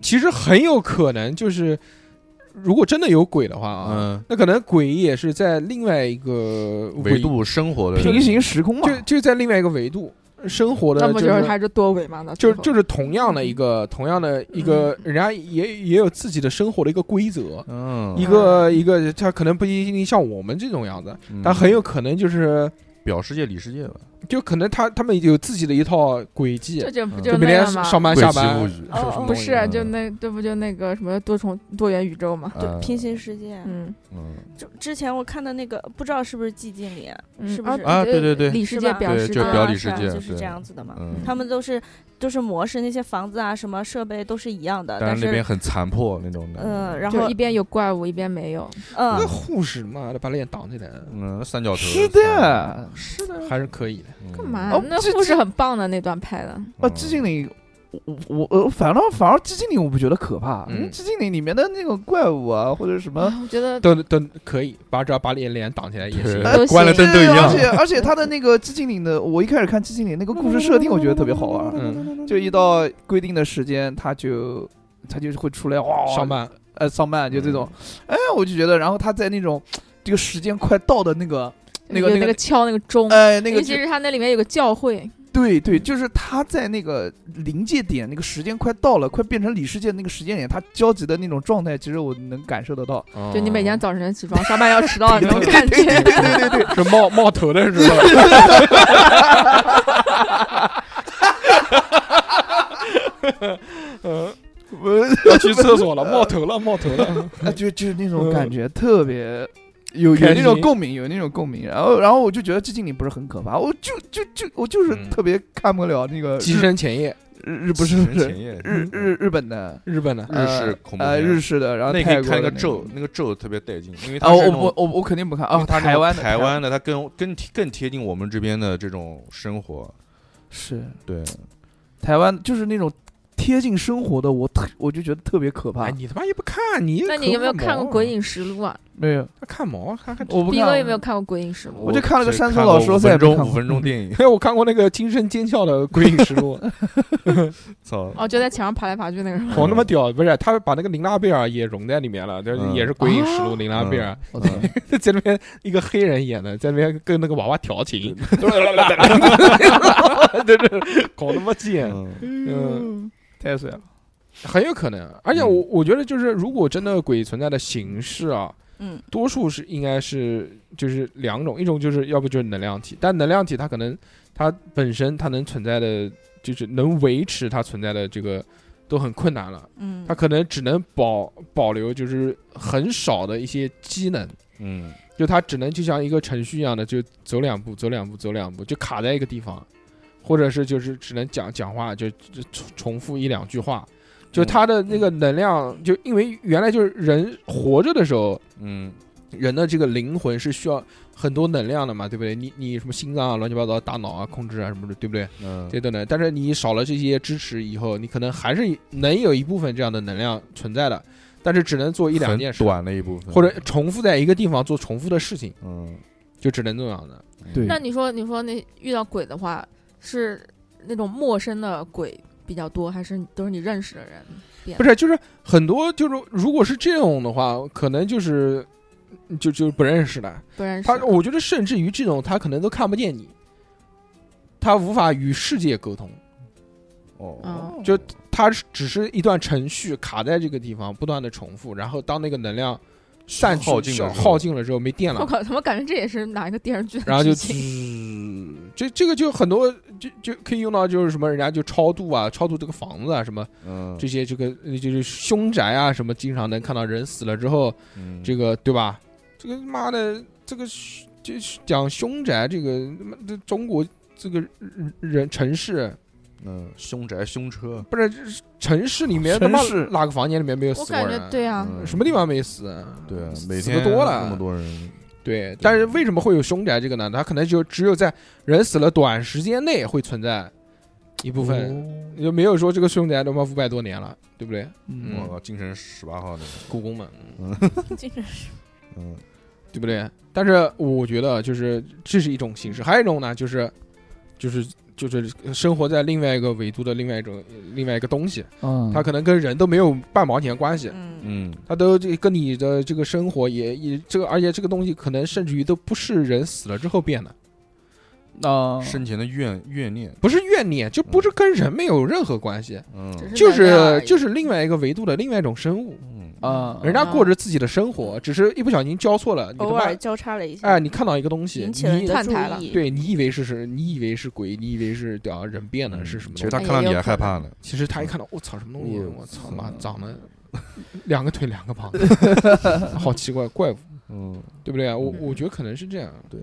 B: 其实很有可能就是，如果真的有鬼的话啊，
C: 嗯
B: 那可能鬼也是在另外一个
C: 维，度生活的
D: 平行时空嘛，
B: 就就在另外一个维度生活
F: 那
B: 的，
F: 不
B: 就
F: 就是他是多维吗？那嗯
B: 就
F: 最后
B: 就是同样的一个同样的一个，人家也也有自己的生活的一个规则，
C: 嗯
B: 一个一个他可能不一定像我们这种样子，
C: 嗯
B: 但很有可能就是
C: 表世界里世界吧，
B: 就可能他他们有自己的一套轨迹，
F: 这这不
C: 嗯
B: 就
F: 就
B: 是每
F: 那
B: 天
F: 样吗？
B: 上班
C: 鬼
B: 下
C: 泣物
B: 班
C: 语，
E: 哦哦
F: 不是，啊
C: 嗯
F: 就那这不就那个什么多重多元宇宙吗？
E: 对，
C: 啊
E: 平行世界。
F: 嗯，
C: 嗯
E: 就之前我看的那个，不知道是不是寂静岭，
F: 嗯
E: 是不是
C: 啊对对对
F: 里
E: 是
F: 世界
E: 吧
F: 表
C: 对
F: 世
C: 就
F: 界
C: 是表
E: 啊
C: 里
E: 是
C: 世
E: 啊
C: 界
E: 就是
C: 对
E: 这样子的嘛。
C: 嗯，
E: 他们都是都是模式，那些房子啊，什么设备都是一样的，
C: 但
E: 但
C: 是那边很残破那种的，
E: 嗯，然
F: 就
E: 后
F: 一边有怪物，一边没有。
E: 嗯
B: 那，护士妈的把脸挡起来了，
C: 嗯三角头
D: 是的，
B: 是的，还是可以的。
C: 嗯
F: 干嘛哦
D: 哦？
F: 那
D: 这
F: 护士很棒的那段拍的，
D: 啊，寂静岭，我我呃，反倒反而寂静岭我不觉得可怕，
B: 嗯
D: 因为寂静岭里面的那种怪物啊，或者什么。
F: 啊我觉得
B: 都都可以，把只要把脸脸挡起来也行。
F: 都
C: 对，关了
F: 行
C: 灯都
D: 对
C: 一
D: 而
C: 样。
D: 且而且他的那个寂静岭的，我一开始看寂静岭那个故事设定，我觉得特别好玩。
B: 嗯，
D: 就一到规定的时间，他就他就是会出来哇
B: 上，班
D: 呃上班就这种，哎，我就觉得，然后他在那种这个时间快到的那个那个那
F: 有那
D: 个
F: 个敲那个钟，
B: 嗯
D: 哎那
F: 尤
D: 个
F: 其
D: 就是
F: 他那里面有个教会，
D: 对对，就是他在那个临界点，那个时间快到了，快变成里世界那个时间点，他焦急的那种状态，其实我能感受得到。
C: 哦
F: 就你每天早晨 起床上班要迟到的那种
D: 哦对
F: 感觉。
B: 对对对，是冒冒头的 时候，嗯，
D: 我
B: 要去厕所了，冒头了，冒头了。
C: 嗯
D: 啊，就就是那种感觉，特别有有
B: 开
D: 那种
B: 心
D: 共鸣，有那种共鸣。然后然后我就觉得寂静岭不是很可怕，我就就就我就是
B: 嗯
D: 特别看不了那个
B: 跻
D: 日
B: 身前夜，
D: 日日不是不
C: 前
D: 是
C: 夜
D: 日日日本的
B: 日本的，
C: 嗯日
D: 呃
C: 式恐怖
D: 呃
C: 片
D: 日式的，然后
C: 那
D: 泰
C: 可
D: 国
C: 以
D: 的
C: 看个
D: 那
C: 咒
D: 种，
C: 那个咒特别带劲，因为它
D: 啊，
C: 是
D: 我
C: 那种
D: 我我我肯定不看
C: 因
D: 啊，
C: 为它是那
D: 台
C: 种
D: 湾的
C: 台湾的，它更更贴更贴近我们这边的这种生活，
D: 是
C: 对，
D: 台湾就是那种贴近生活的，我特我就觉得特别可怕
B: 哎，。你他妈也不看，你
F: 那你有没有
B: 可
F: 看过《
B: 毛
F: 鬼
B: 啊？
F: 影实录》啊？
D: 没有，
B: 看毛，啊看看。
D: 我不
F: 逼
D: 看。
F: 哥有没有看过《鬼影实录
D: 我就看了个
C: 只
D: 山
C: 看
D: 村老
C: 过
D: 师
C: 五
D: 再也
C: 分
D: 没看
C: 钟五
D: 过
C: 分钟电影，
B: 嘿，我看过那个惊声尖叫的《鬼影实 录》，
C: 操》？，
F: 哦，就在墙上爬来爬去那个是吗？
B: 好他妈屌！不是，他把那个琳达贝尔也融在里面了，就是
C: 嗯
B: 也是《鬼影实录》琳达贝尔，
D: 我操
B: 在那边一个黑人演的，在那边跟那个娃娃调情，对对， 搞他妈贱，
C: 嗯
B: 嗯。
D: 太水了。
B: 很有可能，而且
C: 嗯
B: 我我觉得就是，如果真的鬼存在的形式啊，
E: 嗯，
B: 多数是应该是就是两种，一种就是要不就是能量体，但能量体它可能它本身它能存在的就是能维持它存在的这个都很困难了，
E: 嗯
B: 它可能只能保保留就是很少的一些机能，
C: 嗯，
B: 就它只能就像一个程序一样的，就走两步，走两步，走两步，就卡在一个地方，或者是就是只能讲讲话，就就重重复一两句话。就它的那个能量，就因为原来就是人活着的时候，
C: 嗯
B: 人的这个灵魂是需要很多能量的嘛，对不对？你你什么心脏啊、乱七八糟、大脑啊、控制啊什么的，对不对？
C: 嗯
B: 这等等。但是你少了这些支持以后，你可能还是能有一部分这样的能量存在的，但是只能做一两
C: 很
B: 件事，
C: 短的一部分，
B: 或者重复在一个地方做重复的事情，
C: 嗯，
B: 就只能这样的。
D: 对
F: 那你说，你说那遇到鬼的话，是那种陌生的鬼比较多，还是都是你认识的人？
B: 不是，就是很多就是如果是这种的话，可能就是就就不认识的。
F: 不认识
B: 他我觉得甚至于这种他可能都看不见你，他无法与世界沟通，
C: 哦
F: 嗯，
B: 就他是只是一段程序卡在这个地方，不断的重复，然后当那个能量散去
C: 耗尽
B: 消
C: 了之后
B: 耗尽了之后没电
F: 我
B: 了，
F: 靠，怎么感觉这也是哪一个电视剧的
B: 然 后就嗯
F: 剧情？
B: 这这个就很多就就可以用到就是什么人家就超度啊，超度这个房子啊什么
C: 嗯，
B: 这些这个呃就是凶宅啊什么，经常能看到人死了之后。
C: 嗯
B: 这个对吧？这个妈的，这个凶就是讲凶宅，这个他妈的中国这个人人城市
C: 嗯凶宅凶车，
B: 不是这是城市里面他
D: 城
B: 妈
D: 市
B: 哪个房间里面没有
F: 我
B: 死过
F: 感
B: 人
F: 觉？对啊，
C: 哦嗯
B: 什么地方没死？
C: 对啊，
B: 死
C: 每
B: 死
C: 天
B: 得多
C: 那么
B: 了。
C: 多人，
B: 对，但是为什么会有凶宅这个呢？它可能就只有在人死了短时间内会存在一部
C: 哦
B: 分，就没有说这个凶宅他妈五百多年了，对不对？
D: 嗯
C: 我靠，精神十八号那个，
B: 故宫嘛，
E: 这个是
C: 嗯
B: 对不对？但是我觉得就是这是一种形式，还有一种呢，就是就是就是生活在另外一个维度的另外一种另外一个东西，
D: 嗯，
B: 它可能跟人都没有半毛钱关系，
E: 嗯
C: 嗯
B: 它都这跟你的这个生活也也这个，而且这个东西可能甚至于都不是人死了之后变的，
D: 啊，
B: 哦
C: 生前的怨怨念，
B: 不是怨念，就不是跟人没有任何关系，
C: 嗯
F: 只
B: 就
F: 能量而
B: 是
F: 已
B: 就是另外一个维度的另外一种生物，
C: 嗯
D: 啊，
B: 人家过着自己的生活，只是一不小心交错了，你他
E: 偶
B: 妈
E: 尔交叉了一下，
B: 哎，你看到一个东西，
E: 引起了你
B: 你
E: 的
F: 看
E: 注
F: 台了
E: 意。，
B: 对你以为是是，你以为是鬼，你以为是屌啊人变的，是什么
C: 嗯其
B: 东
C: 实
B: 西？
C: 他看
D: 哎
C: 到你还害怕呢，
B: 其实他一看到，我哦操，什么东西？
C: 我
B: 我操
C: 操
B: 妈，长得两个腿两个膀子，好奇怪，怪物，
C: 嗯
B: 对不对啊？我
C: 嗯
B: 我觉得可能是这样。
C: 对，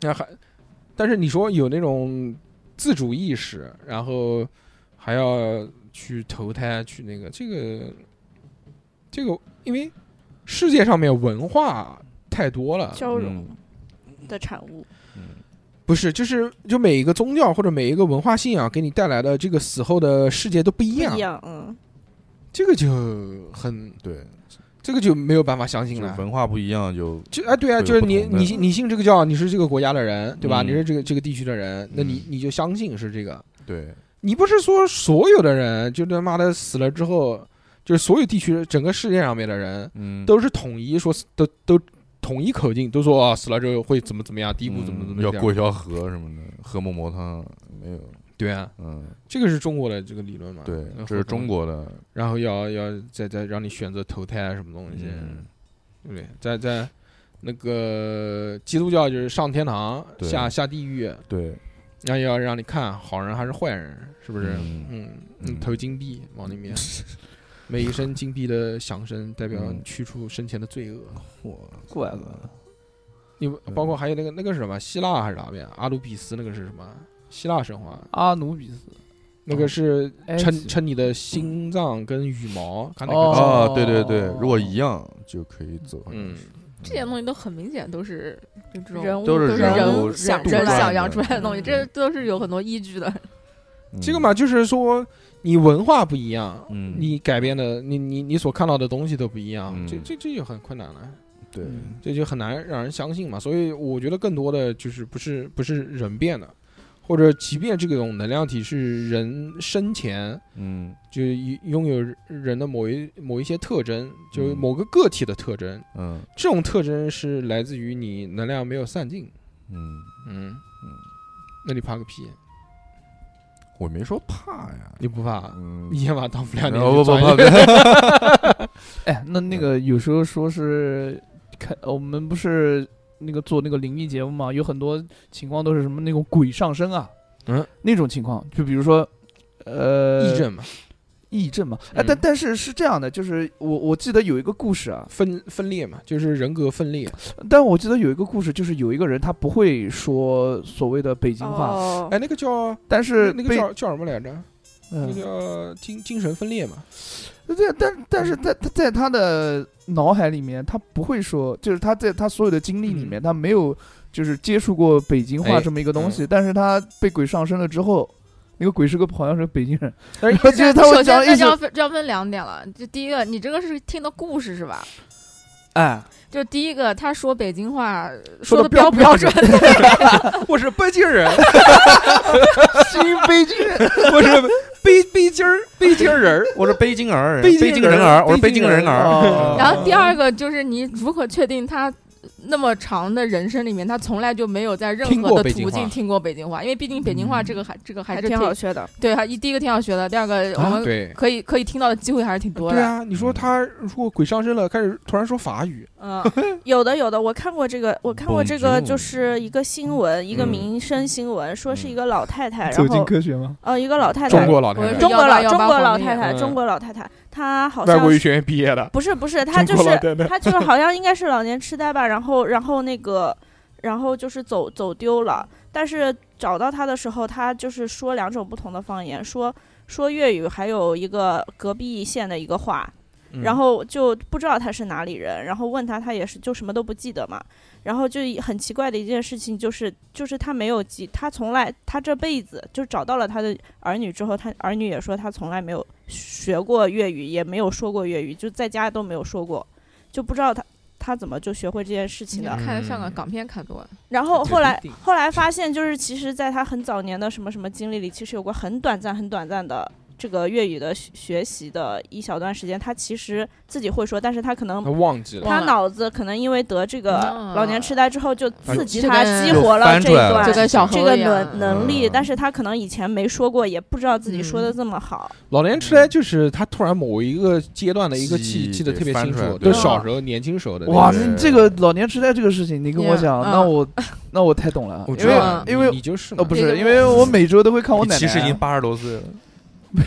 B: 那还，但是你说有那种自主意识，然后还要去投胎去那个这个这个，因为世界上面文化太多了，
E: 交
C: 嗯
E: 融的产物，
B: 嗯不是，就是就每一个宗教或者每一个文化信仰给你带来的这个死后的世界都不一
E: 不
B: 样，
E: 一样，嗯，
B: 这个就很，
C: 对，
B: 这个就没有办法相信
C: 就是
B: 了。
C: 文化不一样就
B: 就哎，对啊，
C: 会有
B: 就是
C: 不
B: 你
C: 同的
B: 你信你信这个教，你是这个国家的人，对吧？
C: 嗯
B: 你是这个这个地区的人，那你
C: 嗯
B: 你就相信是这个。
C: 对，
B: 你不是说所有的人就他妈的死了之后，就是所有地区整个世界上面的人
C: 嗯
B: 都是统一说死都都统一口径，都说啊死了之后会怎么怎么样，第一步怎么怎么
C: 嗯要
B: 样
C: 过一条河什么的，喝馍馍汤没有，
B: 对啊，
C: 嗯
B: 这个是中国的这个理论嘛？
C: 对，
B: 啊那
C: 这
B: 后
C: 是
B: 头
C: 中国的，
B: 然后要要再再让你选择投胎啊什么东西，
C: 嗯
B: 对不对？在在那个基督教就是上天堂，
C: 对
B: 下下地狱，
C: 对，
B: 然后要让你看好人还是坏人，是不是？
C: 嗯
B: 嗯，
C: 嗯
B: 投金币往里面，每一声金币的响声代表
C: 嗯
B: 驱除生前的罪恶。
C: 我
D: 怪不得
B: 你
C: 嗯
B: 包括还有那个那个是什么？希腊还是哪边？阿努比斯那个是什么？希腊神
C: 哦
B: 话
D: 阿努啊比斯，
B: 那个是
D: 埃
B: 称
D: 及
B: 称你的心脏跟羽毛，看那
D: 哦
B: 个。
C: 啊，对对对，如果一样就可以走。
B: 嗯，
F: 这些东西都很明显都是就这种
E: 人物
C: 都是
F: 都是
C: 人物杜
F: 人想
C: 撰
F: 人想
C: 的
F: 象出来的东西，
E: 嗯
F: 这都是有很多依据的。
C: 嗯
B: 这个，嘛，就是说你文化不一样，
C: 嗯，
B: 你改变的，你你你所看到的东西都不一样，
C: 嗯
B: 这这这就很困难了，
C: 对，
B: 这就很难让人相信嘛。所以我觉得更多的就是不是不是人变的，或者即便这种能量体是人生前
C: 嗯
B: 就拥有人的某一某一些特征，就是
C: 嗯
B: 某个个体的特征，
C: 嗯
B: 这种特征是来自于你能量没有散尽。
C: 嗯，
B: 嗯那你怕个屁？
C: 我没说怕呀，
B: 你不怕？
C: 嗯，
B: 一天晚上当不了
C: 然
B: 年
C: 后
B: 就
C: 不不
B: 转一
C: 不
B: 圈，
C: 不，
D: 哎，那那个有时候说是看我们不是那个做那个灵异节目嘛，有很多情况都是什么那种鬼上身啊，
B: 嗯，
D: 那种情况，就比如说，呃，
B: 癔症嘛，
D: 癔症嘛，哎，
B: 嗯
D: 但但是是这样的，就是我我记得有一个故事啊，
B: 分分裂嘛，就是人格分裂。
D: 但我记得有一个故事，就是有一个人他不会说所谓的北京话，
E: 哦，
B: 哎，那个叫
D: 但是
B: 那
D: 被
B: 个叫叫什么来着？那
D: 嗯
B: 个叫精精神分裂嘛。
D: 对，但但是在他在他的脑海里面，他不会说，就是他在他所有的经历里面，他没有就是接触过北京话
B: 哎
D: 这么一个东西，但是他被鬼上身了之后，那个鬼是个好像是个北京 人，
B: 但是
D: 然后 就是他
F: 首
D: 会
F: 先，
D: 讲
F: 那
D: 一
F: 就要
D: 首
F: 分就要分两点了。就第一个，你这个是听的故事是吧？
D: 哎，
F: 就第一个，他说北京话
B: 说得
F: 说的
B: 标
F: 标
B: 不标
F: 不标 准？
B: 我是北京人，
D: 新北京人，
B: 我是北北京儿北京人 儿。
C: 我是北京儿，
B: 北
C: 北
B: 京人
C: 人儿，我是
B: 北
C: 北
B: 京
C: 京
B: 人啊
C: 人儿嗯
D: 哦。
F: 然后第二个就是你如何确定他那么长的人生里面，他从来就没有在任
B: 听过
F: 何
B: 北
F: 的
B: 京
F: 途
B: 话
F: 径听过北京话？因为毕竟北京话
D: 嗯
F: 这个还这个还
E: 还
F: 是
E: 挺好学的。
F: 对，还一第一个挺好学的，第二个我们
B: 啊对。
F: 可以可以听到的机会还是挺多
B: 对
F: 的。
B: 啊，你说他如果鬼上身了，开始突然说法语，
E: 嗯，有的有的，我看过这个，我看过这个，
C: Bonjour
E: 就是一个新闻，一个
B: 嗯
E: 民生新闻，说是一个老太太，
D: 走
E: 然
D: 进
E: 后
D: 科学吗？
E: 呃，一个老太
B: 中
E: 太，
B: 国老
F: 我
B: 太
F: 也
B: 太
E: 中，国老中
F: 118
E: 国老太
B: 嗯
E: 太，中国老太太，她好
B: 外国
E: 像
B: 语
E: 是
B: 学院毕业的，
E: 不是不是，她就
B: 中国老
E: 是
B: 太太
E: 她就是好像应该是老年痴呆吧，然后然后那个然后就是走走丢了，但是找到她的时候，她就是说两种不同的方言，说说粤语，还有一个隔壁县的一个话，
B: 嗯
E: 然后就不知道他是哪里人，然后问他，他也是就什么都不记得嘛。然后就很奇怪的一件事情就是，就是他没有记，他从来他这辈子就找到了他的儿女之后，他儿女也说他从来没有学过粤语，也没有说过粤语，就在家都没有说过，就不知道他他怎么就学会这件事情
F: 你
E: 的。
B: 嗯
F: 看的香港港片看多了，
E: 然后
B: 这
E: 后
B: 不
E: 来
B: 一定
E: 后来发现，就是其实在他很早年的什么什么经历里，其实有过很短暂、很短暂的这个粤语的学学习的一小段时间，他其实自己会说，但是他可能
B: 嗯他忘记了，
E: 他
F: 忘了
E: 脑子可能因为得这个
F: 嗯
E: 老年痴呆之后，就刺激他
F: 就
E: 激活了
C: 翻
E: 这
C: 出
E: 一
C: 来了
E: 段
F: 就跟小
E: 这
F: 猴
E: 个
F: 一样。
E: 能能力，
C: 嗯
E: 但是他可能以前没说过，也不知道自己
F: 嗯
E: 说的这么好。
B: 老年痴呆就是他突然某一个阶段的一个
C: 记
B: 记
C: 忆
B: 记得特别
C: 翻
B: 清
C: 出来
B: 楚，都
C: 对
B: 是小时候年轻时候的那个。
D: 哇，
C: 对
D: 那这个老年痴呆这个事情，你跟我
F: Yeah，
D: 讲，
F: 嗯
D: 那我那我太懂了，
B: 我
D: 因
B: 知
D: 为
B: 道，
D: 因为
B: 你你就是
D: 呃
B: 嘛
D: 不
F: 那个
D: 是，因为我每周都会看
B: 啊
D: 我奶奶，
C: 其实已经八十多岁了，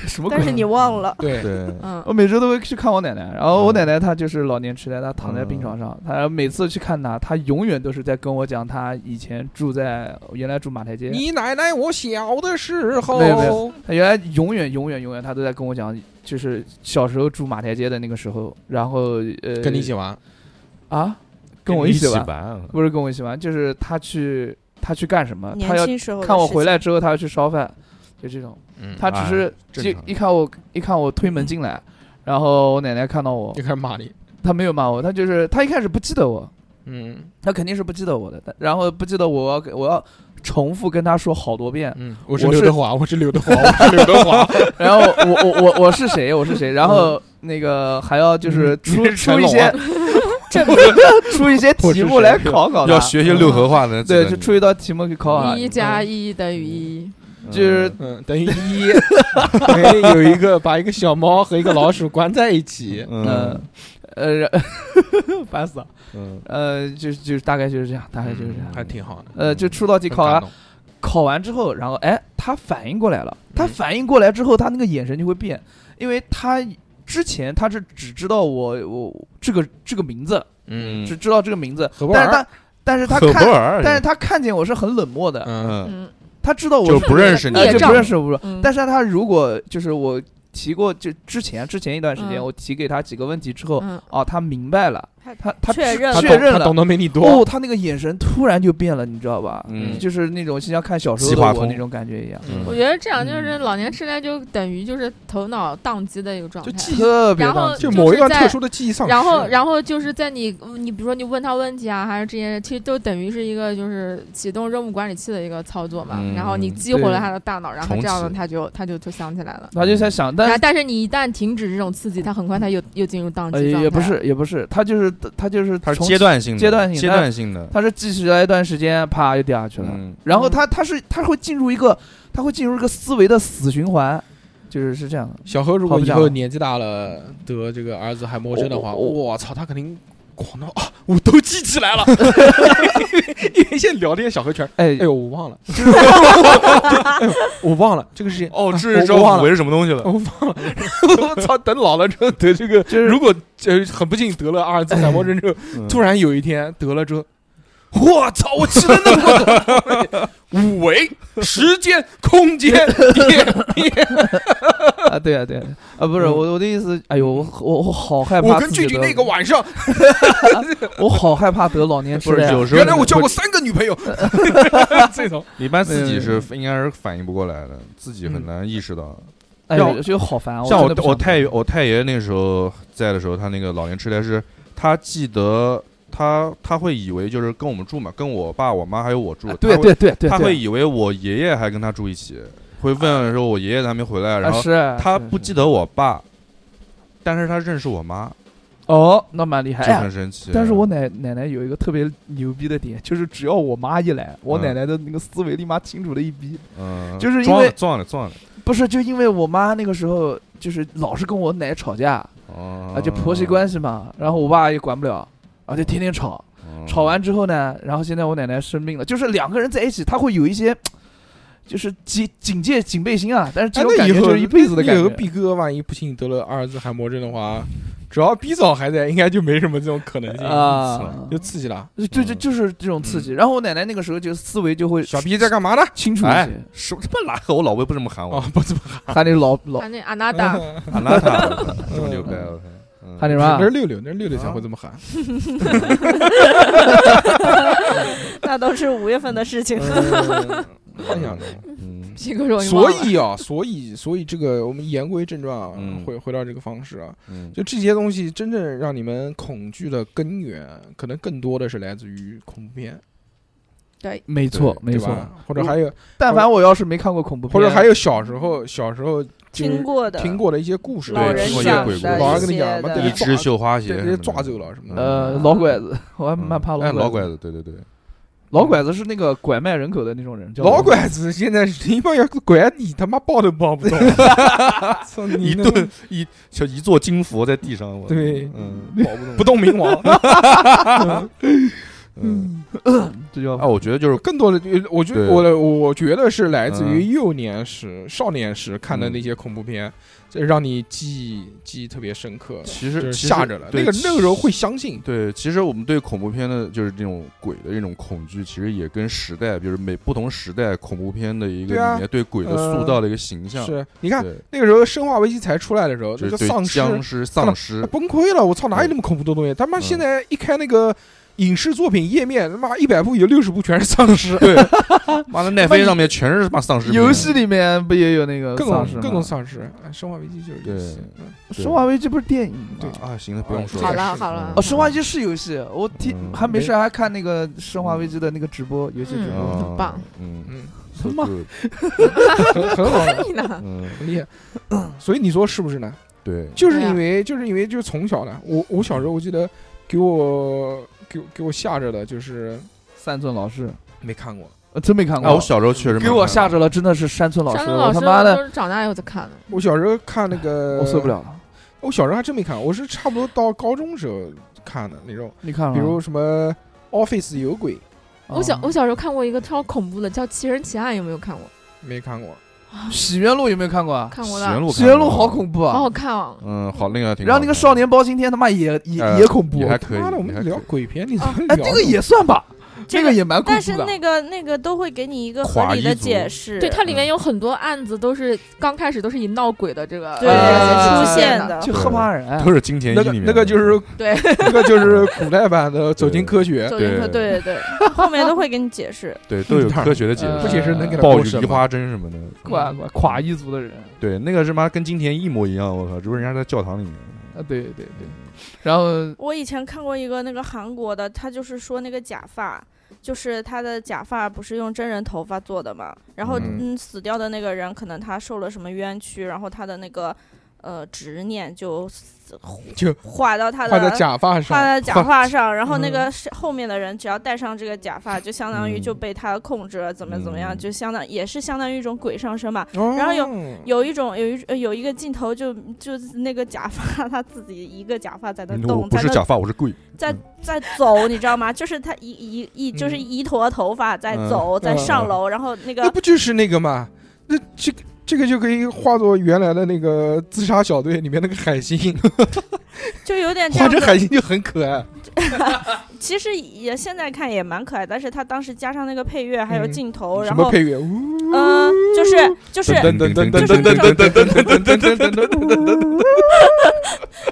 D: 什么鬼
E: 但是你忘了，
B: 对，
C: 对，
F: 嗯
D: 我，
B: 哦
D: 每周都会去看我奶奶，然后我
C: 嗯
D: 奶奶她就是老年痴呆，她躺在病床上，她每次去看她，她永远都是在跟我讲她以前住在原来住马台街，
B: 你奶奶我小的时候，
D: 没有没有她原来永远永远永远她都在跟我讲，就是小时候住马台街的那个时候，然后呃
B: 跟你一起玩，
D: 啊，跟我一起玩，
C: 嗯
D: 不是跟我一起玩，就是她去她去干什么，
E: 年
D: 她啊要
E: 轻时候的
D: 看我
E: 事
D: 回
E: 情
D: 来之后她要去烧饭，就这种，
B: 嗯，
D: 她只是
C: 正
D: 一
C: 常
D: 一看我一看我推门进来，然后我奶奶看到我
B: 就，开始骂你，
D: 她没有骂我，她就是她一开始不记得我。
B: 嗯，
D: 他肯定是不记得我的，但然后不记得我，我要给我要重复跟他说好多遍
B: 嗯，我是
D: 我
B: 刘
D: 是
B: 德华，我是刘德华，我是刘德华，
D: 然后我我我我是谁，我是谁，然后那个还要就是
B: 嗯
D: 出
B: 你是
D: 出
B: 成
D: 一
B: 龙啊
D: 些证明，出一些题目来考考他
C: 要，学学六合化的，
D: 嗯对，就出一道题目去考考他，
F: 一加
B: 哦
F: 一等于一，
D: 就是
B: 嗯，等于一，哎有一个把一个小猫和一个老鼠关在一起，
D: 嗯
C: 嗯
D: 呃，然 烦死了，
C: 嗯
D: 呃，就就大概就是这样，大概就是这样
C: 嗯，
B: 还挺好的。
D: 呃，就出道题考
B: 很
D: 完
B: 感动，
D: 考完之后，然后嗯哎，他反应过来了，他反应过来之后，他那个眼神就会变，因为他。之前他是只知道我我这个这个名字，
B: 嗯
D: 只知道这个名字，
C: 何不
D: 但是
C: 尔
D: 他但是他
C: 可不
D: 看，
C: 尔，
D: 但是他看见我是很冷漠的，
B: 嗯
C: 嗯，
F: 嗯
D: 他知道我
C: 就是不认识你
D: 哎
F: 业
D: 就
F: 障
D: 不认识我不说，
F: 嗯
D: 但是他如果就是我提过，就之前之前一段时间
F: 嗯
D: 我提给他几个问题之后，
F: 嗯
D: 哦，他明白了，
E: 他
D: 他他
E: 确认
D: 他
E: 了
D: 确认
B: 他懂
D: 了，
B: 得比你多，
D: 哦，他那个眼神突然就变了，你知道吧？
C: 嗯
D: 就是那种就像看小时候
C: 计划
D: 的我
C: 通
D: 那种感觉一样，
B: 嗯
F: 我觉得这样就是老年痴呆就等于就是头脑宕机的一个状态
B: 就。记忆，
D: 特别
F: 嗯然后
D: 当
B: 就
F: 就
C: 嗯
F: 是
B: 某一段
F: 在
B: 特殊的记忆丧失。
F: 然后，然后就是在你，你比如说你问他问题啊，还是这些，其实都等于是一个就是启动任务管理器的一个操作嘛。
C: 嗯
F: 然后你激活
D: 对
F: 了他的大脑，然后
C: 重
F: 这样呢，
C: 启
F: 他就他就就想起来了。
D: 他就在想，但
F: 然后
D: 是，
F: 但是你一旦停止这种刺激，他很快他又又进入宕
D: 呃
F: 机状态。
D: 也不，是也不是，他就是他就是
C: 他是
D: 从
C: 阶，段性的，
D: 阶段性
C: 阶
D: 他
C: 段性的，
D: 他是记起来一段时间，啪又掉下去了。
C: 嗯，
D: 然后他他是他会进入一个他会进入一个思维的死循环，就是是这样的。
B: 小何如果
D: 好不
B: 以
D: 讲
B: 后
D: 了哦
B: 年纪大了得这个阿尔兹海默症的话，
D: 我我
B: 我操，他肯定狂到啊，我都记起来了， 因为现在聊天小何全是，
D: 哎
B: 哎，呦，我忘 了，哎呦我忘了这个事情，
C: 哦，
B: 我
C: 这是
B: 我
C: 知道
B: 忘了
C: 五为是什么东西了
B: 我，忘了， 我操，等老了之后得这个，
D: 就是
B: 如果呃很不幸得了阿尔兹海默症之后，
C: 嗯
B: 突然有一天得了之后。我操！我记得那么多， 五维、时间、空间、地面
D: 啊，对啊，对啊，啊，不是
B: 嗯
D: 我我的意思，哎呦，
C: 嗯
D: 我我我好 害怕
B: 我跟
D: 自己
B: 俊俊
D: 得，
B: 那个晚上，
D: 我好害怕得老年痴
C: 不是
D: 呆啊。
C: 有时候
B: 原来我交过三个 女朋友，这种
C: 一般自己
D: 嗯
C: 是应该是反应不过来的，自己很
B: 嗯
C: 难意识到。
D: 哎
C: 要
D: 呦，就好烦啊。
C: 像
D: 我
C: 我
D: 真的不
C: 我
D: 想
C: 太爷我太爷那时候在的时候，他那个老年痴呆是，他记得他他会以为就是跟我们住嘛，跟我爸我妈还有我住，
D: 啊对
C: 他会
D: 对对对，
C: 他
D: 对
C: 会以为我爷爷还跟他住一起，会问说我爷爷还没回来，
D: 啊
C: 然后
D: 是
C: 他
D: 是
C: 不
D: 是
C: 记得我爸，但是他认识我妈，
D: 哦，那蛮厉害。
C: 这
D: 哎呀
C: 很神奇。
D: 但是我奶奶奶有一个特别牛逼的点，就是只要我妈一来，我
C: 嗯
D: 奶奶的那个思维立马清楚了一逼。
C: 嗯，
D: 就是因
C: 撞了
D: 为
C: 撞了撞了，
D: 不是，就因为我妈那个时候就是老是跟我奶吵架，
C: 哦
D: 啊，就婆媳关系嘛。然后我爸也管不了，啊，就天天吵。
C: 哦
D: 吵完之后呢，然后现在我奶奶生病了，就是两个人在一起，他会有一些，就是警警戒警备心啊。但是 这
B: 哎，
D: 种
B: 那
D: 感
B: 以
D: 觉
B: 后
D: 就是一辈子的感
B: 哎那以后
D: 觉。
B: B 哥万一不幸得了阿尔兹海默症的话，只要 B 嫂还在，应该就没什么这种可能性，
D: 啊，嗯
B: 就刺激了。
D: 对对，就就是这种刺激。然后我奶奶那个时候就思维就会
B: 小 B 在干嘛呢？
D: 清楚一
C: 哎
D: 些，，
C: 什么他妈拉黑？我老魏不这么喊
B: 哦
C: 我，，
B: 不怎么
D: 喊你老老
F: 他那阿纳达，
C: 喊拉他，这么牛掰，我看嗯
D: 喊你什么
B: 那是？啊六六，那是六六才会这么喊。
E: 那都是五月份的事情。
B: 嗯 呃幻想中。
C: 嗯
F: 皮克说你忘
B: 所
F: 了
B: 以啊，所以所以这个我们言归正传啊
C: 嗯，
B: 回回到这个方式啊，
C: 嗯，
B: 就这些东西真正让你们恐惧的根源，可能更多的是来自于恐怖片，
D: 没错
C: 对
D: 没
B: 对
D: 错。
B: 吧？或者还有
D: 但凡我要是没看过恐怖片，
B: 或者还有小时候小时候就是
E: 听过的，
B: 听过的一些故事，
E: 老
C: 对
E: 人
C: 听过一些
E: 讲
C: 鬼故
E: 的
C: 事老
B: 人跟你
E: 一
B: 讲
E: 些
B: 嘛
E: 的
B: 对
C: 一只绣花
B: 对
C: 鞋
B: 直
C: 什么
B: 接
C: 的，嗯
B: 抓走了什么的。
D: 呃老拐子，我还蛮怕
C: 哎，老
D: 拐
C: 拐
D: 子。
C: 子，对对对，
D: 老拐子是那个拐卖人口的那种人，叫
B: 老拐子现在是你妈要拐你他妈抱都抱 不动，操你
C: 一
B: 那
C: 顿一就一座金佛在地上，我
B: 对
C: 嗯
B: 抱不动，不动明王。
C: 嗯，
D: 这叫
C: 啊，我觉得就是
B: 更多的，呃我觉
C: 对嗯
B: 我我觉得是来自于幼年时、少年时看的那些恐怖片，这让你记忆记忆特别深刻，
C: 其
B: 就
C: 实
B: 是
C: 其实
B: 吓着了。
C: 对
B: 那个那个时候会相信，
C: 对，其实我们对恐怖片的，就是这种鬼的这种恐惧，其实也跟时代，就是每不同时代恐怖片的一个
B: 对啊
C: 里面对鬼的
B: 呃
C: 塑造的一个形象。
B: 是你看
C: 对，
B: 那个时候《生化危机》才出来的时候，
C: 就
B: 那
C: 是
B: 个
C: 对
B: 丧尸啊
C: 僵尸、丧 尸，
B: 崩溃了！我操，哪有那么恐怖的东西？他妈
C: 嗯
B: 现在一开那个影视作品页面，他妈一百部有六十部全是丧 尸，
C: 对，妈的奈飞上面全是骂丧尸片
D: 游戏里面不也有那个
B: 各
D: 丧
B: 种
D: 尸
B: 各种
D: 吗？
B: 丧尸。哎生化危机就是游戏
C: 对，
B: 嗯
C: 对
D: 生化危机不是电影吗？
C: 啊，行了，不用说
F: 好
C: 了。
F: 了好了
D: 哦，，生化危机是游戏，我听
C: 嗯
D: 还没事
B: 没
D: 还看那个生化危机的那个直播，游戏直
F: 嗯
D: 播。
C: 啊
F: 很棒，
C: 嗯，
B: 嗯，
C: so
B: 妈
C: good，
B: 很很好，
F: 你呢？
C: 嗯，
B: 很 厉害。所以你说是不是呢？
C: 对，
B: 就是
F: 对啊
B: 因为就是因为就是从小呢，我我小时候我记得给我给我给我吓着的就是
D: 山村老师，
B: 没看过，
D: 呃真没看
C: 啊，我
D: 过，
C: 小时候确实没
D: 给我
C: 看
D: 吓着了，真的是山村老
F: 山
D: 师，
F: 东老
D: 我
F: 师
D: 他妈的
F: 都是长大以后才看的，
B: 我小时候看那个
D: 我受不，了了。
B: 我小时候还真没看，我是差不多到高中时候看的那种，
D: 你看
C: 嗯
D: 了吗？
B: 比如什么 Office 有鬼
D: 啊
F: 我小我小时候看过一个超恐怖的，叫《奇人奇案》，有没有看过？
B: 没看过，
D: 洗冤录有没有看过啊？
F: 看过
C: 洗
F: 了
C: 冤，录，
D: 洗冤录好恐怖
F: 好好
D: 啊！
F: 看哦。
C: 嗯，好，那个还挺好看的。
D: 然后那个少年包青天他妈也也
B: 嗯
C: 呃
D: 也恐怖
C: 也，还可以。
B: 妈的，我
C: 也
B: 们
C: 还可以
B: 聊鬼片，你怎
E: 啊
B: 么
D: 哎，
B: 聊？
D: 这个也算吧，
E: 这
D: 这
E: 个
D: 个也蛮恐
E: 但
D: 怖
E: 是
D: 的。
E: 那个那个都会给你一个合
C: 垮
E: 理
C: 一
E: 的
C: 族
E: 解释，
F: 对，
D: 嗯
F: 它里面有很多案子都是刚开始都是以闹鬼的这个
E: 对
D: 呃
E: 出现的
D: 就赫马人
C: 都，是金田一
B: 那
C: 里
B: 个
C: 面的
B: 那个就是
F: 对，
B: 那个就是古代版的《走进科学
E: 走进科 对
C: 对
E: 对， 后面都会给你解释。
B: 嗯
C: 对都有科学的解》，
D: 呃
B: 不
C: 释，
B: 解释能给他
C: 暴
B: 报
C: 雨梨花针什么的。
D: 怪怪垮一族的人
C: 对，那个是妈跟金田一模一样，我靠，只不过人家在教堂里面。
D: 啊，对对对。然后
E: 我以前看过一个那个韩国的，他就是说那个假发，就是他的假发不是用真人头发做的嘛，然后
C: 嗯
E: 嗯死掉的那个人可能他受了什么冤屈，然后他的那个呃执念就死
B: 就
E: 画到他
B: 画在
E: 的
B: 假发
E: 画
B: 上，
E: 在假发上，然后那
B: 嗯
E: 个是后面的人只要戴上这个假发，就相当于
C: 嗯
E: 就被他控制了，怎么怎么样，
C: 嗯
E: 就相当也是相当于一种鬼上身嘛。
B: 然
E: 然后有一种有一呃有一个镜头就就是那个假发 他自己一个假发在那
C: 嗯我
E: 动，
C: 不
E: 在
C: 是
E: 那
C: 假发，我是跪。
E: 在
C: 嗯
E: 在走，你知道吗？就是他一一一就是
B: 嗯
E: 一坨头发在
C: 嗯哎
E: 走，在
B: 嗯
E: 上楼，然后那
B: 那
E: 个
B: 不就是那个嘛？那这个这个就可以化作原来的那个自杀小队里面那个海星，
E: 就有点这
B: 画
E: 样
B: 成
E: 子。
B: 海星就很可爱。
E: 其实也现在看也蛮可爱，但是他当时加上那个配乐还有
B: 嗯
E: 镜头，
B: 什
E: 然
B: 么
E: 后
B: 配乐？呜
E: 嗯，就是就是
C: 噔噔噔噔
E: 就是那种
B: 噔噔噔噔噔噔噔噔。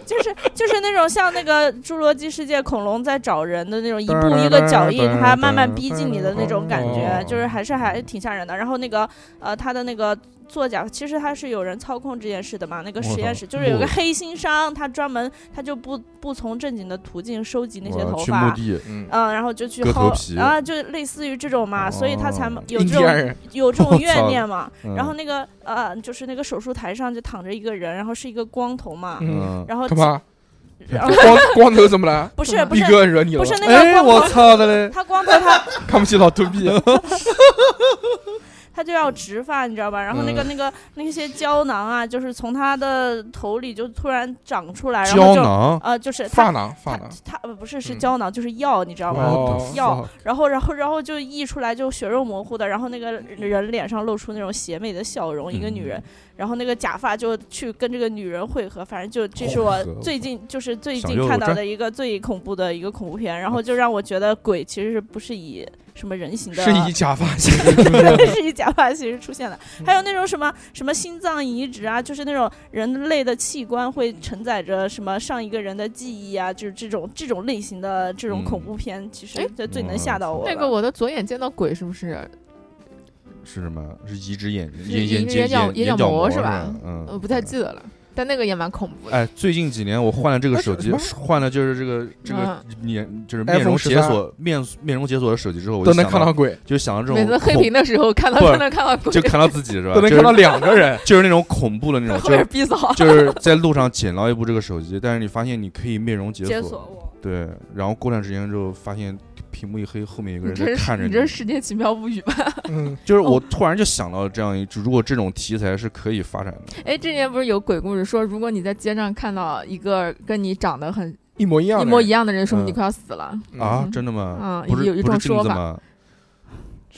E: 就是就是那种像那个《侏罗纪世界》恐龙在找人的那种，一
C: 当然
E: 步
C: 了
E: 一个脚印
C: 当，然了
E: 它慢慢逼近你的那种感
B: 当然
E: 觉
C: 了，
E: 就是还是还挺吓人的。然后那个呃，他的那个作假，其实他是有人操控这件事的嘛。那个实验室就是有个黑心商，他专门他就不不从正经的途径收集那些头
C: 我去墓
E: 发。
C: 地，
B: 嗯，
E: 嗯，然后就去
C: 割头
E: 薅
C: 皮，
E: 然后就类似于这种嘛，所以他才
C: 哦
E: 有
B: 印
E: 这
B: 第安
E: 种
B: 人，
E: 有这种
C: 我
E: 怨
C: 操
E: 念嘛。
C: 嗯
E: 然后那个呃，就是那个手术台上就躺着一个人，然后是一个光头嘛，
B: 嗯，
C: 嗯，
E: 然后
B: 干嘛？
E: 然后
B: 光光头怎么了？
E: 不是不
B: 一
E: 是
B: 哥惹你了？
E: 不是那
C: 哎，
E: 个光
C: 我
E: 头，
C: 操的嘞！
E: 他光头他
B: 看不起老秃逼。
E: 他就要植发，你知道吧？然后
B: 嗯
E: 那个那个那些胶囊啊，就是从他的头里就突然长出来，然后
C: 胶
E: 就
C: 囊，
E: 呃就是
B: 发
E: 他
B: 囊发
E: 他
B: 囊。
E: 他呃不是是
B: 嗯
E: 胶囊，就是药，你知道吧？
B: 哦，
E: 要然后然后然后就溢出来就血肉模糊的，然后那个人脸上露出那种邪魅的笑容，一个女人，然后那个假发就去跟这个女人汇合，反正就这是我
C: 混合
E: 最近就是最
C: 想
E: 近
C: 肉
E: 看到
C: 针
E: 的一个最恐怖的一个恐怖片，然后就让我觉得鬼其实是不是以什么人形的
B: 是 以假发形
E: 是以假发形式出现的。还有那种什么什么心脏移植啊，就是那种人类的器官会承载着什么上一个人的记忆啊，就是这种这种类型的这种
C: 嗯
E: 恐怖片，其实
F: 哎
E: 这最能吓到我了。
F: 那个我的左眼见到鬼是不是？
C: 是什么？是移植眼
F: 是
C: 眼
F: 移
C: 眼
F: 植
C: 眼
F: 眼角眼
C: 眼
F: 角膜
C: 膜
F: 是吧
C: 嗯，
F: 呃我不太记得了，但那个也蛮恐怖的。
C: 哎，最近几年我换了这个手机
B: 那，啊是什
C: 换了就是这个这个脸，就是面
B: iPhone
C: 容解
B: 13
C: 锁面面容解锁的手机之后，我
B: 都
C: 就
B: 能
C: 想
B: 看到鬼，
C: 就想到这种
F: 每次黑
C: 恐
F: 屏的时候看到
C: 不
F: 看到看到鬼，
C: 就看到自己是吧？
B: 都能
C: 就
B: 看
C: 是
B: 到两个人。
C: 就是那种恐怖的那
F: 在
C: 种，
F: 后
C: 就
F: 面
C: 是
F: 逼 骚。
C: 就是在路上捡到一部这个手机，但是你发现你可以面容解
E: 解锁我。
C: 对，然后过段时间之后发现屏幕一黑，后面有个
F: 你
C: 人在
F: 这
C: 看
F: 是
C: 着
F: 你这是哦世界奇妙物语吧？
B: 嗯，
C: 就是我突然就想到这样一，如果这种题材是可以发展的，
F: 哎，之前不是有鬼故事说，如果你在街上看到一个跟你长得很
B: 一模一样的
F: 一
B: 人，
F: 模一样的人，说明你
C: 嗯
F: 快要死了。
C: 啊，
F: 嗯
C: 真的吗？
F: 嗯
C: 不是
F: 有一
C: 不
F: 种
C: 是镜
F: 说
C: 子
F: 法
C: 吗？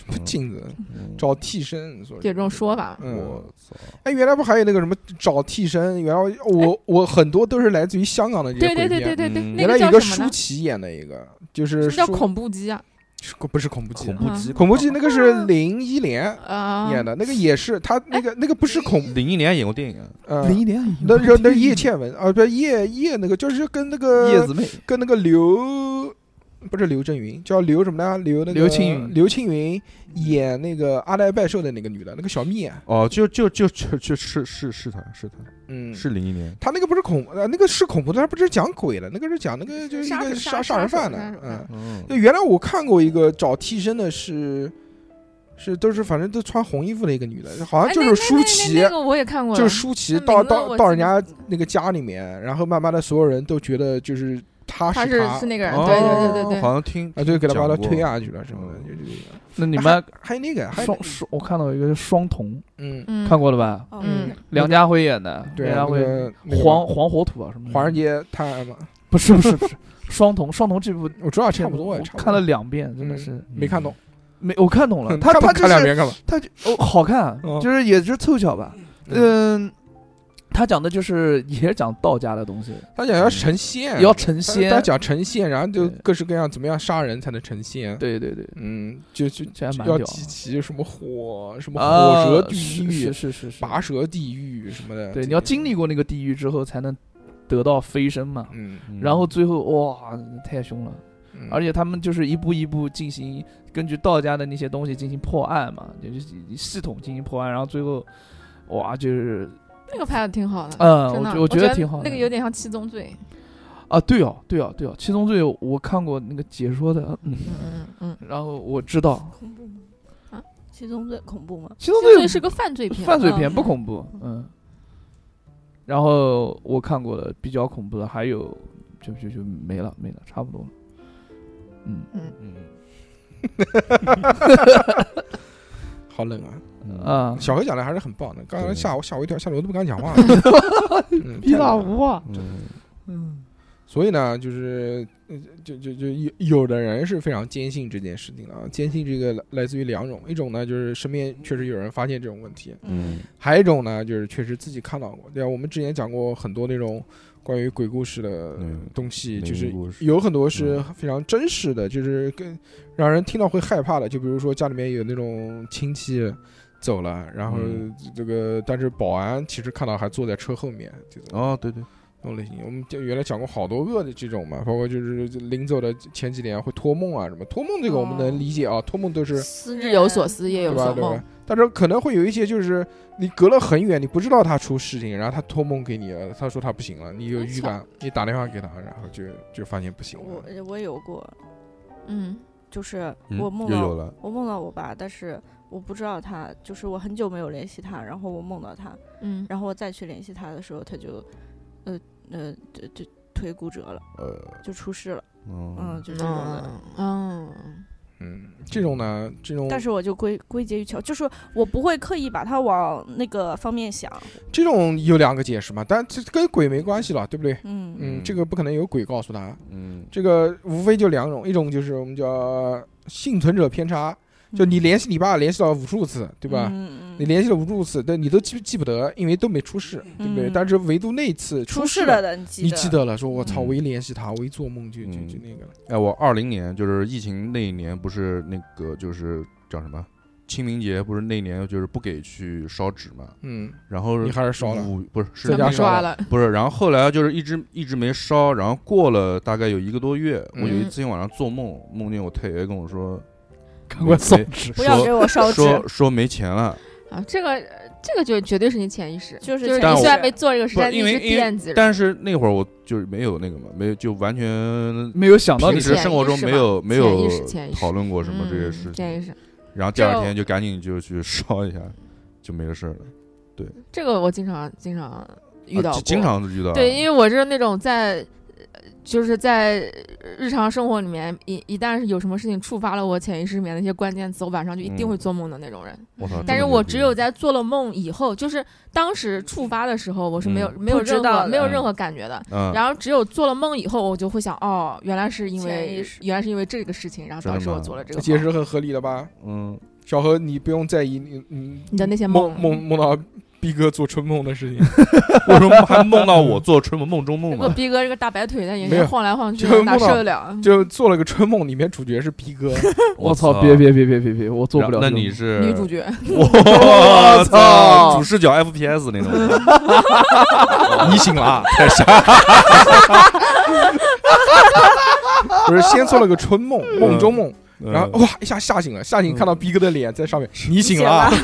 B: 不镜子
C: 嗯
B: 找替身，所以
F: 有这种说法
B: 嗯
C: 我操！
B: 哎，原来不还有那个什么找替身？原来我我很多都是来自于香港的这些
F: 对
B: 鬼片。
F: 哎对对对对对，
C: 嗯
F: 那
B: 原来有
F: 叫
B: 个
F: 什
B: 舒
F: 么呢？
B: 淇演的一个，就是
F: 什么叫
B: 舒
F: 恐怖机啊？
B: 是不是恐怖剧
C: 恐，怖
F: 嗯
C: 机，
B: 恐怖剧那个是林忆莲
F: 啊，哎
B: 演的，那个也是她那个那个不是恐
C: 零一年演过电影啊，
B: 呃，
D: 零一年
B: 那那那叶倩文啊，不是叶叶那个就是跟那个
D: 叶子妹，
B: 跟那个刘，不是刘震云，叫刘什么呢？刘那个
D: 刘青云
B: 刘青云演那个阿呆拜寿的那个女的，那个小蜜啊，
C: 哦，就就就就就是是是他是他
B: 嗯，
C: 是零一年，
B: 她那个不是恐，呃，那个是恐怖的，她不是讲鬼的，那个是讲那个就是一
F: 杀
B: 个
F: 手
B: 杀
F: 杀
B: 杀人
F: 杀手
B: 犯的
F: 杀手，
B: 嗯，
C: 嗯
B: 就，原来我看过一个找替身的是，是都是反正都穿红衣服的一个女的，好像
F: 哎
B: 就是
F: 那那
B: 舒
F: 那
B: 淇
F: 那，个我也看过了，
B: 就是舒淇
F: 那
B: 到
F: 名字
B: 到
F: 我
B: 到人
F: 记得
B: 家那个家里面，然后慢慢的所有人都觉得就是她
F: 他
B: 啊是
F: 是
B: 她
F: 是那个人，
C: 哦
F: 对对对对对，
C: 好像听
B: 啊，对，给他把他
C: 讲过
B: 推下去了什么的，就这个。
D: 那你们
B: 还有那个，还有那
D: 双
B: 个
D: 双，我看到有一个是双瞳，
B: 嗯
F: 嗯，
D: 看过了吧？
E: 哦
F: 嗯，
D: 梁家辉演的，
B: 对
D: 梁家
B: 啊，那
D: 辉
B: 个那个
D: 黄黄火土啊什么的？
B: 华人街探案嘛，
D: 不是不是不是双瞳，双瞳这部
B: 我知道
D: 这
B: 差
D: 部
B: 不多，嗯
D: 我
B: 也差不多
D: 看了两遍，真的是
B: 没看懂，
D: 没我看懂了，他
B: 他
D: 他就
B: 看两
D: 是
B: 遍干嘛？
D: 他就 哦好看
B: 哦，
D: 就是也是凑巧吧，
B: 嗯，
D: 嗯。他讲的就是也是讲道家的东西，
B: 他讲要成仙，
D: 要成
B: 他
D: 仙
B: 他，讲成仙，然后就
D: 对
B: 各式各样怎么样杀人才能成仙。
D: 对对对，
B: 嗯，就就
D: 这还蛮
B: 要
D: 屌
B: 集齐什么火，什么
D: 啊
B: 火蛇地
D: 是
B: 狱
D: 是、是是是，
B: 拔舌地狱什么的。
D: 对，
B: 这
D: 你要
B: 些
D: 经历过那个地狱之后，才能得到飞升嘛。
B: 嗯，
D: 然后最后哇，太凶了！
B: 嗯
D: 而且他们就是一步一步进行，根据道家的那些东西进行破案嘛，就是系统进行破案，然后最后，哇，就是
F: 那个拍的挺好的，
D: 嗯
C: 啊
F: 真的
D: 我觉我
F: 我
D: 觉得挺好的
F: 那个有点像七宗罪，
D: 啊，对哦，对哦，对哦，《七宗罪》我看过那个解说的，嗯，
F: 嗯嗯嗯，
D: 然后我知道《
E: 恐怖吗？
F: 啊，
E: 七宗罪恐怖吗？
D: 七宗
F: 七宗罪
D: 罪
F: 是》个犯罪片，
D: 犯罪片
E: 嗯
D: 不恐怖，嗯，然后我看过的比较恐怖的还有就就就没了没了，差不多了，嗯。
C: 嗯
B: 好冷啊！
C: 嗯
D: 啊，
B: 小何讲的还是很棒的，刚才
C: 对
B: 吓我吓我一跳，吓得我都不敢 讲话了。嗯
D: 逼
B: 太
D: 大
B: 冷了
D: 无啊，
C: 嗯
D: 嗯，
B: 所以呢，就是呃就就就有有的人是非常坚信这件事情的啊，坚信这个来来自于两种，一种呢就是身边确实有人发现这种问题，
C: 嗯
B: 还有一种呢就是确实自己看到过，对吧、我们之前讲过很多那种关于鬼故事的
C: 嗯
B: 东西，
C: 灵异
B: 就是
C: 故事嗯
B: 有很多是非常真实的，就是跟让人听到会害怕的，就比如说家里面有那种亲戚。走了，然后
C: 嗯
B: 这个，但是保安其实看到还坐在车后面，这种
C: 哦对对，
B: 那种类型。我们就原来讲过好多个的这种嘛，包括就是临走的前几年会托梦啊什么，托梦这个我们
C: 哦
B: 能理解啊，托梦都是
F: 日有所思，夜
B: 对
F: 有
B: 吧
F: 所
B: 对
F: 梦
B: 吧，？但是可能会有一些就是你隔了很远，你不知道他出事情，然后他托梦给你了，他说他不行了，你有预感，你打电话给他，然后就就发现不行
E: 我
B: 了。
E: 我有过，
F: 嗯，
E: 就是
C: 嗯
E: 我梦
C: 又
E: 到
C: 有了，
E: 我梦到我爸，但是我不知道他，就是我很久没有联系他，然后我梦到他，
F: 嗯，
E: 然后我再去联系他的时候，他就，呃呃，就就腿骨折了，
C: 呃
E: 就出事了，嗯，
C: 嗯
E: 就这种的。
F: 嗯，
B: 嗯，这种呢，这种
E: 但是我就归归结于巧，就是我不会刻意把它往那个方面想，
B: 这种有两个解释嘛，但这跟鬼没关系了，对不对？
E: 嗯
B: 嗯，
C: 嗯
B: 这个不可能有鬼告诉他，
C: 嗯
B: 这个无非就两种，一种就是我们叫幸存者偏差，就你联系你爸联系了无数次，对吧？
E: 嗯嗯嗯
B: 你
E: 嗯，
B: 联系了无数次，但你都记记不得，因为都没出事，对不对？
E: 嗯
B: 但是唯独那一次
E: 出
B: 事
E: 事了，的，你记
B: 你记得了，说我操，
C: 嗯
B: 我一联系他，我一做梦就就
C: 嗯
B: 就那个了。
C: 哎我二零年就是疫情那一年不是那个就是叫什么清明节不是那年就是不给去烧纸嘛，
B: 嗯，
C: 然后
B: 你还是烧了，
C: 五不是是
B: 在家
F: 被
B: 烧
F: 抓
B: 了
F: 了，
C: 不是，然后后来就是一直一直没烧，然后过了大概有一个多月，我
B: 嗯
C: 有一次晚上做梦，梦见我太爷跟我说
D: 赶快送纸，
E: 不要给我烧纸，
C: 说说没钱了，
F: 啊，这个这个就绝对是你潜意识，
E: 就
F: 就是你
E: 潜意
F: 虽然
E: 识
F: 没做这个事，
C: 不
F: 但
C: 是
F: 你
C: 因为
F: 是
C: 因为
F: 惦记着，
C: 但是那会儿我就是没有那个嘛，没有就完全
D: 没有想到你
C: 平时
F: 平时
D: 是
C: 生活中没有没
F: 潜
C: 有
F: 意识潜意识
C: 讨论过什么这些
F: 嗯
C: 事
F: 潜
C: 情，
F: 意识，
C: 然后第二天就赶紧就去烧一下，就没事儿了，
F: 这个我经常经常遇到
C: 啊
F: 过，
C: 经常遇到
F: 对，因为我是那种在，呃就是在日常生活里面，一一旦是有什么事情触发了我潜意识里面的一些关键词，我晚上就一定会
C: 嗯
F: 做梦的那种人。
C: 我操，
F: 但是
C: 这么
F: 我
C: 牛逼
F: 只有在做了梦以后，就是当时触发的时候，我是没有、
C: 嗯
F: 没有
E: 不知
F: 任
E: 道
F: 何
E: 的
F: 没有任
C: 嗯
F: 何感觉的。
C: 嗯，
F: 然后只有做了梦以后，我就会想，哦，原来是因
E: 潜意
F: 为
E: 识
F: 原来是因为这个事情，然后
C: 真
F: 导
C: 的
F: 致我
C: 吗
F: 做了这
B: 这
F: 个
B: 解
F: 梦。
B: 释很合理了吧？
C: 嗯
B: 小何，你不用在意你你
F: 你的那些
B: 梦
F: 梦
B: 梦梦到逼哥做春梦的事情，
C: 为什么还梦到我做春梦梦中梦啊
F: 如果
C: 嘛？
F: 逼哥这个大白腿在眼
B: 没有
F: 前晃来晃去
B: 就是，
F: 哪
B: 梦
F: 受
B: 到
F: 得了？啊
B: 就做了个春梦，里面主角是逼 哥，
D: 我操，别别别别别别，我做不了。
C: 那你是
F: 女主角，
C: 我
D: 操
C: 主视角 FPS 那 种，
B: 你醒了，
C: 啊
B: 太傻。不是先做了个春梦，梦中梦，然 后哇一下吓醒了，吓醒
C: 嗯
B: 看到逼哥的脸在上面，你
E: 醒
B: 醒了。
C: 啊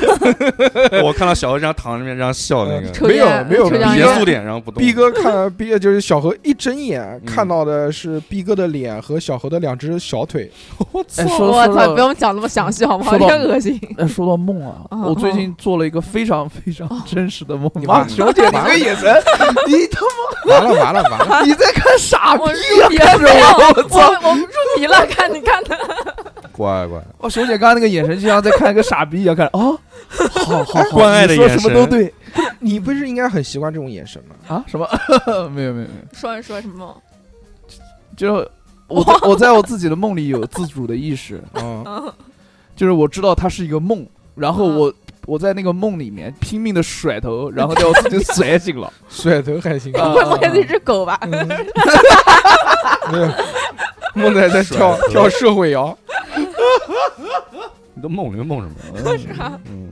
C: 我看到小何这样躺在那边这样笑那
B: 嗯
C: 个，
F: 抽
B: 没有
F: 烟
B: 没有
F: 抽
B: 抽
F: 香
B: 烟
C: 严
F: 烟
C: 肃点，然后不动。
B: 逼哥 看逼就是小何一睁眼看到的是逼哥的脸和小何的两只小 腿，哎
D: 我操
F: 我操，不用讲那么详细好不好？
D: 说到
F: 太恶心。
D: 哎，说到梦啊，
F: 嗯哦
D: 我最近做了一个非常非常真实的梦。啊
B: 你
D: 妈，
B: 完了
D: 小姐，你这眼 神，你他
B: 完了完了完了，
D: 妈你在看傻逼
F: 我
D: 呀、
F: 入迷
D: 看着
F: 了，
D: 我，我操！
F: 我我入迷了，看你看的，
C: 乖乖，
D: 哦，小姐刚刚那个眼神就像在看一个傻逼一样，看哦，好好好，
C: 关爱的
D: 你说
C: 眼
D: 什么
C: 神
D: 都对
B: 你不是应该很习惯这种眼神 吗？
D: 啊？什么？没有没有没有，
F: 说一说什 么？
D: 就我在我在我自己的梦里有自主的意识，
B: 啊，
F: 嗯，
D: 就是我知道它是一个梦，然后我、我在那个梦里面拼命的甩头，然后再我自己甩醒了。
B: 甩头还行，
D: 啊
F: 会不会是一只狗吧？
B: 嗯 没有，梦仔在跳
C: 甩头
B: 跳社会摇，
C: 你都梦里梦什么？ 是啊，嗯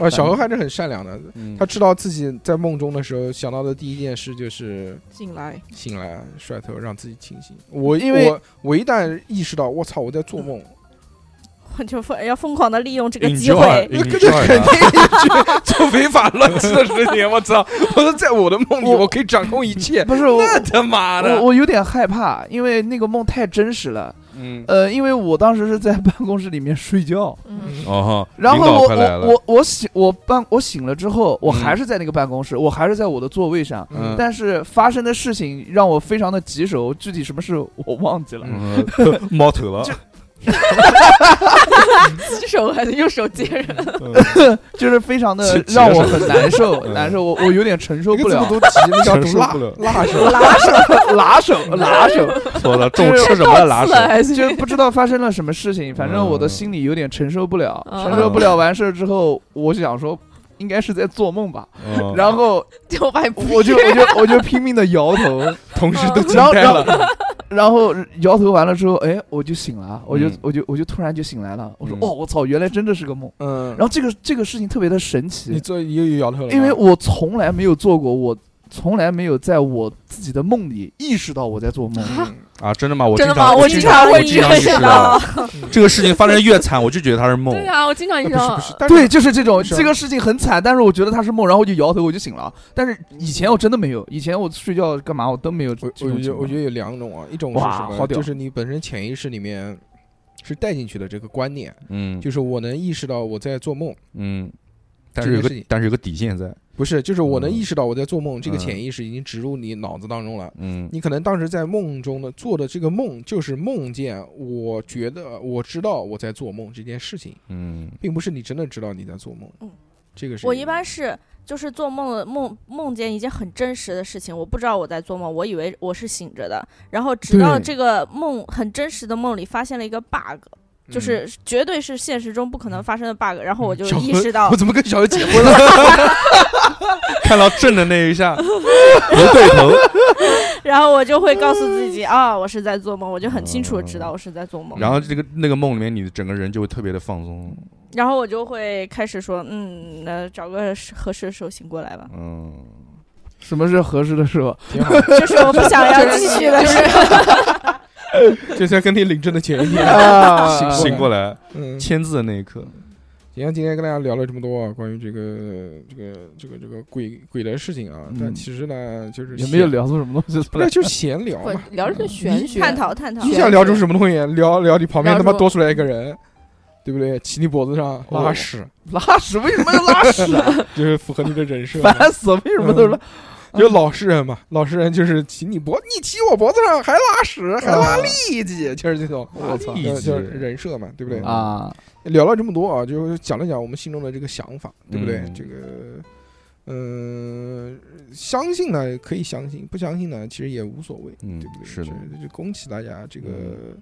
B: 啊，小何还是很善良的。
C: 嗯，
D: 啊
B: 他知道自己在梦中的时候想到的第一件事就是
F: 进来，
B: 醒来甩头，让自己清醒。我
D: 因为
B: 我我一旦意识到，我操，我在做 梦，
E: 我就疯哎要疯狂的利用这个机
C: Enjoy，
E: 会，
B: 那
C: enjoy
B: 肯定去做违法乱纪的事情。我操！我说在我的梦里，
D: 我
B: 我可以掌控一切。
D: 不是我，
B: 那他妈
D: 我
B: 的，
D: 我有点害怕，因为那个梦太真实了。
B: 嗯，
D: 呃，因为我当时是在办公室里面睡觉，
F: 嗯，
C: 哦哈，
D: 然
C: 领导
D: 后我
C: 快来
D: 我
C: 了，嗯
D: 我我醒我办我醒了之后，我还是在那个办公室，我还是在我的座位上，
B: 嗯
D: 但是发生的事情让我非常的棘手，具体什么事我忘记了。
C: 嗯 猫头了，
F: 洗手还是用手接着？
C: 嗯
D: 就是非常的
C: 急急
D: 让我
C: 了
D: 很 难受，
C: 嗯
D: 难受，我我有点承受
B: 一
D: 不
B: 个字
D: 了
B: 不。读急，那叫
C: 承
B: 读
C: 受
B: 辣
C: 不了
B: 辣手。
D: 拉手，拉手， 拉手，
C: 错了，中吃什么了？拉手，
F: 还是
D: 就不知道发生了什么事情，反正我的心里有点承受不了，
F: 嗯
D: 承受不了完事儿之后，我想说。应该是在做梦吧，
C: 嗯
D: 然后
F: 就把
D: 我就我就我就拼命的摇头，
B: 同时都惊
D: 然后
B: 呆
D: 然后
B: 了。
D: 然后摇头完了之后，哎，我就醒了，我就
B: 嗯
D: 我就我就突然就醒来了，我说
B: 嗯
D: 哦，我操，原来真的是个梦。
B: 嗯，
D: 然后这个这个事情特别的神
B: 你嗯
D: 奇，
B: 做又又摇头了吗，
D: 因为我从来没有做过，我从来没有在我自己的梦里意识到我在做
B: 嗯
D: 梦。
F: 啊
C: 啊，真的吗？我
F: 真的
C: 经常
F: 吗？
C: 我
F: 经
C: 经
F: 常
C: 我
F: 会
C: 经
F: 意
C: 常意
F: 识
C: 识
F: 到
C: 到，这个事情发生越惨，我就觉得它是梦
F: 对。啊，我经常意
B: 不
F: 识
B: 是不
F: 到，
B: 是，但是
D: 对，就是这种，
B: 是
D: 这个事情很惨，但是我觉得它是梦，然后我就摇头，我就醒了。啊但是以前我真的没有，以前我睡觉干嘛我都没有这
B: 我
D: 种
B: 我觉
D: 情
B: 得
D: 况
B: 我觉得有两种啊，一种是
D: 哇
B: 什么？
D: 好屌
B: 就是你本身潜意识里面是带进去的这个观念，
C: 嗯
B: 就是我能意识到我在做梦，
C: 嗯，但是
B: 这
C: 有
B: 个
C: 个
B: 事情
C: 但是有个底线在。
B: 不是，就是我能
C: 嗯
B: 意识到我在做梦，这个
C: 嗯
B: 潜意识已经植入你脑子当中了。
C: 嗯
B: 你可能当时在梦中的做的这个梦，就是梦见我觉得我知道我在做梦这件事情，
C: 嗯
B: 并不是你真的知道你在做梦。
E: 嗯，
B: 这个是
E: 我一般是就是做梦了梦梦见一件很真实的事情，我不知道我在做梦，我以为我是醒着的，然后直到
D: 对
E: 这个梦很真实的梦里发现了一个 bug，就是
C: 嗯
B: 嗯
E: 绝对是现实中不可能发生的 bug，然后我就
B: 小
E: 意
B: 何
E: 识到
B: 我，怎么跟小何结婚了？
C: 看到正的那一下，不对头。
E: 然后我就会告诉自己啊，我是在做梦，我就很清楚地知
C: 嗯
E: 道我是在做梦，
C: 然后这个那个梦里面，你的整个人就会特别的放松。
E: 然后我就会开始说，嗯，那找个合适的时候醒过 来吧，
C: 嗯，
D: 什么是合适的时候？
B: 挺好，
E: 就是我不想要继续的时候，
B: 这才跟你领证的前一 天。
D: 啊
B: 嗯
C: 醒过来，
B: 嗯，
C: 签字的那一刻，
B: 行，今天跟大家聊了这么多啊，关于这个这个这个这个鬼鬼的事情啊，但
D: 嗯
B: 其实呢，就是
D: 也没有
B: 闲，
D: 聊出什么东西出
B: 不
D: 来
B: 是。就是闲聊
F: 不
B: 嘛。
F: 聊的是玄学，
E: 探讨探讨
B: 你，
F: 玄
B: 想聊出
F: 学
B: 什么东西？聊聊你旁边
F: 聊
B: 他妈
F: 出
B: 多出来一个人，对不对？骑你脖子上
D: 哦
B: 拉屎，
D: 拉屎为什么要拉屎啊？
B: 就是啊符合你的人设嘛。
D: 烦死了！为什么都是拉？
B: 就老实人嘛，老实人就是骑你脖，你骑我脖子上还拉屎，还拉痢疾，就是这种。
D: 嗯我操
B: 呃就是人设嘛，对不对？
C: 嗯
D: 啊！
B: 聊了这么多啊，就讲了讲我们心中的这个想法，对不对？
C: 嗯
B: 这个，嗯、相信呢可以相信，不相信呢其实也无所谓，
C: 嗯
B: 对不对？
C: 是的
B: 就，就恭喜大家这个、
C: 嗯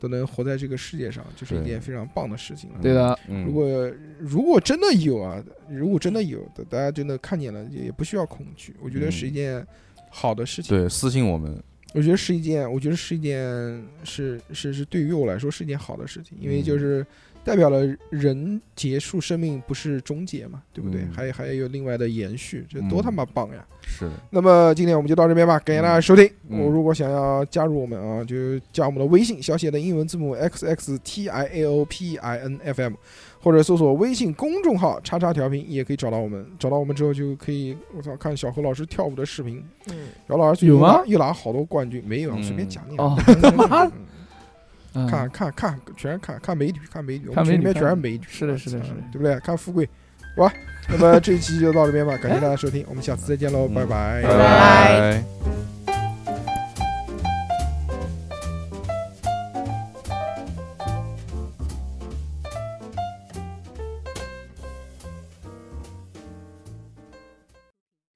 B: 都能活在这个世界上，就是一
C: 对
B: 件非常棒的事情了。啊
D: 对的，
C: 嗯
B: 如果如果真的有啊，如果真的有，大家真的看见了，也也不需要恐惧，我觉得
C: 嗯
B: 是一件好的事情。
C: 对私信我们，
B: 我觉得是一件，我觉得是一件，是是是，对于我来说是一件好的事情，因为
C: 嗯
B: 就是代表了人结束生命不是终结嘛，对不对？
C: 嗯
B: 还还有另外的延续，这
C: 嗯
B: 多他妈棒呀！
C: 是的，
B: 那么今天我们就到这边吧，感谢大家收听。
C: 嗯
B: 我如果想要加入我们啊，就加我们的微信，小写的英文字母 x x t i a o p i n f m，或者搜索微信公众号“叉叉调频”也可以找到我们。找到我们之后就可以，我操，看小何老师跳舞的视频，
F: 嗯，
B: 姚老师最近
D: 有吗
B: 又拿又拿好多冠军，没有，
C: 嗯
B: 随便讲讲。
D: 哦
B: 嗯
D: 嗯
B: 看看看，全是看看美女，看美女，我
D: 看
B: 们
D: 美
B: 群里
D: 女
B: 面
D: 看
B: 全是
D: 美
B: 美女。
D: 是的是的
B: 嗯
D: 是的
B: 对不对？看富贵，
D: 嗯
B: 好吧。那么这一期就到这边吧，感谢大家收听，我们下次再见喽，拜拜
E: 拜拜。